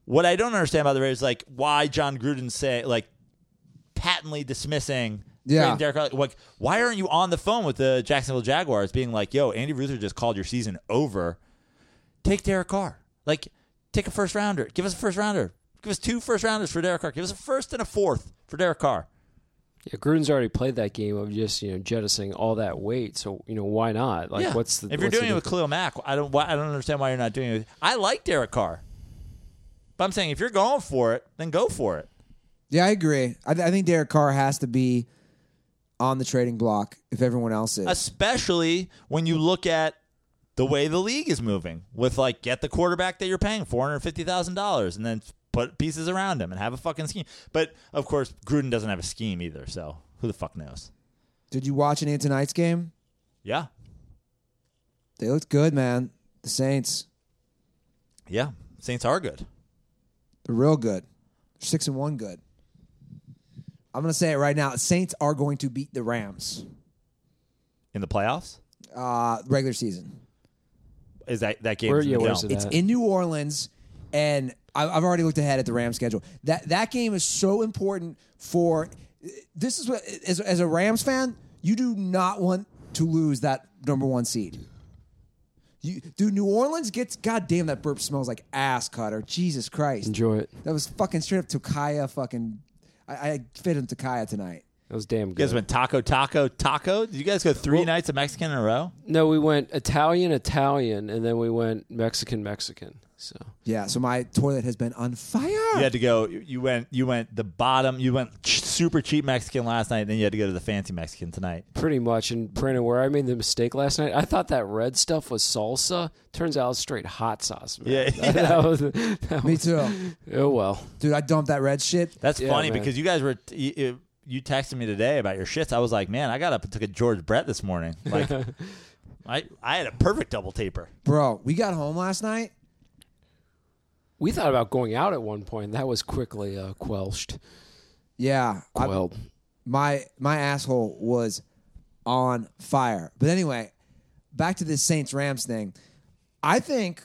[SPEAKER 3] What I don't understand about the Raiders, like why John Gruden say like patently dismissing.
[SPEAKER 2] Yeah.
[SPEAKER 3] trading Derek Carr. like why aren't you on the phone with the Jacksonville Jaguars being like, "Yo, Andy Ruther just called your season over." take Derek Carr. Like, take a first rounder. Give us a first rounder. Give us two first rounders for Derek Carr. Give us a first and a fourth for Derek Carr.
[SPEAKER 4] Yeah, Gruden's already played that game of just you know jettisoning all that weight. So you know why not? Like, what's the
[SPEAKER 3] if you're
[SPEAKER 4] what's the
[SPEAKER 3] doing it with
[SPEAKER 4] difference?
[SPEAKER 3] Khalil Mack? I don't. Why, I don't understand why you're not doing it. with- I like Derek Carr, but I'm saying if you're going for it, then go for it.
[SPEAKER 2] Yeah, I agree. I, th- I think Derek Carr has to be on the trading block if everyone else is.
[SPEAKER 3] Especially when you look at the way the league is moving with like get the quarterback that you're paying four hundred fifty thousand dollars and then put pieces around him and have a fucking scheme. But of course, Gruden doesn't have a scheme either, so who the fuck knows?
[SPEAKER 2] Did you watch any of tonight's game?
[SPEAKER 3] Yeah,
[SPEAKER 2] They looked good, man. The Saints,
[SPEAKER 3] Yeah, Saints are good.
[SPEAKER 2] they're real good. They're six and one good. I'm gonna say it right now. Saints are going to beat the Rams.
[SPEAKER 3] In the playoffs?
[SPEAKER 2] Uh, regular season.
[SPEAKER 3] Is that that game?
[SPEAKER 4] Where-
[SPEAKER 3] is in
[SPEAKER 4] yeah,
[SPEAKER 3] the
[SPEAKER 4] where's
[SPEAKER 3] dome.
[SPEAKER 4] it at?
[SPEAKER 2] It's
[SPEAKER 4] that.
[SPEAKER 2] in New Orleans, and I- I've already looked ahead at the Rams schedule. That that game is so important for. This is what as, as a Rams fan, you do not want to lose that number one seed. You, dude, New Orleans gets goddamn that burp smells like ass cutter. Jesus Christ,
[SPEAKER 4] Enjoy it.
[SPEAKER 2] That was fucking straight up Takaya. Fucking, I, I fit in Takaya tonight.
[SPEAKER 4] That was damn
[SPEAKER 3] You
[SPEAKER 4] good.
[SPEAKER 3] guys went taco, taco, taco. Did you guys go three nights of Mexican in a row?
[SPEAKER 4] no, we went Italian, Italian, and then we went Mexican, Mexican. So
[SPEAKER 2] Yeah, so my toilet has been on fire.
[SPEAKER 3] You had to go. You went. You went the bottom. You went ch- super cheap Mexican last night. Then you had to go to the fancy Mexican tonight.
[SPEAKER 4] pretty much. And Brandon, where I made the mistake last night, I thought that red stuff was salsa. Turns out it's straight hot sauce. Man.
[SPEAKER 3] Yeah,
[SPEAKER 4] That- that was- that
[SPEAKER 2] Me
[SPEAKER 4] was-
[SPEAKER 2] too,
[SPEAKER 4] oh well.
[SPEAKER 2] dude. I dumped that red shit.
[SPEAKER 3] That's
[SPEAKER 4] Yeah,
[SPEAKER 3] funny
[SPEAKER 4] man.
[SPEAKER 3] because you guys were. You, you- you texted me today about your shits. I was like, man, I got up and took a George Brett this morning. Like, I I had a perfect double taper.
[SPEAKER 2] Bro, we got home last night.
[SPEAKER 4] We thought about going out at one point. That was quickly uh, quelched.
[SPEAKER 2] Yeah, I-
[SPEAKER 4] Quelled.
[SPEAKER 2] my my asshole was on fire. But anyway, back to this Saints Rams thing. I think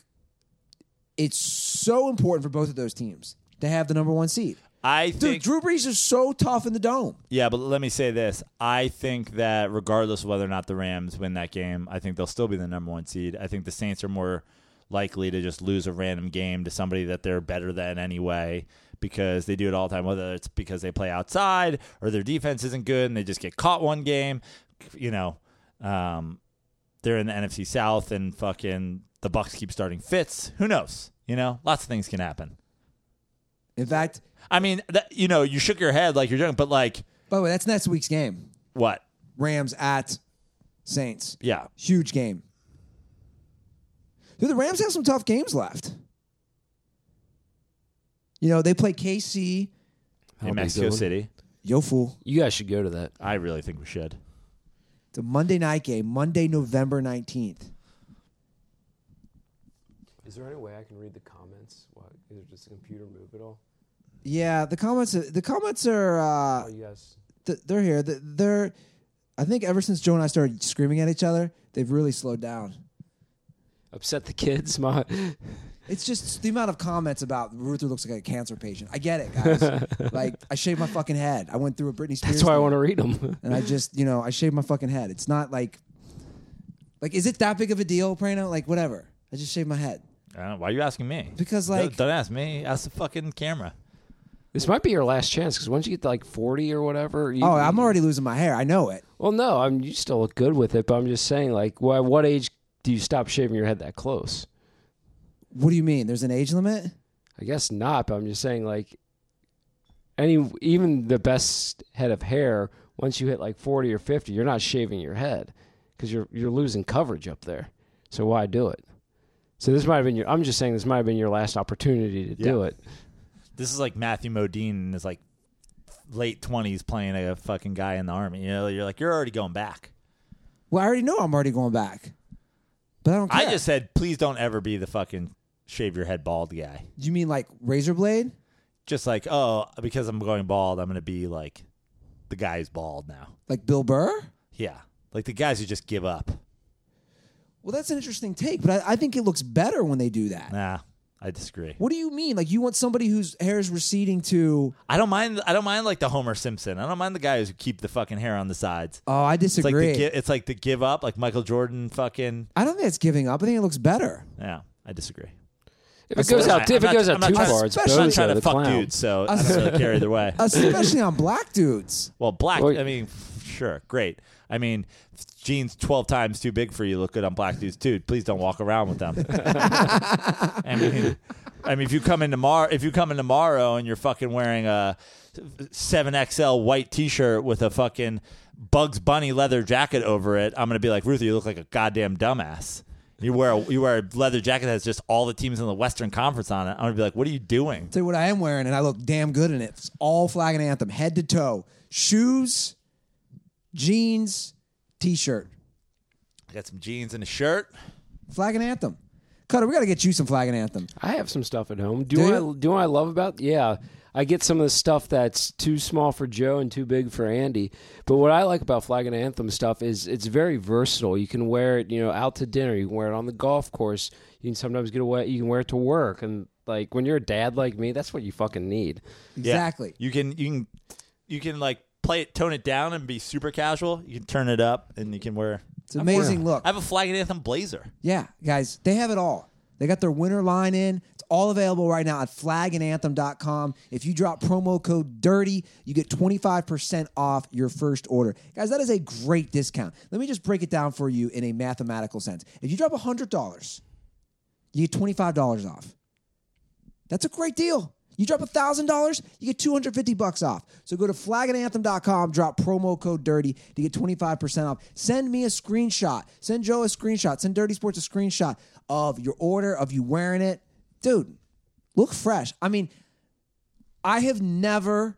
[SPEAKER 2] it's so important for both of those teams to have the number one seed.
[SPEAKER 3] I
[SPEAKER 2] Dude,
[SPEAKER 3] think
[SPEAKER 2] Drew Brees is so tough in the dome.
[SPEAKER 3] Yeah, but let me say this. I think that regardless of whether or not the Rams win that game, I think they'll still be the number one seed. I think the Saints are more likely to just lose a random game to somebody that they're better than anyway because they do it all the time, whether it's because they play outside or their defense isn't good and they just get caught one game. You know, um, they're in the NFC South and fucking the Bucks keep starting fits. Who knows? You know, lots of things can happen.
[SPEAKER 2] In fact,
[SPEAKER 3] I mean, that, you know, you shook your head like you're joking, but like,
[SPEAKER 2] by the way, that's next week's game.
[SPEAKER 3] what?
[SPEAKER 2] Rams at Saints.
[SPEAKER 3] Yeah.
[SPEAKER 2] Huge game. Dude, the Rams have some tough games left. You know, they play KC.
[SPEAKER 4] I'll
[SPEAKER 3] in
[SPEAKER 4] be
[SPEAKER 3] Mexico
[SPEAKER 4] going.
[SPEAKER 3] City.
[SPEAKER 2] Yo fool.
[SPEAKER 4] You guys should go to that.
[SPEAKER 3] I really think we should.
[SPEAKER 2] It's a Monday night game, Monday, November 19th.
[SPEAKER 4] Is there any way I can read the comments? What, is it just a computer move at all?
[SPEAKER 2] Yeah, the comments the comments are uh,
[SPEAKER 4] you guys?
[SPEAKER 2] th- they're here. Th- They're I think ever since Joe and I started screaming at each other, they've really slowed down.
[SPEAKER 4] Upset the kids, my
[SPEAKER 2] It's just the amount of comments about Ruther looks like a cancer patient. I get it, guys. like I shaved my fucking head. I went through a Britney Spears.
[SPEAKER 4] That's why I
[SPEAKER 2] thing,
[SPEAKER 4] want to read them.
[SPEAKER 2] And I just you know I shaved my fucking head. It's not like like is it that big of a deal, Prano? Like whatever. I just shaved my head
[SPEAKER 3] I don't, why are you asking me?
[SPEAKER 2] because
[SPEAKER 3] Don't-
[SPEAKER 2] like
[SPEAKER 3] don't ask me. Ask the fucking camera.
[SPEAKER 4] This might be your last chance because once you get to like 40 or whatever. You,
[SPEAKER 2] oh I'm already losing my hair. I know it.
[SPEAKER 4] Well, no, I'm. You still look good with it, but I'm just saying, like, why? What age do you stop shaving your head that close?
[SPEAKER 2] What do you mean? There's an age limit?
[SPEAKER 4] I guess not. But I'm just saying, like, any even the best head of hair, once you hit like 40 or 50, you're not shaving your head because you're you're losing coverage up there. So why do it? So this might have been your. I'm just saying this might have been your last opportunity to do
[SPEAKER 3] Yeah.
[SPEAKER 4] it.
[SPEAKER 3] This is like Matthew Modine in his like late twenties playing a fucking guy in the army. You know, you're like you're already going back.
[SPEAKER 2] Well, I already know I'm already going back, but I don't care.
[SPEAKER 3] I just said, please don't ever be the fucking shave your head bald guy.
[SPEAKER 2] you mean like razor blade?
[SPEAKER 3] Just like oh, because I'm going bald, I'm gonna be like the guy who's bald now.
[SPEAKER 2] Like Bill Burr?
[SPEAKER 3] Yeah, like the guys who just give up.
[SPEAKER 2] Well, that's an interesting take, but I, I think it looks better when they do that.
[SPEAKER 3] Nah, I disagree.
[SPEAKER 2] What do you mean? Like you want somebody whose hair is receding to?
[SPEAKER 3] I don't mind. I don't mind like the Homer Simpson. I don't mind the guys who keep the fucking hair on the sides.
[SPEAKER 2] Oh, I
[SPEAKER 3] It's like
[SPEAKER 2] disagree.
[SPEAKER 3] the, gi- it's like the give up, like Michael Jordan. Fucking
[SPEAKER 2] I don't think it's giving up. I think it looks better.
[SPEAKER 3] yeah, I disagree.
[SPEAKER 4] If it goes
[SPEAKER 3] I'm
[SPEAKER 4] out, if it
[SPEAKER 3] not-
[SPEAKER 4] goes
[SPEAKER 3] I'm
[SPEAKER 4] out
[SPEAKER 3] not
[SPEAKER 4] too
[SPEAKER 3] trying to-
[SPEAKER 4] far, it's
[SPEAKER 2] especially-
[SPEAKER 3] I'm
[SPEAKER 4] Bozo
[SPEAKER 3] not trying
[SPEAKER 4] the
[SPEAKER 3] to fuck
[SPEAKER 4] clown.
[SPEAKER 3] dudes, so I don't really care either way.
[SPEAKER 2] especially on black dudes.
[SPEAKER 3] Well, black.
[SPEAKER 4] Well,
[SPEAKER 3] I mean, sure, great. I mean, jeans twelve times too big for you look good on black dudes too. Please don't walk around with them. I mean, I mean, if you come in tomorrow, if you come in tomorrow and you're fucking wearing a seven XL white T-shirt with a fucking Bugs Bunny leather jacket over it, I'm gonna be like, Ruthie, you look like a goddamn dumbass. You wear a, you wear a leather jacket that has just all the teams in the Western Conference on it. I'm gonna be like, what are you doing?
[SPEAKER 2] Tell you what I am wearing, and I look damn good in it. It's all flag and anthem, head to toe, shoes, jeans, t-shirt,
[SPEAKER 3] I got some jeans and a shirt.
[SPEAKER 2] flag and anthem. Cutter, we got to get you some flag and anthem.
[SPEAKER 4] I have some stuff at home. Do,
[SPEAKER 2] Do
[SPEAKER 4] I
[SPEAKER 2] you?
[SPEAKER 4] do I love about? Yeah, I get some of the stuff that's too small for Joe and too big for Andy. But what I like about flag and anthem stuff is it's very versatile. You can wear it, you know, out to dinner. You can wear it on the golf course. You can sometimes get away. You can wear it to work. And like when you're a dad like me, that's what you fucking need.
[SPEAKER 3] Yeah.
[SPEAKER 2] Exactly.
[SPEAKER 3] You can you can you can like play it, tone it down, and be super casual. You can turn it up, and you can wear.
[SPEAKER 2] It's an amazing look.
[SPEAKER 3] I have a flag and anthem blazer.
[SPEAKER 2] Yeah, guys, they have it all. They got their winter line in. It's all available right now at flagandanthem.com. If you drop promo code DIRTY, you get 25% off your first order. Guys, that is a great discount. Let me just break it down for you in a mathematical sense. If you drop $100, you get $25 off. That's a great deal. You drop $1,000, you get 250 bucks off. So go to flagandanthem.com, drop promo code DIRTY to get 25% off. Send me a screenshot. Send Joe a screenshot. Send Dirty Sports a screenshot of your order, of you wearing it. Dude, look fresh. I mean, I have never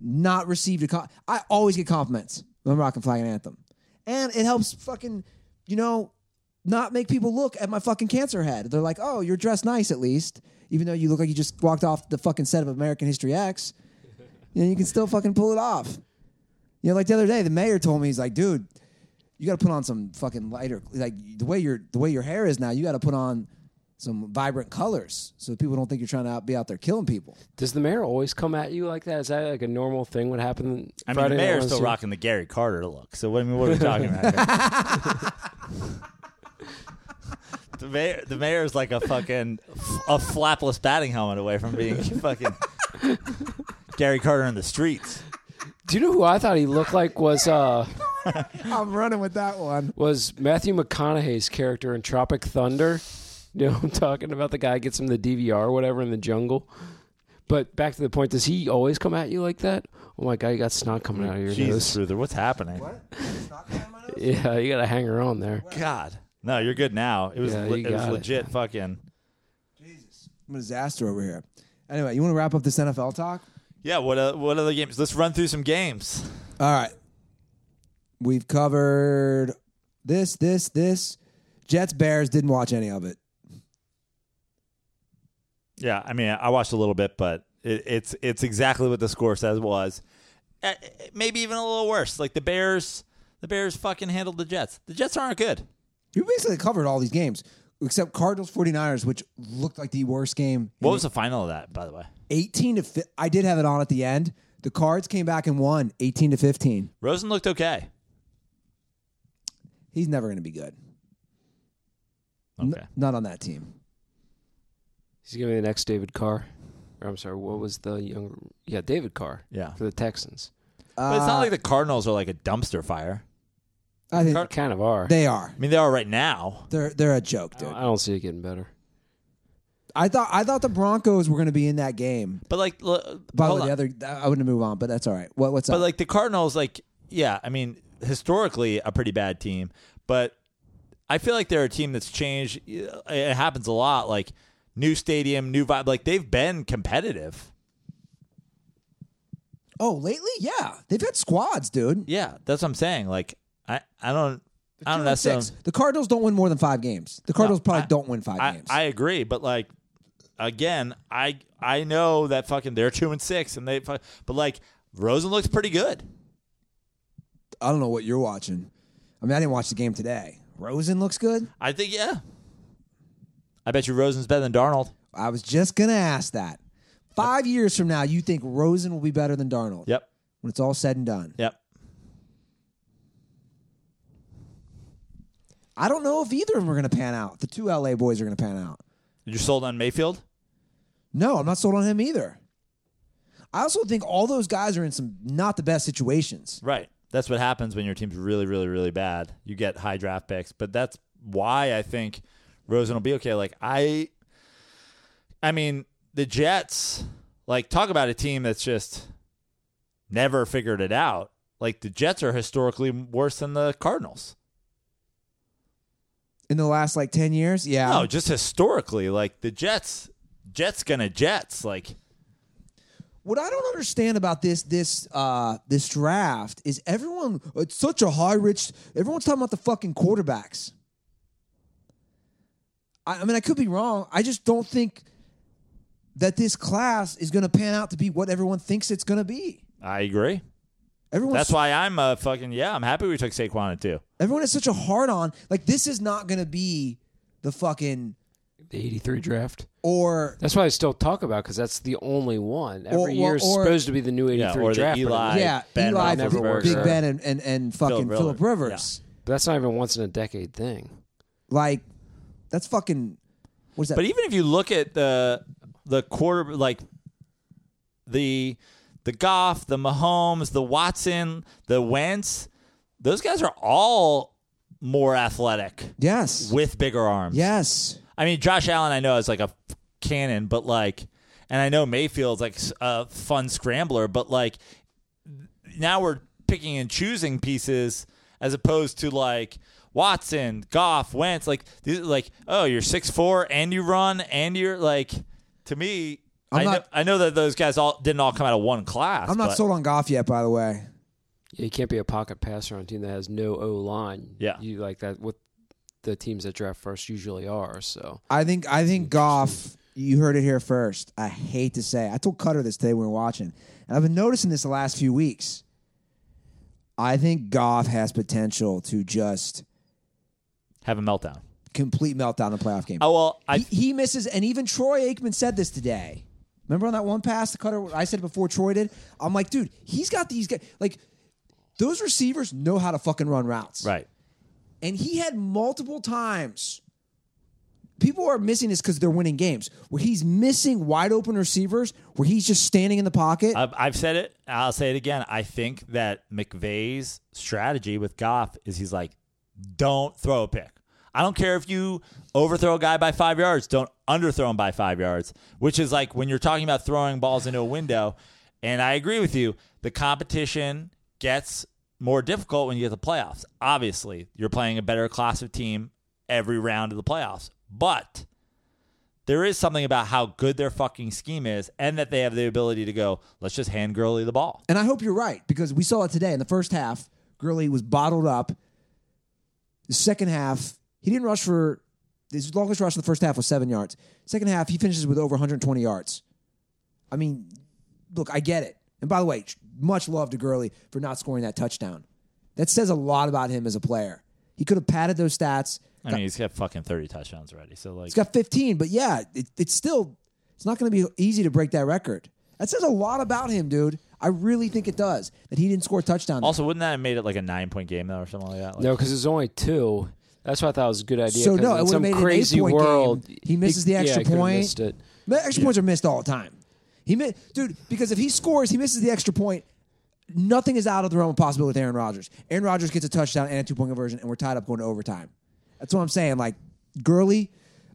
[SPEAKER 2] not received a com- I always get compliments when I'm rocking Flag and Anthem. And it helps fucking, you know, not make people look at my fucking cancer head. They're like, oh, you're dressed nice at least, even though you look like you just walked off the fucking set of American History X. You know, you can still fucking pull it off. You know, like the other day, the mayor told me, he's like, dude, you got to put on some fucking lighter, like the way your the way your hair is now, you got to put on some vibrant colors so people don't think you're trying to out, be out there killing people.
[SPEAKER 4] Does the mayor always come at you like that? Is that like a normal thing? What happened?
[SPEAKER 3] I mean,
[SPEAKER 4] Friday
[SPEAKER 3] the
[SPEAKER 4] Night
[SPEAKER 3] mayor's
[SPEAKER 4] Live?
[SPEAKER 3] still rocking the Gary Carter look. So what, I mean, what are we talking about? Here? the mayor, the mayor's like a fucking a flapless batting helmet away from being fucking Gary Carter in the streets.
[SPEAKER 4] Do you know who I thought he looked like was uh
[SPEAKER 2] I'm running with that one.
[SPEAKER 4] was Matthew McConaughey's character in Tropic Thunder. You know, what I'm talking about the guy gets him the DVR, or whatever, in the jungle. But back to the point, does he always come at you like that? Oh my god, you got snot coming out of your
[SPEAKER 3] Jesus,
[SPEAKER 4] nose.
[SPEAKER 3] Ruther, what's happening?
[SPEAKER 4] Yeah, you got a hanger on there.
[SPEAKER 3] God, no, you're good now. It was
[SPEAKER 4] Yeah,
[SPEAKER 3] le-
[SPEAKER 4] you
[SPEAKER 3] it was
[SPEAKER 4] got it.
[SPEAKER 3] legit fucking.
[SPEAKER 2] I'm a disaster over here. Anyway, you want to wrap up this NFL talk?
[SPEAKER 3] Yeah, what uh, what other games? Let's run through some games.
[SPEAKER 2] All right. We've covered this, this, this. Jets, Bears, didn't watch any of it.
[SPEAKER 3] Yeah, I mean, I watched a little bit, but it, it's it's exactly what the score says was. Uh, maybe even a little worse. Like the Bears, the Bears fucking handled the Jets. The Jets aren't good.
[SPEAKER 2] You basically covered all these games except Cardinals 49ers, which looked like the worst game.
[SPEAKER 3] What was the final of that, by the way?
[SPEAKER 2] 18 to fi- I did have it on at the end. The Cards came back and won 18 to 15.
[SPEAKER 3] Rosen looked okay.
[SPEAKER 2] He's never going to be good. N-
[SPEAKER 3] Okay.
[SPEAKER 2] not on that team.
[SPEAKER 4] He's giving me the next David Carr. Or I'm sorry, what was the younger? Yeah, David Carr
[SPEAKER 3] Yeah.
[SPEAKER 4] for the Texans.
[SPEAKER 3] But it's not like the Cardinals are like a dumpster fire.
[SPEAKER 2] Uh, I think
[SPEAKER 4] They kind of are.
[SPEAKER 2] they are.
[SPEAKER 3] I mean, they are right now.
[SPEAKER 2] They're they're a joke, dude.
[SPEAKER 3] Uh,
[SPEAKER 4] I don't see it getting better.
[SPEAKER 2] I thought I thought the Broncos were going to be in that game.
[SPEAKER 3] But like, l-
[SPEAKER 2] By the
[SPEAKER 3] hold
[SPEAKER 2] way, the
[SPEAKER 3] on.
[SPEAKER 2] other I wouldn't move on, but that's all right. What what's
[SPEAKER 3] But
[SPEAKER 2] up?
[SPEAKER 3] like the Cardinals, like yeah, I mean historically a pretty bad team, but I feel like they're a team that's changed. It happens a lot. Like new stadium, new vibe. Like they've been competitive.
[SPEAKER 2] Oh, lately, yeah, they've had squads, dude.
[SPEAKER 3] Yeah, that's what I'm saying. Like I, I don't, I
[SPEAKER 2] Two
[SPEAKER 3] don't
[SPEAKER 2] and
[SPEAKER 3] necessarily.
[SPEAKER 2] six. The Cardinals don't win more than five games. The Cardinals probably
[SPEAKER 3] I-
[SPEAKER 2] don't win five
[SPEAKER 3] I,
[SPEAKER 2] games.
[SPEAKER 3] I agree, but like again, I I know that fucking they're two and six, and they fu- but like Rosen looks pretty good.
[SPEAKER 2] I don't know what you're watching. I mean, I didn't watch the game today. Rosen looks good.
[SPEAKER 3] I think yeah. I bet you Rosen's better than Darnold.
[SPEAKER 2] I was just gonna ask that. Five years from now, you think Rosen will be better than Darnold?
[SPEAKER 3] Yep.
[SPEAKER 2] When it's all said and done,
[SPEAKER 3] Yep.
[SPEAKER 2] I don't know if either of them are gonna pan out. The two LA boys are gonna pan out.
[SPEAKER 3] You're sold on Mayfield.
[SPEAKER 2] No, I'm not sold on him either. I also think all those guys are in some not the best situations.
[SPEAKER 3] Right. That's what happens when your team's really, really, really bad. You get high draft picks, but that's why I think Rosen will be okay. Like I, I mean the Jets. Like talk about a team that's just never figured it out. Like the Jets are historically worse than the Cardinals.
[SPEAKER 2] In the last like ten years, yeah.
[SPEAKER 3] No, just historically, like the Jets, Jets gonna Jets. Like
[SPEAKER 2] What I don't understand about this this uh, this draft is everyone it's such a high rich everyone's talking about the fucking quarterbacks. I, I mean I could be wrong. I just don't think that this class is gonna pan out to be what everyone thinks it's gonna be.
[SPEAKER 3] I agree.
[SPEAKER 2] Everyone's
[SPEAKER 3] That's why I'm a fucking yeah. I'm happy we took Saquon at two.
[SPEAKER 2] everyone has such a hard on. Like this is not gonna be the fucking
[SPEAKER 4] The 83 draft.
[SPEAKER 2] or
[SPEAKER 4] That's why I still talk about because that's the only one. Every
[SPEAKER 2] Or- or-
[SPEAKER 4] year is
[SPEAKER 2] or-
[SPEAKER 4] supposed to be the new 83
[SPEAKER 3] Yeah, or the
[SPEAKER 4] draft. but-
[SPEAKER 3] Eli.
[SPEAKER 2] yeah,
[SPEAKER 3] Ben
[SPEAKER 2] Eli
[SPEAKER 4] Roethlisberger.
[SPEAKER 2] Big Ben and, and, and fucking
[SPEAKER 3] Phillip
[SPEAKER 2] Philip
[SPEAKER 3] Rivers.
[SPEAKER 2] Rivers.
[SPEAKER 4] But that's not even once in a decade thing.
[SPEAKER 2] Like that's fucking what is that?
[SPEAKER 3] But even if you look at the the quarter, like the the Goff, the Mahomes, the Watson, the Wentz, those guys are all more athletic
[SPEAKER 2] yes.
[SPEAKER 3] with bigger arms.
[SPEAKER 2] Yes.
[SPEAKER 3] I mean Josh Allen, I know is like a cannon, but like, and I know Mayfield's like s- a fun scrambler, but like now we're picking and choosing pieces as opposed to like Watson, Goff, Wentz, like these, like oh you're six four and you run and you're like to me.
[SPEAKER 2] I'm
[SPEAKER 3] I, know,
[SPEAKER 2] not-
[SPEAKER 3] I know that those guys all didn't all come out of one class.
[SPEAKER 2] I'm not
[SPEAKER 3] but-
[SPEAKER 2] sold on Goff yet, by the way.
[SPEAKER 4] Yeah, you can't be a pocket passer on a team that has no O line.
[SPEAKER 3] Yeah.
[SPEAKER 4] you like that. What the teams that draft first usually are. So
[SPEAKER 2] I think I think Goff. You heard it here first. I hate to say. I told Cutter this today when we were watching, and I've been noticing this the last few weeks. I think Goff has potential to just
[SPEAKER 3] have a meltdown.
[SPEAKER 2] complete meltdown in the playoff game.
[SPEAKER 3] Oh well, I
[SPEAKER 2] he, he misses, and even Troy Aikman said this today. Remember on that one pass, the cutter I said before Troy did. I'm like, dude, he's got these guys. Like, those receivers know how to fucking run routes.
[SPEAKER 3] right.
[SPEAKER 2] and he had multiple times. People are missing this because they're winning games where he's missing wide open receivers, where he's just standing in the pocket.
[SPEAKER 3] I've, I've said it. I'll say it again. I think that McVay's strategy with Goff is he's like, don't throw a pick. I don't care if you overthrow a guy by five yards. Don't underthrow him by five yards, which is like when you're talking about throwing balls into a window. And I agree with you. The competition gets more difficult when you get to the playoffs. Obviously, you're playing a better class of team every round of the playoffs. But there is something about how good their fucking scheme is and that they have the ability to go, let's just hand Gurley the ball.
[SPEAKER 2] and I hope you're right because we saw it today in the first half. Gurley was bottled up. The second half, he didn't rush for his longest rush in the first half was seven yards. Second half, he finishes with over 120 yards. I mean, look, I get it. And by the way, much love to Gurley for not scoring that touchdown. That says a lot about him as a player. He could have padded those stats.
[SPEAKER 3] I mean, he's got fucking 30 touchdowns already. So, like,
[SPEAKER 2] He's got 15, but yeah, it, it's still it's not going to be easy to break that record. That says a lot about him, dude. I really think it does that he didn't score a touchdown.
[SPEAKER 3] also, wouldn't that have made it like a nine point game, though, or something like that? Like,
[SPEAKER 4] no, because there's only two. That's why I thought it was a good idea.
[SPEAKER 2] So,
[SPEAKER 4] 'cause
[SPEAKER 2] no, it
[SPEAKER 4] in
[SPEAKER 2] would've
[SPEAKER 4] some
[SPEAKER 2] made it an
[SPEAKER 4] crazy
[SPEAKER 2] eight-point
[SPEAKER 4] world.
[SPEAKER 2] game. He misses the extra
[SPEAKER 4] yeah, he could've
[SPEAKER 2] point.
[SPEAKER 4] Missed it.
[SPEAKER 2] Ma- extra points are missed all the time. He mi- dude because if he scores, he misses the extra point. Nothing is out of the realm of possibility with Aaron Rodgers. Aaron Rodgers gets a touchdown and a two point conversion, and we're tied up going to overtime. That's what I'm saying. Like Gurley,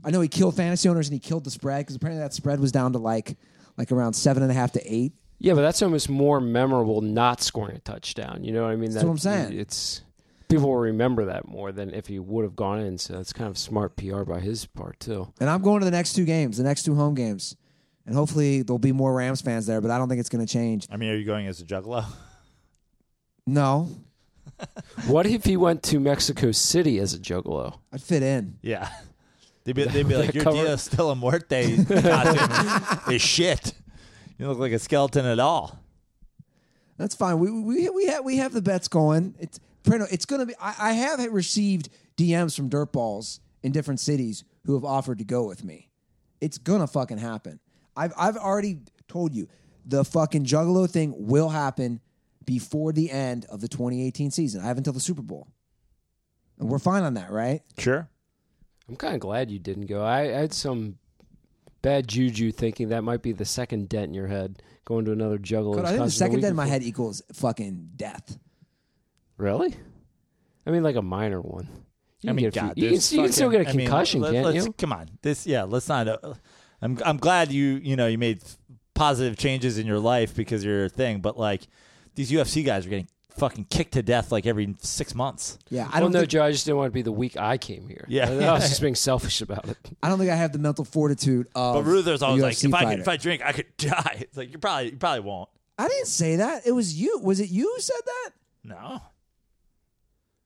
[SPEAKER 2] I know he killed fantasy owners and he killed the spread because apparently that spread was down to like like around seven and a half to eight.
[SPEAKER 4] Yeah, but that's almost more memorable not scoring a touchdown. You know what I mean?
[SPEAKER 2] That's what I'm saying.
[SPEAKER 4] It's people will remember that more than if he would have gone in. So that's kind of smart PR by his part too.
[SPEAKER 2] And I'm going to the next two games, the next two home games. And hopefully there'll be more Rams fans there, but I don't think it's going to change.
[SPEAKER 3] I mean, are you going as a juggalo?
[SPEAKER 2] No,
[SPEAKER 4] What if he went to Mexico City as a juggalo?
[SPEAKER 2] I'd fit in.
[SPEAKER 3] Yeah. They'd be, they'd be like, your
[SPEAKER 4] cover-
[SPEAKER 3] Dia Stella Muerte costume is shit. You look like a skeleton at all.
[SPEAKER 2] That's fine. We we we have we have the bets going. It's Prano, it's going to be. I, I have received DMs from dirtballs in different cities who have offered to go with me. It's gonna fucking happen. I've I've already told you the fucking Juggalo thing will happen before the end of the 2018 season. I have until the Super Bowl, and we're fine on that, right?
[SPEAKER 3] Sure.
[SPEAKER 4] I'm kind of glad you didn't go. I, I had some bad juju thinking that might be the second dent in your head going to another juggalo.
[SPEAKER 2] But I think the second dead in my head equals fucking death.
[SPEAKER 4] Really? I mean, like a minor one.
[SPEAKER 3] I
[SPEAKER 4] You can
[SPEAKER 3] mean,
[SPEAKER 4] get a few-
[SPEAKER 3] God,
[SPEAKER 4] you, can,
[SPEAKER 3] there's
[SPEAKER 4] you can still get a
[SPEAKER 3] fucking- I mean,
[SPEAKER 4] concussion,
[SPEAKER 3] let-
[SPEAKER 4] can't
[SPEAKER 3] let's-
[SPEAKER 4] you?
[SPEAKER 3] Come on, this yeah. Let's not. Uh, I'm I'm glad you you know you made positive changes in your life because of your thing, but like these UFC guys are getting fucking kicked to death like every six months.
[SPEAKER 2] Yeah, I don't
[SPEAKER 4] well, no,
[SPEAKER 2] think,
[SPEAKER 4] Joe. I just didn't want to be the week I came here.
[SPEAKER 3] Yeah.
[SPEAKER 4] I, I was just being selfish about it.
[SPEAKER 2] I don't think I have the mental fortitude of.
[SPEAKER 3] But Ruther's
[SPEAKER 2] a
[SPEAKER 3] always like,
[SPEAKER 2] UFC
[SPEAKER 3] if I
[SPEAKER 2] fighter.
[SPEAKER 3] could, if I drink, I could die. It's like you probably you probably won't.
[SPEAKER 2] I didn't say that. It was you. Was it you who said that?
[SPEAKER 3] No,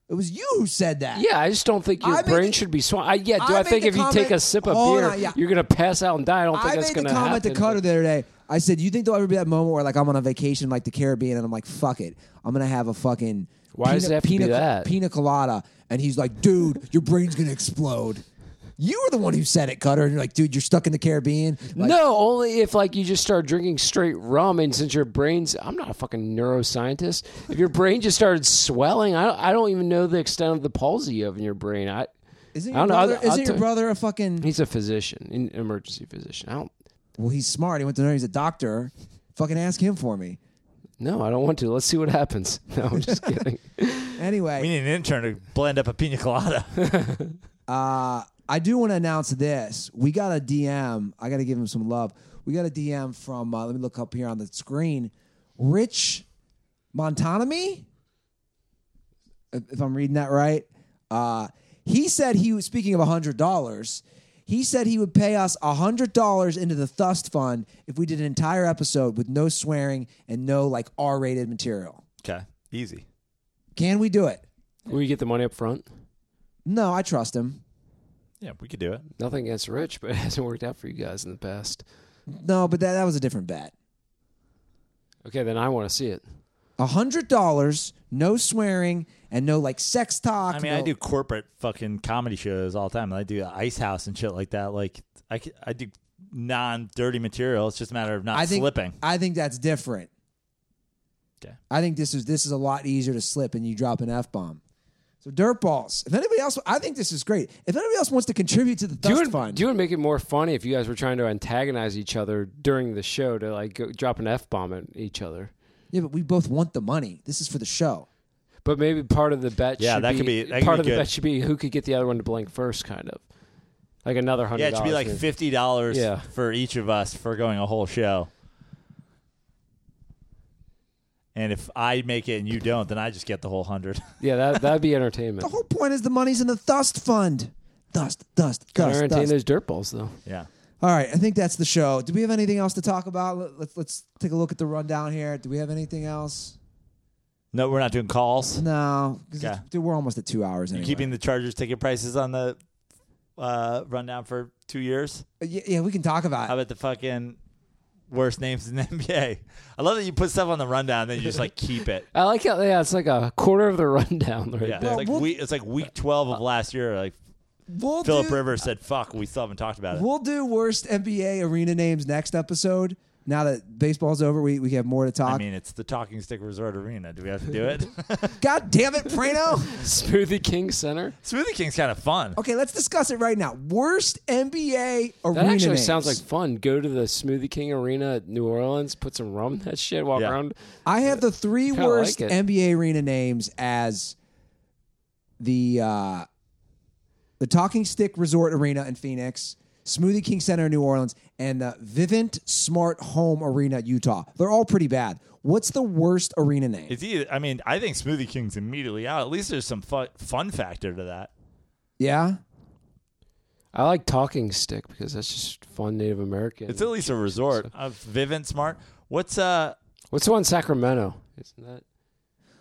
[SPEAKER 2] It was you who said that.
[SPEAKER 4] Yeah, I just don't think your
[SPEAKER 2] I made
[SPEAKER 4] brain
[SPEAKER 2] the-
[SPEAKER 4] should be swamped. I, yeah, do
[SPEAKER 2] I
[SPEAKER 4] I,
[SPEAKER 2] made
[SPEAKER 4] think
[SPEAKER 2] the
[SPEAKER 4] if you take a
[SPEAKER 2] comment-
[SPEAKER 4] sip of
[SPEAKER 2] Hold
[SPEAKER 4] beer,
[SPEAKER 2] on, yeah.
[SPEAKER 4] you're gonna pass out and die. I don't think
[SPEAKER 2] I
[SPEAKER 4] that's
[SPEAKER 2] made the
[SPEAKER 4] gonna
[SPEAKER 2] comment
[SPEAKER 4] happen.
[SPEAKER 2] to Cutter the other day. I said, "You think there'll ever be that moment where, like, I'm on a vacation, like the Caribbean, and I'm like, fuck it, I'm gonna have a fucking
[SPEAKER 4] Why does it have to be
[SPEAKER 2] pina,
[SPEAKER 4] that?
[SPEAKER 2] pina colada?" And he's like, "Dude, your brain's gonna explode." You were the one who said it, Cutter. And you're like, "Dude, you're stuck in the Caribbean." Like,
[SPEAKER 4] no, only if like you just start drinking straight rum, and since your brain's—I'm not a fucking neuroscientist. If your brain just started swelling, I don't, I don't even know the extent of the palsy of in your brain. I
[SPEAKER 2] Isn't
[SPEAKER 4] I
[SPEAKER 2] your
[SPEAKER 4] don't know. I'll-
[SPEAKER 2] brother?
[SPEAKER 4] I'll
[SPEAKER 2] isn't your
[SPEAKER 4] tell-
[SPEAKER 2] brother a fucking?
[SPEAKER 4] He's a physician, an emergency physician. I don't.
[SPEAKER 2] Well, he's smart. He went to know he's a doctor. Fucking ask him for me.
[SPEAKER 4] No, I don't want to. Let's see what happens. No, I'm just kidding.
[SPEAKER 2] Anyway,
[SPEAKER 3] we need an intern to blend up a pina colada.
[SPEAKER 2] Uh, I do want to announce this. We got a DM. I got to give him some love. We got a DM from, uh, let me look up here on the screen, Rich Montanami, if if I'm reading that right. Uh, he said he was, speaking of $100, he said he would pay us $100 into the Thust Fund if we did an entire episode with no swearing and no like R rated material.
[SPEAKER 3] okay, easy.
[SPEAKER 2] Can we do it?
[SPEAKER 4] Will you get the money up front?
[SPEAKER 2] No, I trust him.
[SPEAKER 3] Yeah, we could do it.
[SPEAKER 4] Nothing against Rich, but it hasn't worked out for you guys in the past.
[SPEAKER 2] No, but that, that was a different bet.
[SPEAKER 4] Okay, then I want to see it.
[SPEAKER 2] A hundred dollars, no swearing, and no like sex talk.
[SPEAKER 3] I mean,
[SPEAKER 2] no-
[SPEAKER 3] I do corporate fucking comedy shows all the time. I do Ice House and shit like that. Like, I, c- I do non dirty material. It's just a matter of not
[SPEAKER 2] I think,
[SPEAKER 3] slipping.
[SPEAKER 2] I think that's different.
[SPEAKER 3] Okay.
[SPEAKER 2] I think this is this is a lot easier to slip and you drop an f bomb. So dirt balls. If anybody else, I think this is great. If anybody else wants to contribute to the
[SPEAKER 4] Do
[SPEAKER 2] dust
[SPEAKER 4] it,
[SPEAKER 2] fund,
[SPEAKER 4] do it make it more funny if you guys were trying to antagonize each other during the show to like go, drop an f bomb at each other.
[SPEAKER 2] yeah, but we both want the money. This is for the show.
[SPEAKER 4] But maybe part of the bet.
[SPEAKER 3] Yeah,
[SPEAKER 4] should
[SPEAKER 3] that could be- that could
[SPEAKER 4] part
[SPEAKER 3] be
[SPEAKER 4] of the
[SPEAKER 3] good.
[SPEAKER 4] bet should be who could get the other one to blink first, kind of like another hundred.
[SPEAKER 3] Yeah, it should be like
[SPEAKER 4] maybe.
[SPEAKER 3] fifty dollars
[SPEAKER 4] Yeah.
[SPEAKER 3] for each of us for going a whole show. And if I make it and you don't, then I just get the whole hundred.
[SPEAKER 4] yeah, that that'd be
[SPEAKER 2] The
[SPEAKER 4] entertainment.
[SPEAKER 2] whole point is the money's in the dust fund. Dust, dust,
[SPEAKER 4] Gotta
[SPEAKER 2] dust,
[SPEAKER 4] entertain
[SPEAKER 2] dust.
[SPEAKER 4] those dirt balls though.
[SPEAKER 3] yeah.
[SPEAKER 2] All right, I think that's the show. Do we have anything else to talk about? Let- Let's let's take a look at the rundown here. Do we have anything else?
[SPEAKER 3] No, we're not doing calls.
[SPEAKER 2] No, 'cause
[SPEAKER 3] Okay.
[SPEAKER 2] it's- dude, we're almost at two hours. Anyway.
[SPEAKER 3] Keeping the Chargers ticket prices on the uh, rundown for two years.
[SPEAKER 2] yeah, yeah, we can talk
[SPEAKER 3] How
[SPEAKER 2] about it.
[SPEAKER 3] about the fucking worst names in the NBA? I love that you put stuff on the rundown, then you just like keep it.
[SPEAKER 4] I like how yeah, it's like a quarter of the rundown right
[SPEAKER 3] Yeah,
[SPEAKER 4] there.
[SPEAKER 3] it's like
[SPEAKER 2] we'll-
[SPEAKER 3] week, it's like week twelve of last year. Like
[SPEAKER 2] We'll
[SPEAKER 3] Philip
[SPEAKER 2] do,
[SPEAKER 3] Rivers said, "Fuck, we still haven't talked about it."
[SPEAKER 2] We'll do worst NBA arena names next episode. Now that baseball's over, we, we have more to talk.
[SPEAKER 3] I mean, it's the Talking Stick Resort Arena. Do we have to do it?
[SPEAKER 2] God damn it, Prano!
[SPEAKER 4] Smoothie King Center.
[SPEAKER 3] Smoothie King's kind of fun.
[SPEAKER 2] okay, let's discuss it right now. Worst NBA arena
[SPEAKER 4] That actually
[SPEAKER 2] names.
[SPEAKER 4] sounds like fun. Go to the Smoothie King Arena at New Orleans, put some rum in that shit, walk
[SPEAKER 3] Yeah.
[SPEAKER 4] around.
[SPEAKER 2] I have the three
[SPEAKER 4] Kinda
[SPEAKER 2] worst
[SPEAKER 4] like it.
[SPEAKER 2] NBA arena names as the uh, the Talking Stick Resort Arena in Phoenix, Smoothie King Center in New Orleans, and the Vivint Smart Home Arena, Utah. They're all pretty bad. What's the worst arena name?
[SPEAKER 3] It's either, I mean, I think Smoothie King's immediately out. At least there's some fun, fun factor to that.
[SPEAKER 2] yeah?
[SPEAKER 4] I like Talking Stick because that's just fun Native American.
[SPEAKER 3] It's at least a resort. Uh, Vivint Smart. What's uh?
[SPEAKER 4] What's the one in Sacramento? Isn't that?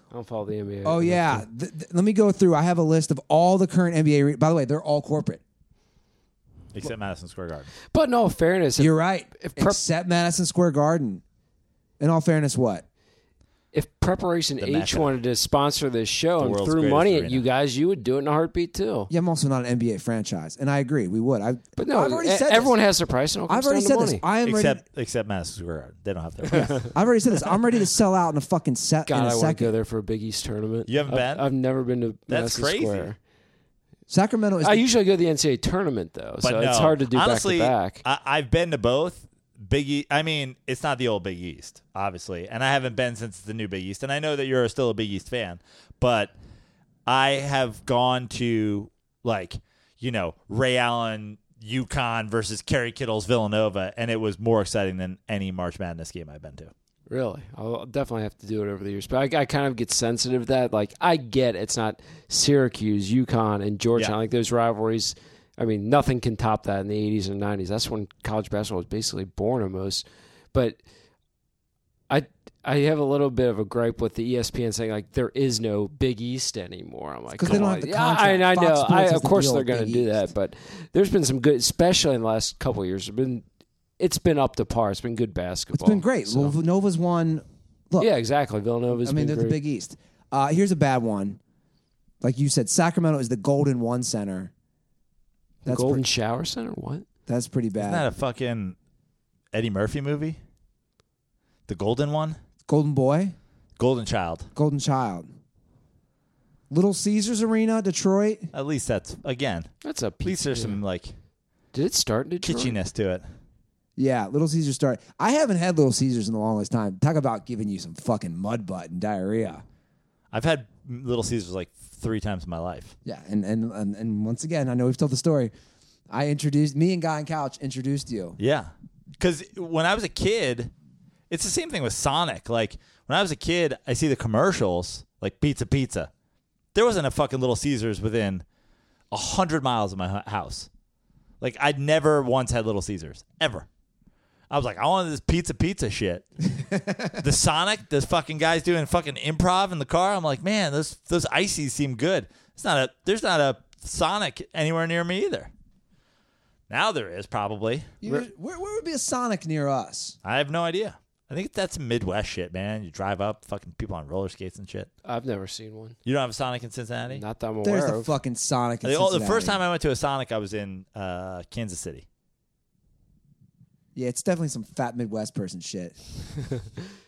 [SPEAKER 4] I don't follow the NBA.
[SPEAKER 2] Oh, yeah. Th- th- let me go through. I have a list of all the current NBA. Re- By the way, they're all corporate.
[SPEAKER 3] Except Madison Square Garden.
[SPEAKER 4] But in all fairness, if,
[SPEAKER 2] You're right.
[SPEAKER 4] if prep-
[SPEAKER 2] Except Madison Square Garden. In all fairness, what?
[SPEAKER 4] if Preparation H
[SPEAKER 3] mecca.
[SPEAKER 4] wanted to sponsor this show and
[SPEAKER 3] world's
[SPEAKER 4] threw
[SPEAKER 3] greatest
[SPEAKER 4] money at
[SPEAKER 3] arena.
[SPEAKER 4] you guys, you would do it in a heartbeat too.
[SPEAKER 2] Yeah, I'm also not an NBA franchise, and I agree we would. I
[SPEAKER 4] But no,
[SPEAKER 2] I've already
[SPEAKER 4] e-
[SPEAKER 2] said this.
[SPEAKER 4] everyone has their price. And it all comes
[SPEAKER 2] I've already
[SPEAKER 4] down to
[SPEAKER 2] said
[SPEAKER 4] money.
[SPEAKER 2] this. I am ready.
[SPEAKER 3] Except except Madison Square Garden. They don't have their. rights.
[SPEAKER 2] I've already said this. I'm ready to sell out in a fucking set in a
[SPEAKER 4] God, I want to go
[SPEAKER 2] second.
[SPEAKER 4] there for a Big East tournament.
[SPEAKER 3] You haven't
[SPEAKER 4] I've,
[SPEAKER 3] been?
[SPEAKER 4] I've never been to
[SPEAKER 3] That's
[SPEAKER 4] Madison
[SPEAKER 3] crazy.
[SPEAKER 4] Square.
[SPEAKER 2] Sacramento is
[SPEAKER 4] I
[SPEAKER 2] the-
[SPEAKER 4] usually go to the NCAA tournament though,
[SPEAKER 3] But
[SPEAKER 4] so
[SPEAKER 3] no,
[SPEAKER 4] it's hard to do
[SPEAKER 3] honestly,
[SPEAKER 4] back to back.
[SPEAKER 3] I, I've been to both. Big East. I mean, it's not the old Big East, obviously, and I haven't been since the new Big East. And I know that you're still a Big East fan, but I have gone to like you know Ray Allen. UConn versus Kerry Kittle's Villanova, and it was more exciting than any March Madness game I've been to.
[SPEAKER 4] Really, I'll definitely have to do it over the years. But I, I kind of get sensitive to that. Like I get it's not Syracuse, UConn, and Georgetown.
[SPEAKER 3] Yeah.
[SPEAKER 4] Like those rivalries. I mean, nothing can top that in the '80s and '90s. That's when college basketball was basically born almost. But I I have a little bit of a gripe with the E ESPN saying like there is no Big East anymore. I'm like,
[SPEAKER 2] 'cause
[SPEAKER 4] come
[SPEAKER 2] they don't
[SPEAKER 4] on.
[SPEAKER 2] have the
[SPEAKER 4] Yeah, I,
[SPEAKER 2] contract.
[SPEAKER 4] and I
[SPEAKER 2] Fox
[SPEAKER 4] know.
[SPEAKER 2] Sports
[SPEAKER 4] I,
[SPEAKER 2] is
[SPEAKER 4] of
[SPEAKER 2] the
[SPEAKER 4] coast
[SPEAKER 2] real
[SPEAKER 4] they're going to
[SPEAKER 2] Big
[SPEAKER 4] do that,
[SPEAKER 2] East.
[SPEAKER 4] but there's been some good, especially in the last couple of years. It's been it's been up to par. It's been good
[SPEAKER 2] it's
[SPEAKER 4] basketball.
[SPEAKER 2] been great.
[SPEAKER 4] so.
[SPEAKER 2] Nova's won. Look,
[SPEAKER 4] Yeah, exactly. Villanova's
[SPEAKER 2] I mean, they're
[SPEAKER 4] been
[SPEAKER 2] the
[SPEAKER 4] great.
[SPEAKER 2] Big East. Uh, here's a bad one. Like you said, Sacramento is the Golden One Center. That's
[SPEAKER 4] Golden
[SPEAKER 2] pre-
[SPEAKER 4] Shower Center. What?
[SPEAKER 2] that's pretty bad.
[SPEAKER 3] Isn't that a fucking Eddie Murphy movie? The Golden One?
[SPEAKER 2] Golden Boy,
[SPEAKER 3] Golden Child.
[SPEAKER 2] Golden Child, Little Caesars Arena, Detroit.
[SPEAKER 3] At least that's, again,
[SPEAKER 4] That's a.
[SPEAKER 3] at least there's some like
[SPEAKER 4] Did it start in Detroit?
[SPEAKER 3] kitschiness to it.
[SPEAKER 2] Yeah, Little Caesars start. I haven't had Little Caesars in the longest time. Talk about giving you some fucking mud butt and diarrhea.
[SPEAKER 3] I've had Little Caesars like three times in my life.
[SPEAKER 2] Yeah, and and and, and once again, I know we've told the story. I introduced me and Guy and Couch introduced you.
[SPEAKER 3] Yeah. Because when I was a kid, it's the same thing with Sonic. Like, when I was a kid, I see the commercials, like pizza, pizza. There wasn't a fucking Little Caesars within a 100 miles of my hu- house. Like, I'd never once had Little Caesars, ever. I was like, I wanted this pizza, pizza shit. the Sonic, this fucking guy's doing fucking improv in the car. I'm like, man, those those ices seem good. It's not a, there's not a Sonic anywhere near me either. Now there is probably.
[SPEAKER 2] You- where, where would be a Sonic near us?
[SPEAKER 3] I have no idea. I think that's Midwest shit, man. You drive up, fucking people on roller skates and shit.
[SPEAKER 4] I've never seen one.
[SPEAKER 3] You don't have a Sonic in Cincinnati?
[SPEAKER 4] Not that I'm aware
[SPEAKER 2] There's the
[SPEAKER 4] of.
[SPEAKER 2] fucking Sonic. In
[SPEAKER 3] The, oh, the
[SPEAKER 2] Cincinnati.
[SPEAKER 3] first time I went to a Sonic, I was in uh, Kansas City.
[SPEAKER 2] yeah, it's definitely some fat Midwest person shit.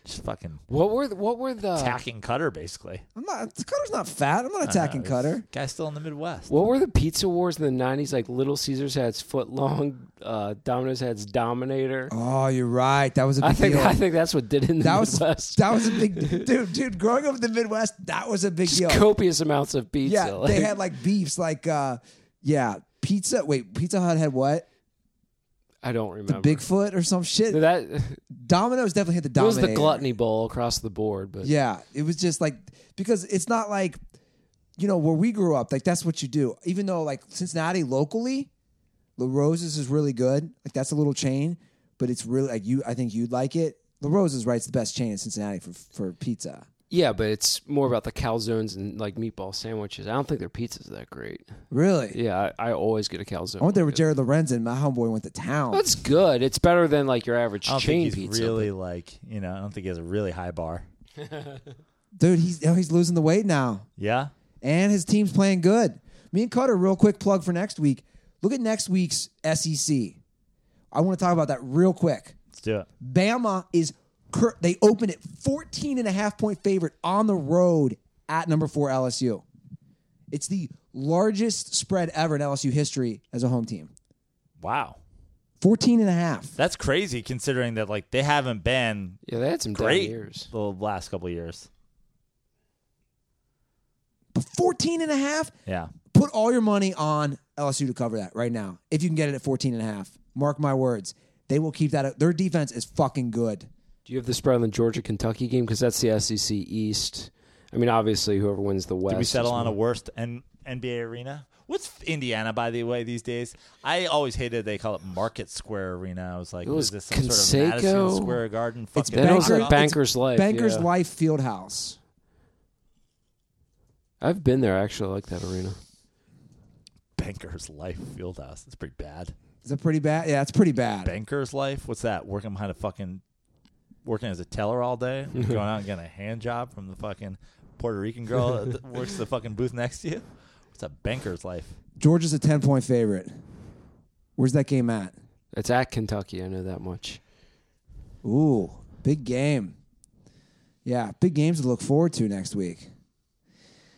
[SPEAKER 3] Just fucking
[SPEAKER 4] what were the, what were the
[SPEAKER 3] tacking Cutter, basically.
[SPEAKER 2] I'm not. Cutter's not fat. I'm not attacking
[SPEAKER 3] Uh,
[SPEAKER 2] Cutter.
[SPEAKER 3] Guy's still in the Midwest.
[SPEAKER 4] what were the pizza wars in the '90s? Like Little Caesars had its foot long, uh, Domino's had its Dominator.
[SPEAKER 2] Oh, you're right. That was a big
[SPEAKER 4] I think
[SPEAKER 2] deal.
[SPEAKER 4] I think that's what did it in the
[SPEAKER 2] that was
[SPEAKER 4] Midwest.
[SPEAKER 2] that was a big dude. Dude, growing up in the Midwest, that was a big
[SPEAKER 4] Just
[SPEAKER 2] deal.
[SPEAKER 4] copious amounts of pizza.
[SPEAKER 2] yeah,
[SPEAKER 4] like-
[SPEAKER 2] they had like beefs, like uh, yeah, pizza. Wait, Pizza Hut had what?
[SPEAKER 4] I don't remember.
[SPEAKER 2] Bigfoot or some shit.
[SPEAKER 4] that
[SPEAKER 2] Domino's definitely hit the
[SPEAKER 4] it was
[SPEAKER 2] Domino's.
[SPEAKER 4] the gluttony bowl across the board, but
[SPEAKER 2] Yeah, it was just like because it's not like you know where we grew up. Like that's what you do. Even though like Cincinnati locally, La Rose's is really good. Like that's a little chain, but it's really like you. I think you'd like it. La Rose's right. It's the best chain in Cincinnati for for pizza.
[SPEAKER 4] Yeah, but it's more about the calzones and like meatball sandwiches. I don't think their pizza's that great.
[SPEAKER 2] Really,
[SPEAKER 4] Yeah, I, I always get a calzone.
[SPEAKER 2] I went there with Jared Lorenzen. My homeboy went to town.
[SPEAKER 4] That's good. It's better than like your average
[SPEAKER 3] I don't
[SPEAKER 4] chain
[SPEAKER 3] think he's
[SPEAKER 4] pizza.
[SPEAKER 3] really like, you know, I don't think he has a really high bar.
[SPEAKER 2] Dude, he's oh, he's losing the weight now.
[SPEAKER 3] Yeah?
[SPEAKER 2] and his team's playing good. Me and Cutter, real quick plug for next week. Look at next week's SEC. I want to talk about that real quick.
[SPEAKER 3] Let's do it.
[SPEAKER 2] Bama is cur- they open it 14 and a half point favorite on the road at number 4 LSU. It's the largest spread ever in LSU history as a home team.
[SPEAKER 3] Wow.
[SPEAKER 2] 14 and a half.
[SPEAKER 3] That's crazy considering that, like, they haven't been
[SPEAKER 4] yeah, they had some
[SPEAKER 3] great
[SPEAKER 4] down years.
[SPEAKER 3] the last couple of years.
[SPEAKER 2] But 14 and a half
[SPEAKER 3] Yeah.
[SPEAKER 2] put all your money on LSU to cover that right now. If you can get it at 14 and a half. Mark my words. They will keep that. Their defense is fucking good.
[SPEAKER 4] Do you have the spread on the Georgia Kentucky game? Because that's the SEC East. I mean, obviously, whoever wins the West.
[SPEAKER 3] Did we settle
[SPEAKER 4] is
[SPEAKER 3] on a
[SPEAKER 4] more-
[SPEAKER 3] worst N- NBA arena? What's Indiana, by the way, these days? I always hated they call it Market Square Arena. I was like,
[SPEAKER 4] It was
[SPEAKER 3] is this some sort of
[SPEAKER 4] Conseco.
[SPEAKER 3] Madison Square Garden?
[SPEAKER 2] It's
[SPEAKER 3] Fucking
[SPEAKER 4] That was
[SPEAKER 2] Banker-
[SPEAKER 4] like
[SPEAKER 2] it's
[SPEAKER 4] Banker's Life.
[SPEAKER 2] Bankers
[SPEAKER 4] yeah.
[SPEAKER 2] Life Fieldhouse.
[SPEAKER 4] I've been there. I actually like that arena.
[SPEAKER 3] Banker's Life Fieldhouse. That's pretty bad.
[SPEAKER 2] Is that pretty bad? Yeah, it's pretty bad.
[SPEAKER 3] Banker's Life? What's that? Working behind a fucking, working as a teller all day? going out and getting a hand job from the fucking Puerto Rican girl that works the fucking booth next to you? What's a banker's life?
[SPEAKER 2] Georgia's a 10 point favorite. Where's that game at?
[SPEAKER 4] It's at Kentucky. I know that much.
[SPEAKER 2] Ooh, big game. Yeah, big games to look forward to next week.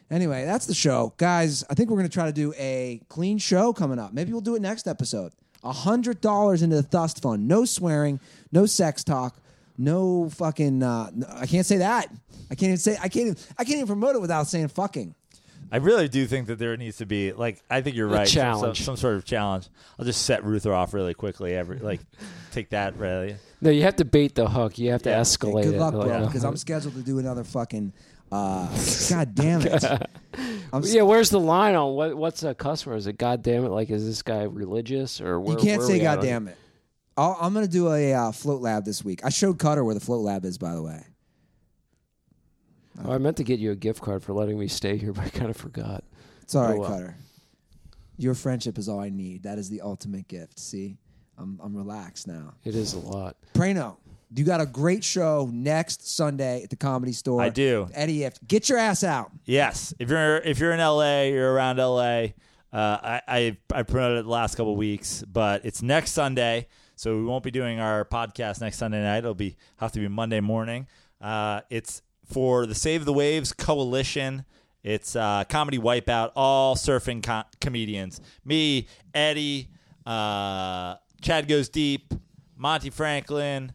[SPEAKER 2] Anyway, that's the show. Guys, I think we're going to try to do a clean show coming up. Maybe we'll do it next episode. $100 into the Thust Fund. No swearing, no sex talk, no fucking uh, n- I can't say that. I can't even say I can't even, I can't even promote it without saying fucking.
[SPEAKER 3] I really do think that there needs to be like I think you're right. some-
[SPEAKER 4] challenge.
[SPEAKER 3] some, some sort of challenge. I'll just set Ruther off really quickly. Every like, take that really.
[SPEAKER 4] No, you have to bait the hook. You have to escalate
[SPEAKER 2] Good
[SPEAKER 4] it.
[SPEAKER 2] luck, bro,
[SPEAKER 4] Like, uh,
[SPEAKER 2] because I'm scheduled to do another fucking uh, God damn it. I'm
[SPEAKER 4] yeah, where's the line on what? What's a cuss word? Is it God damn it? Like, is this guy religious or? Where,
[SPEAKER 2] You can't
[SPEAKER 4] where
[SPEAKER 2] say
[SPEAKER 4] we at on
[SPEAKER 2] "God damn it." I'll, I'm going to do a uh, float lab this week. I showed Cutter where the float lab is, by the way.
[SPEAKER 4] Oh, I meant to get you a gift card for letting me stay here, but I kind of forgot.
[SPEAKER 2] It's all right,
[SPEAKER 4] well.
[SPEAKER 2] Cutter. Your friendship is all I need. That is the ultimate gift. See, I'm I'm relaxed now.
[SPEAKER 4] It is a lot.
[SPEAKER 2] Prano, you got a great show next Sunday at the Comedy Store.
[SPEAKER 3] I do.
[SPEAKER 2] Eddie Ift, get your ass out.
[SPEAKER 3] Yes, if you're if you're in LA, you're around LA. Uh, I, I I promoted it the last couple weeks, but it's next Sunday, so we won't be doing our podcast next Sunday night. It'll be have to be Monday morning. Uh, it's for the Save the Waves Coalition. It's uh, comedy wipeout, all surfing co- comedians. Me, Eddie, uh, Chad goes deep, Monty Franklin,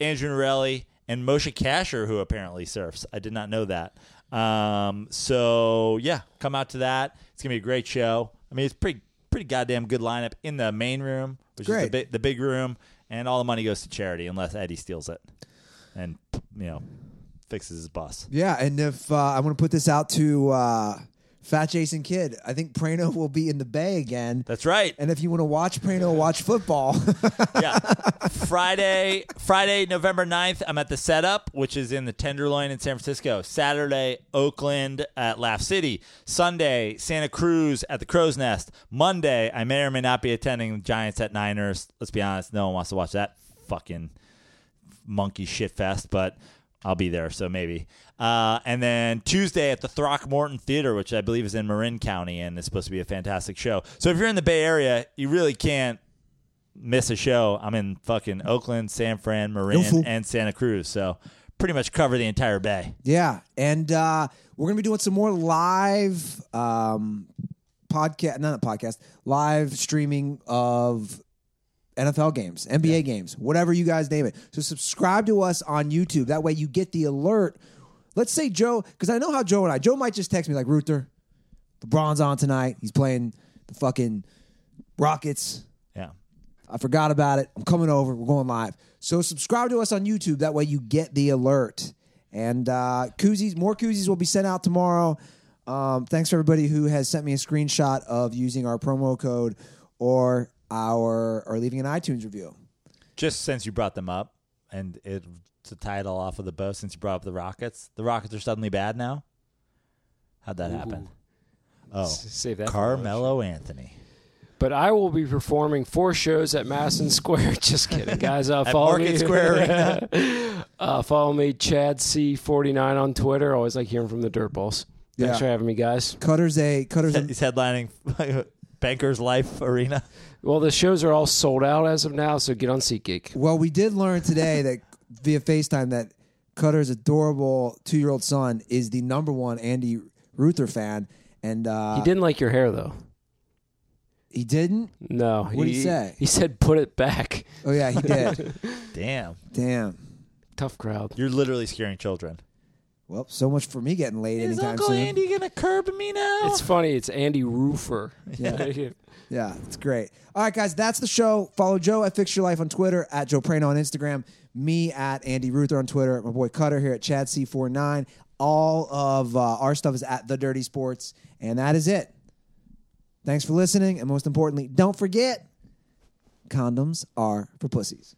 [SPEAKER 3] Andrew Norelli, and Moshe Kasher, who apparently surfs. I did not know that. Um, so yeah, come out to that. It's gonna be a great show. I mean, it's pretty pretty goddamn good lineup in the main room, which is
[SPEAKER 2] Great.
[SPEAKER 3] the, bi- the big room, and all the money goes to charity unless Eddie steals it, and you know fixes his bus.
[SPEAKER 2] Yeah, and if uh, I want to put this out to uh, Fat Jason Kidd, I think Prano will be in the Bay again.
[SPEAKER 3] That's right.
[SPEAKER 2] and if you want to watch Prano watch football,
[SPEAKER 3] yeah. Friday, Friday, November 9th, I'm at the setup, which is in the Tenderloin in San Francisco. Saturday, Oakland at Laugh City. Sunday, Santa Cruz at the Crow's Nest. Monday, I may or may not be attending the Giants at Niners. Let's be honest, no one wants to watch that fucking monkey shit fest, but I'll be there, so maybe. Uh, and then Tuesday at the Throckmorton Theater, which I believe is in Marin County, and is supposed to be a fantastic show. So if you're in the Bay Area, you really can't miss a show. I'm in fucking Oakland, San Fran, Marin,
[SPEAKER 2] No fool.
[SPEAKER 3] and Santa Cruz. So pretty much cover the entire bay.
[SPEAKER 2] Yeah, and uh, we're gonna be doing some more live um, podcast, not a podcast, live streaming of NFL games, NBA games, whatever you guys name it. So subscribe to us on YouTube. That way you get the alert. Let's say Joe, because I know how Joe and I. Joe might just text me like, "Ruther, LeBron's on tonight. He's playing the fucking Rockets."
[SPEAKER 3] Yeah.
[SPEAKER 2] I forgot about it. I'm coming over. We're going live. So subscribe to us on YouTube. That way you get the alert. And uh, koozies, more koozies will be sent out tomorrow. Um, thanks for everybody who has sent me a screenshot of using our promo code or our or leaving an iTunes review.
[SPEAKER 3] Just since you brought them up, and it to tie it all off of the bow, since you brought up the Rockets, the Rockets are suddenly bad now. How'd that happen? Oh,
[SPEAKER 4] S- Save that. for another
[SPEAKER 3] Carmelo Anthony.
[SPEAKER 4] show. But I will be performing four shows at Madison Square. Just kidding, guys. Uh,
[SPEAKER 3] At
[SPEAKER 4] follow
[SPEAKER 3] Market
[SPEAKER 4] me.
[SPEAKER 3] Square
[SPEAKER 4] uh, follow me, Chad C forty nine on Twitter. Always like hearing from the dirtballs. Thanks
[SPEAKER 2] Yeah.
[SPEAKER 4] for having me, guys.
[SPEAKER 2] Cutter's a Cutter's a,
[SPEAKER 3] He's headlining Banker's Life Arena.
[SPEAKER 4] Well, the shows are all sold out as of now, so get on SeatGeek.
[SPEAKER 2] Well, we did learn today that via FaceTime that Cutter's adorable two year old son is the number one Andy Ruther fan. And uh,
[SPEAKER 4] He didn't like your hair though.
[SPEAKER 2] He didn't?
[SPEAKER 4] No.
[SPEAKER 2] What'd he say?
[SPEAKER 4] He said, "Put it back."
[SPEAKER 2] Oh, yeah, he did.
[SPEAKER 3] Damn,
[SPEAKER 2] Damn.
[SPEAKER 4] Tough crowd.
[SPEAKER 3] you're literally scaring children.
[SPEAKER 2] Well, so much for me getting laid
[SPEAKER 6] Is
[SPEAKER 2] anytime
[SPEAKER 6] Uncle
[SPEAKER 2] soon.
[SPEAKER 6] Andy gonna curb me now?
[SPEAKER 4] It's funny. It's Andy Roofer.
[SPEAKER 2] Yeah. Yeah, it's great. All right, guys, that's the show. Follow Joe at Fix Your Life on Twitter, at Joe Prano on Instagram, me at Andy Ruther on Twitter, my boy Cutter here at Chad C49. All of uh, our stuff is at The Dirty Sports, and that is it. Thanks for listening, and most importantly, don't forget condoms are for pussies.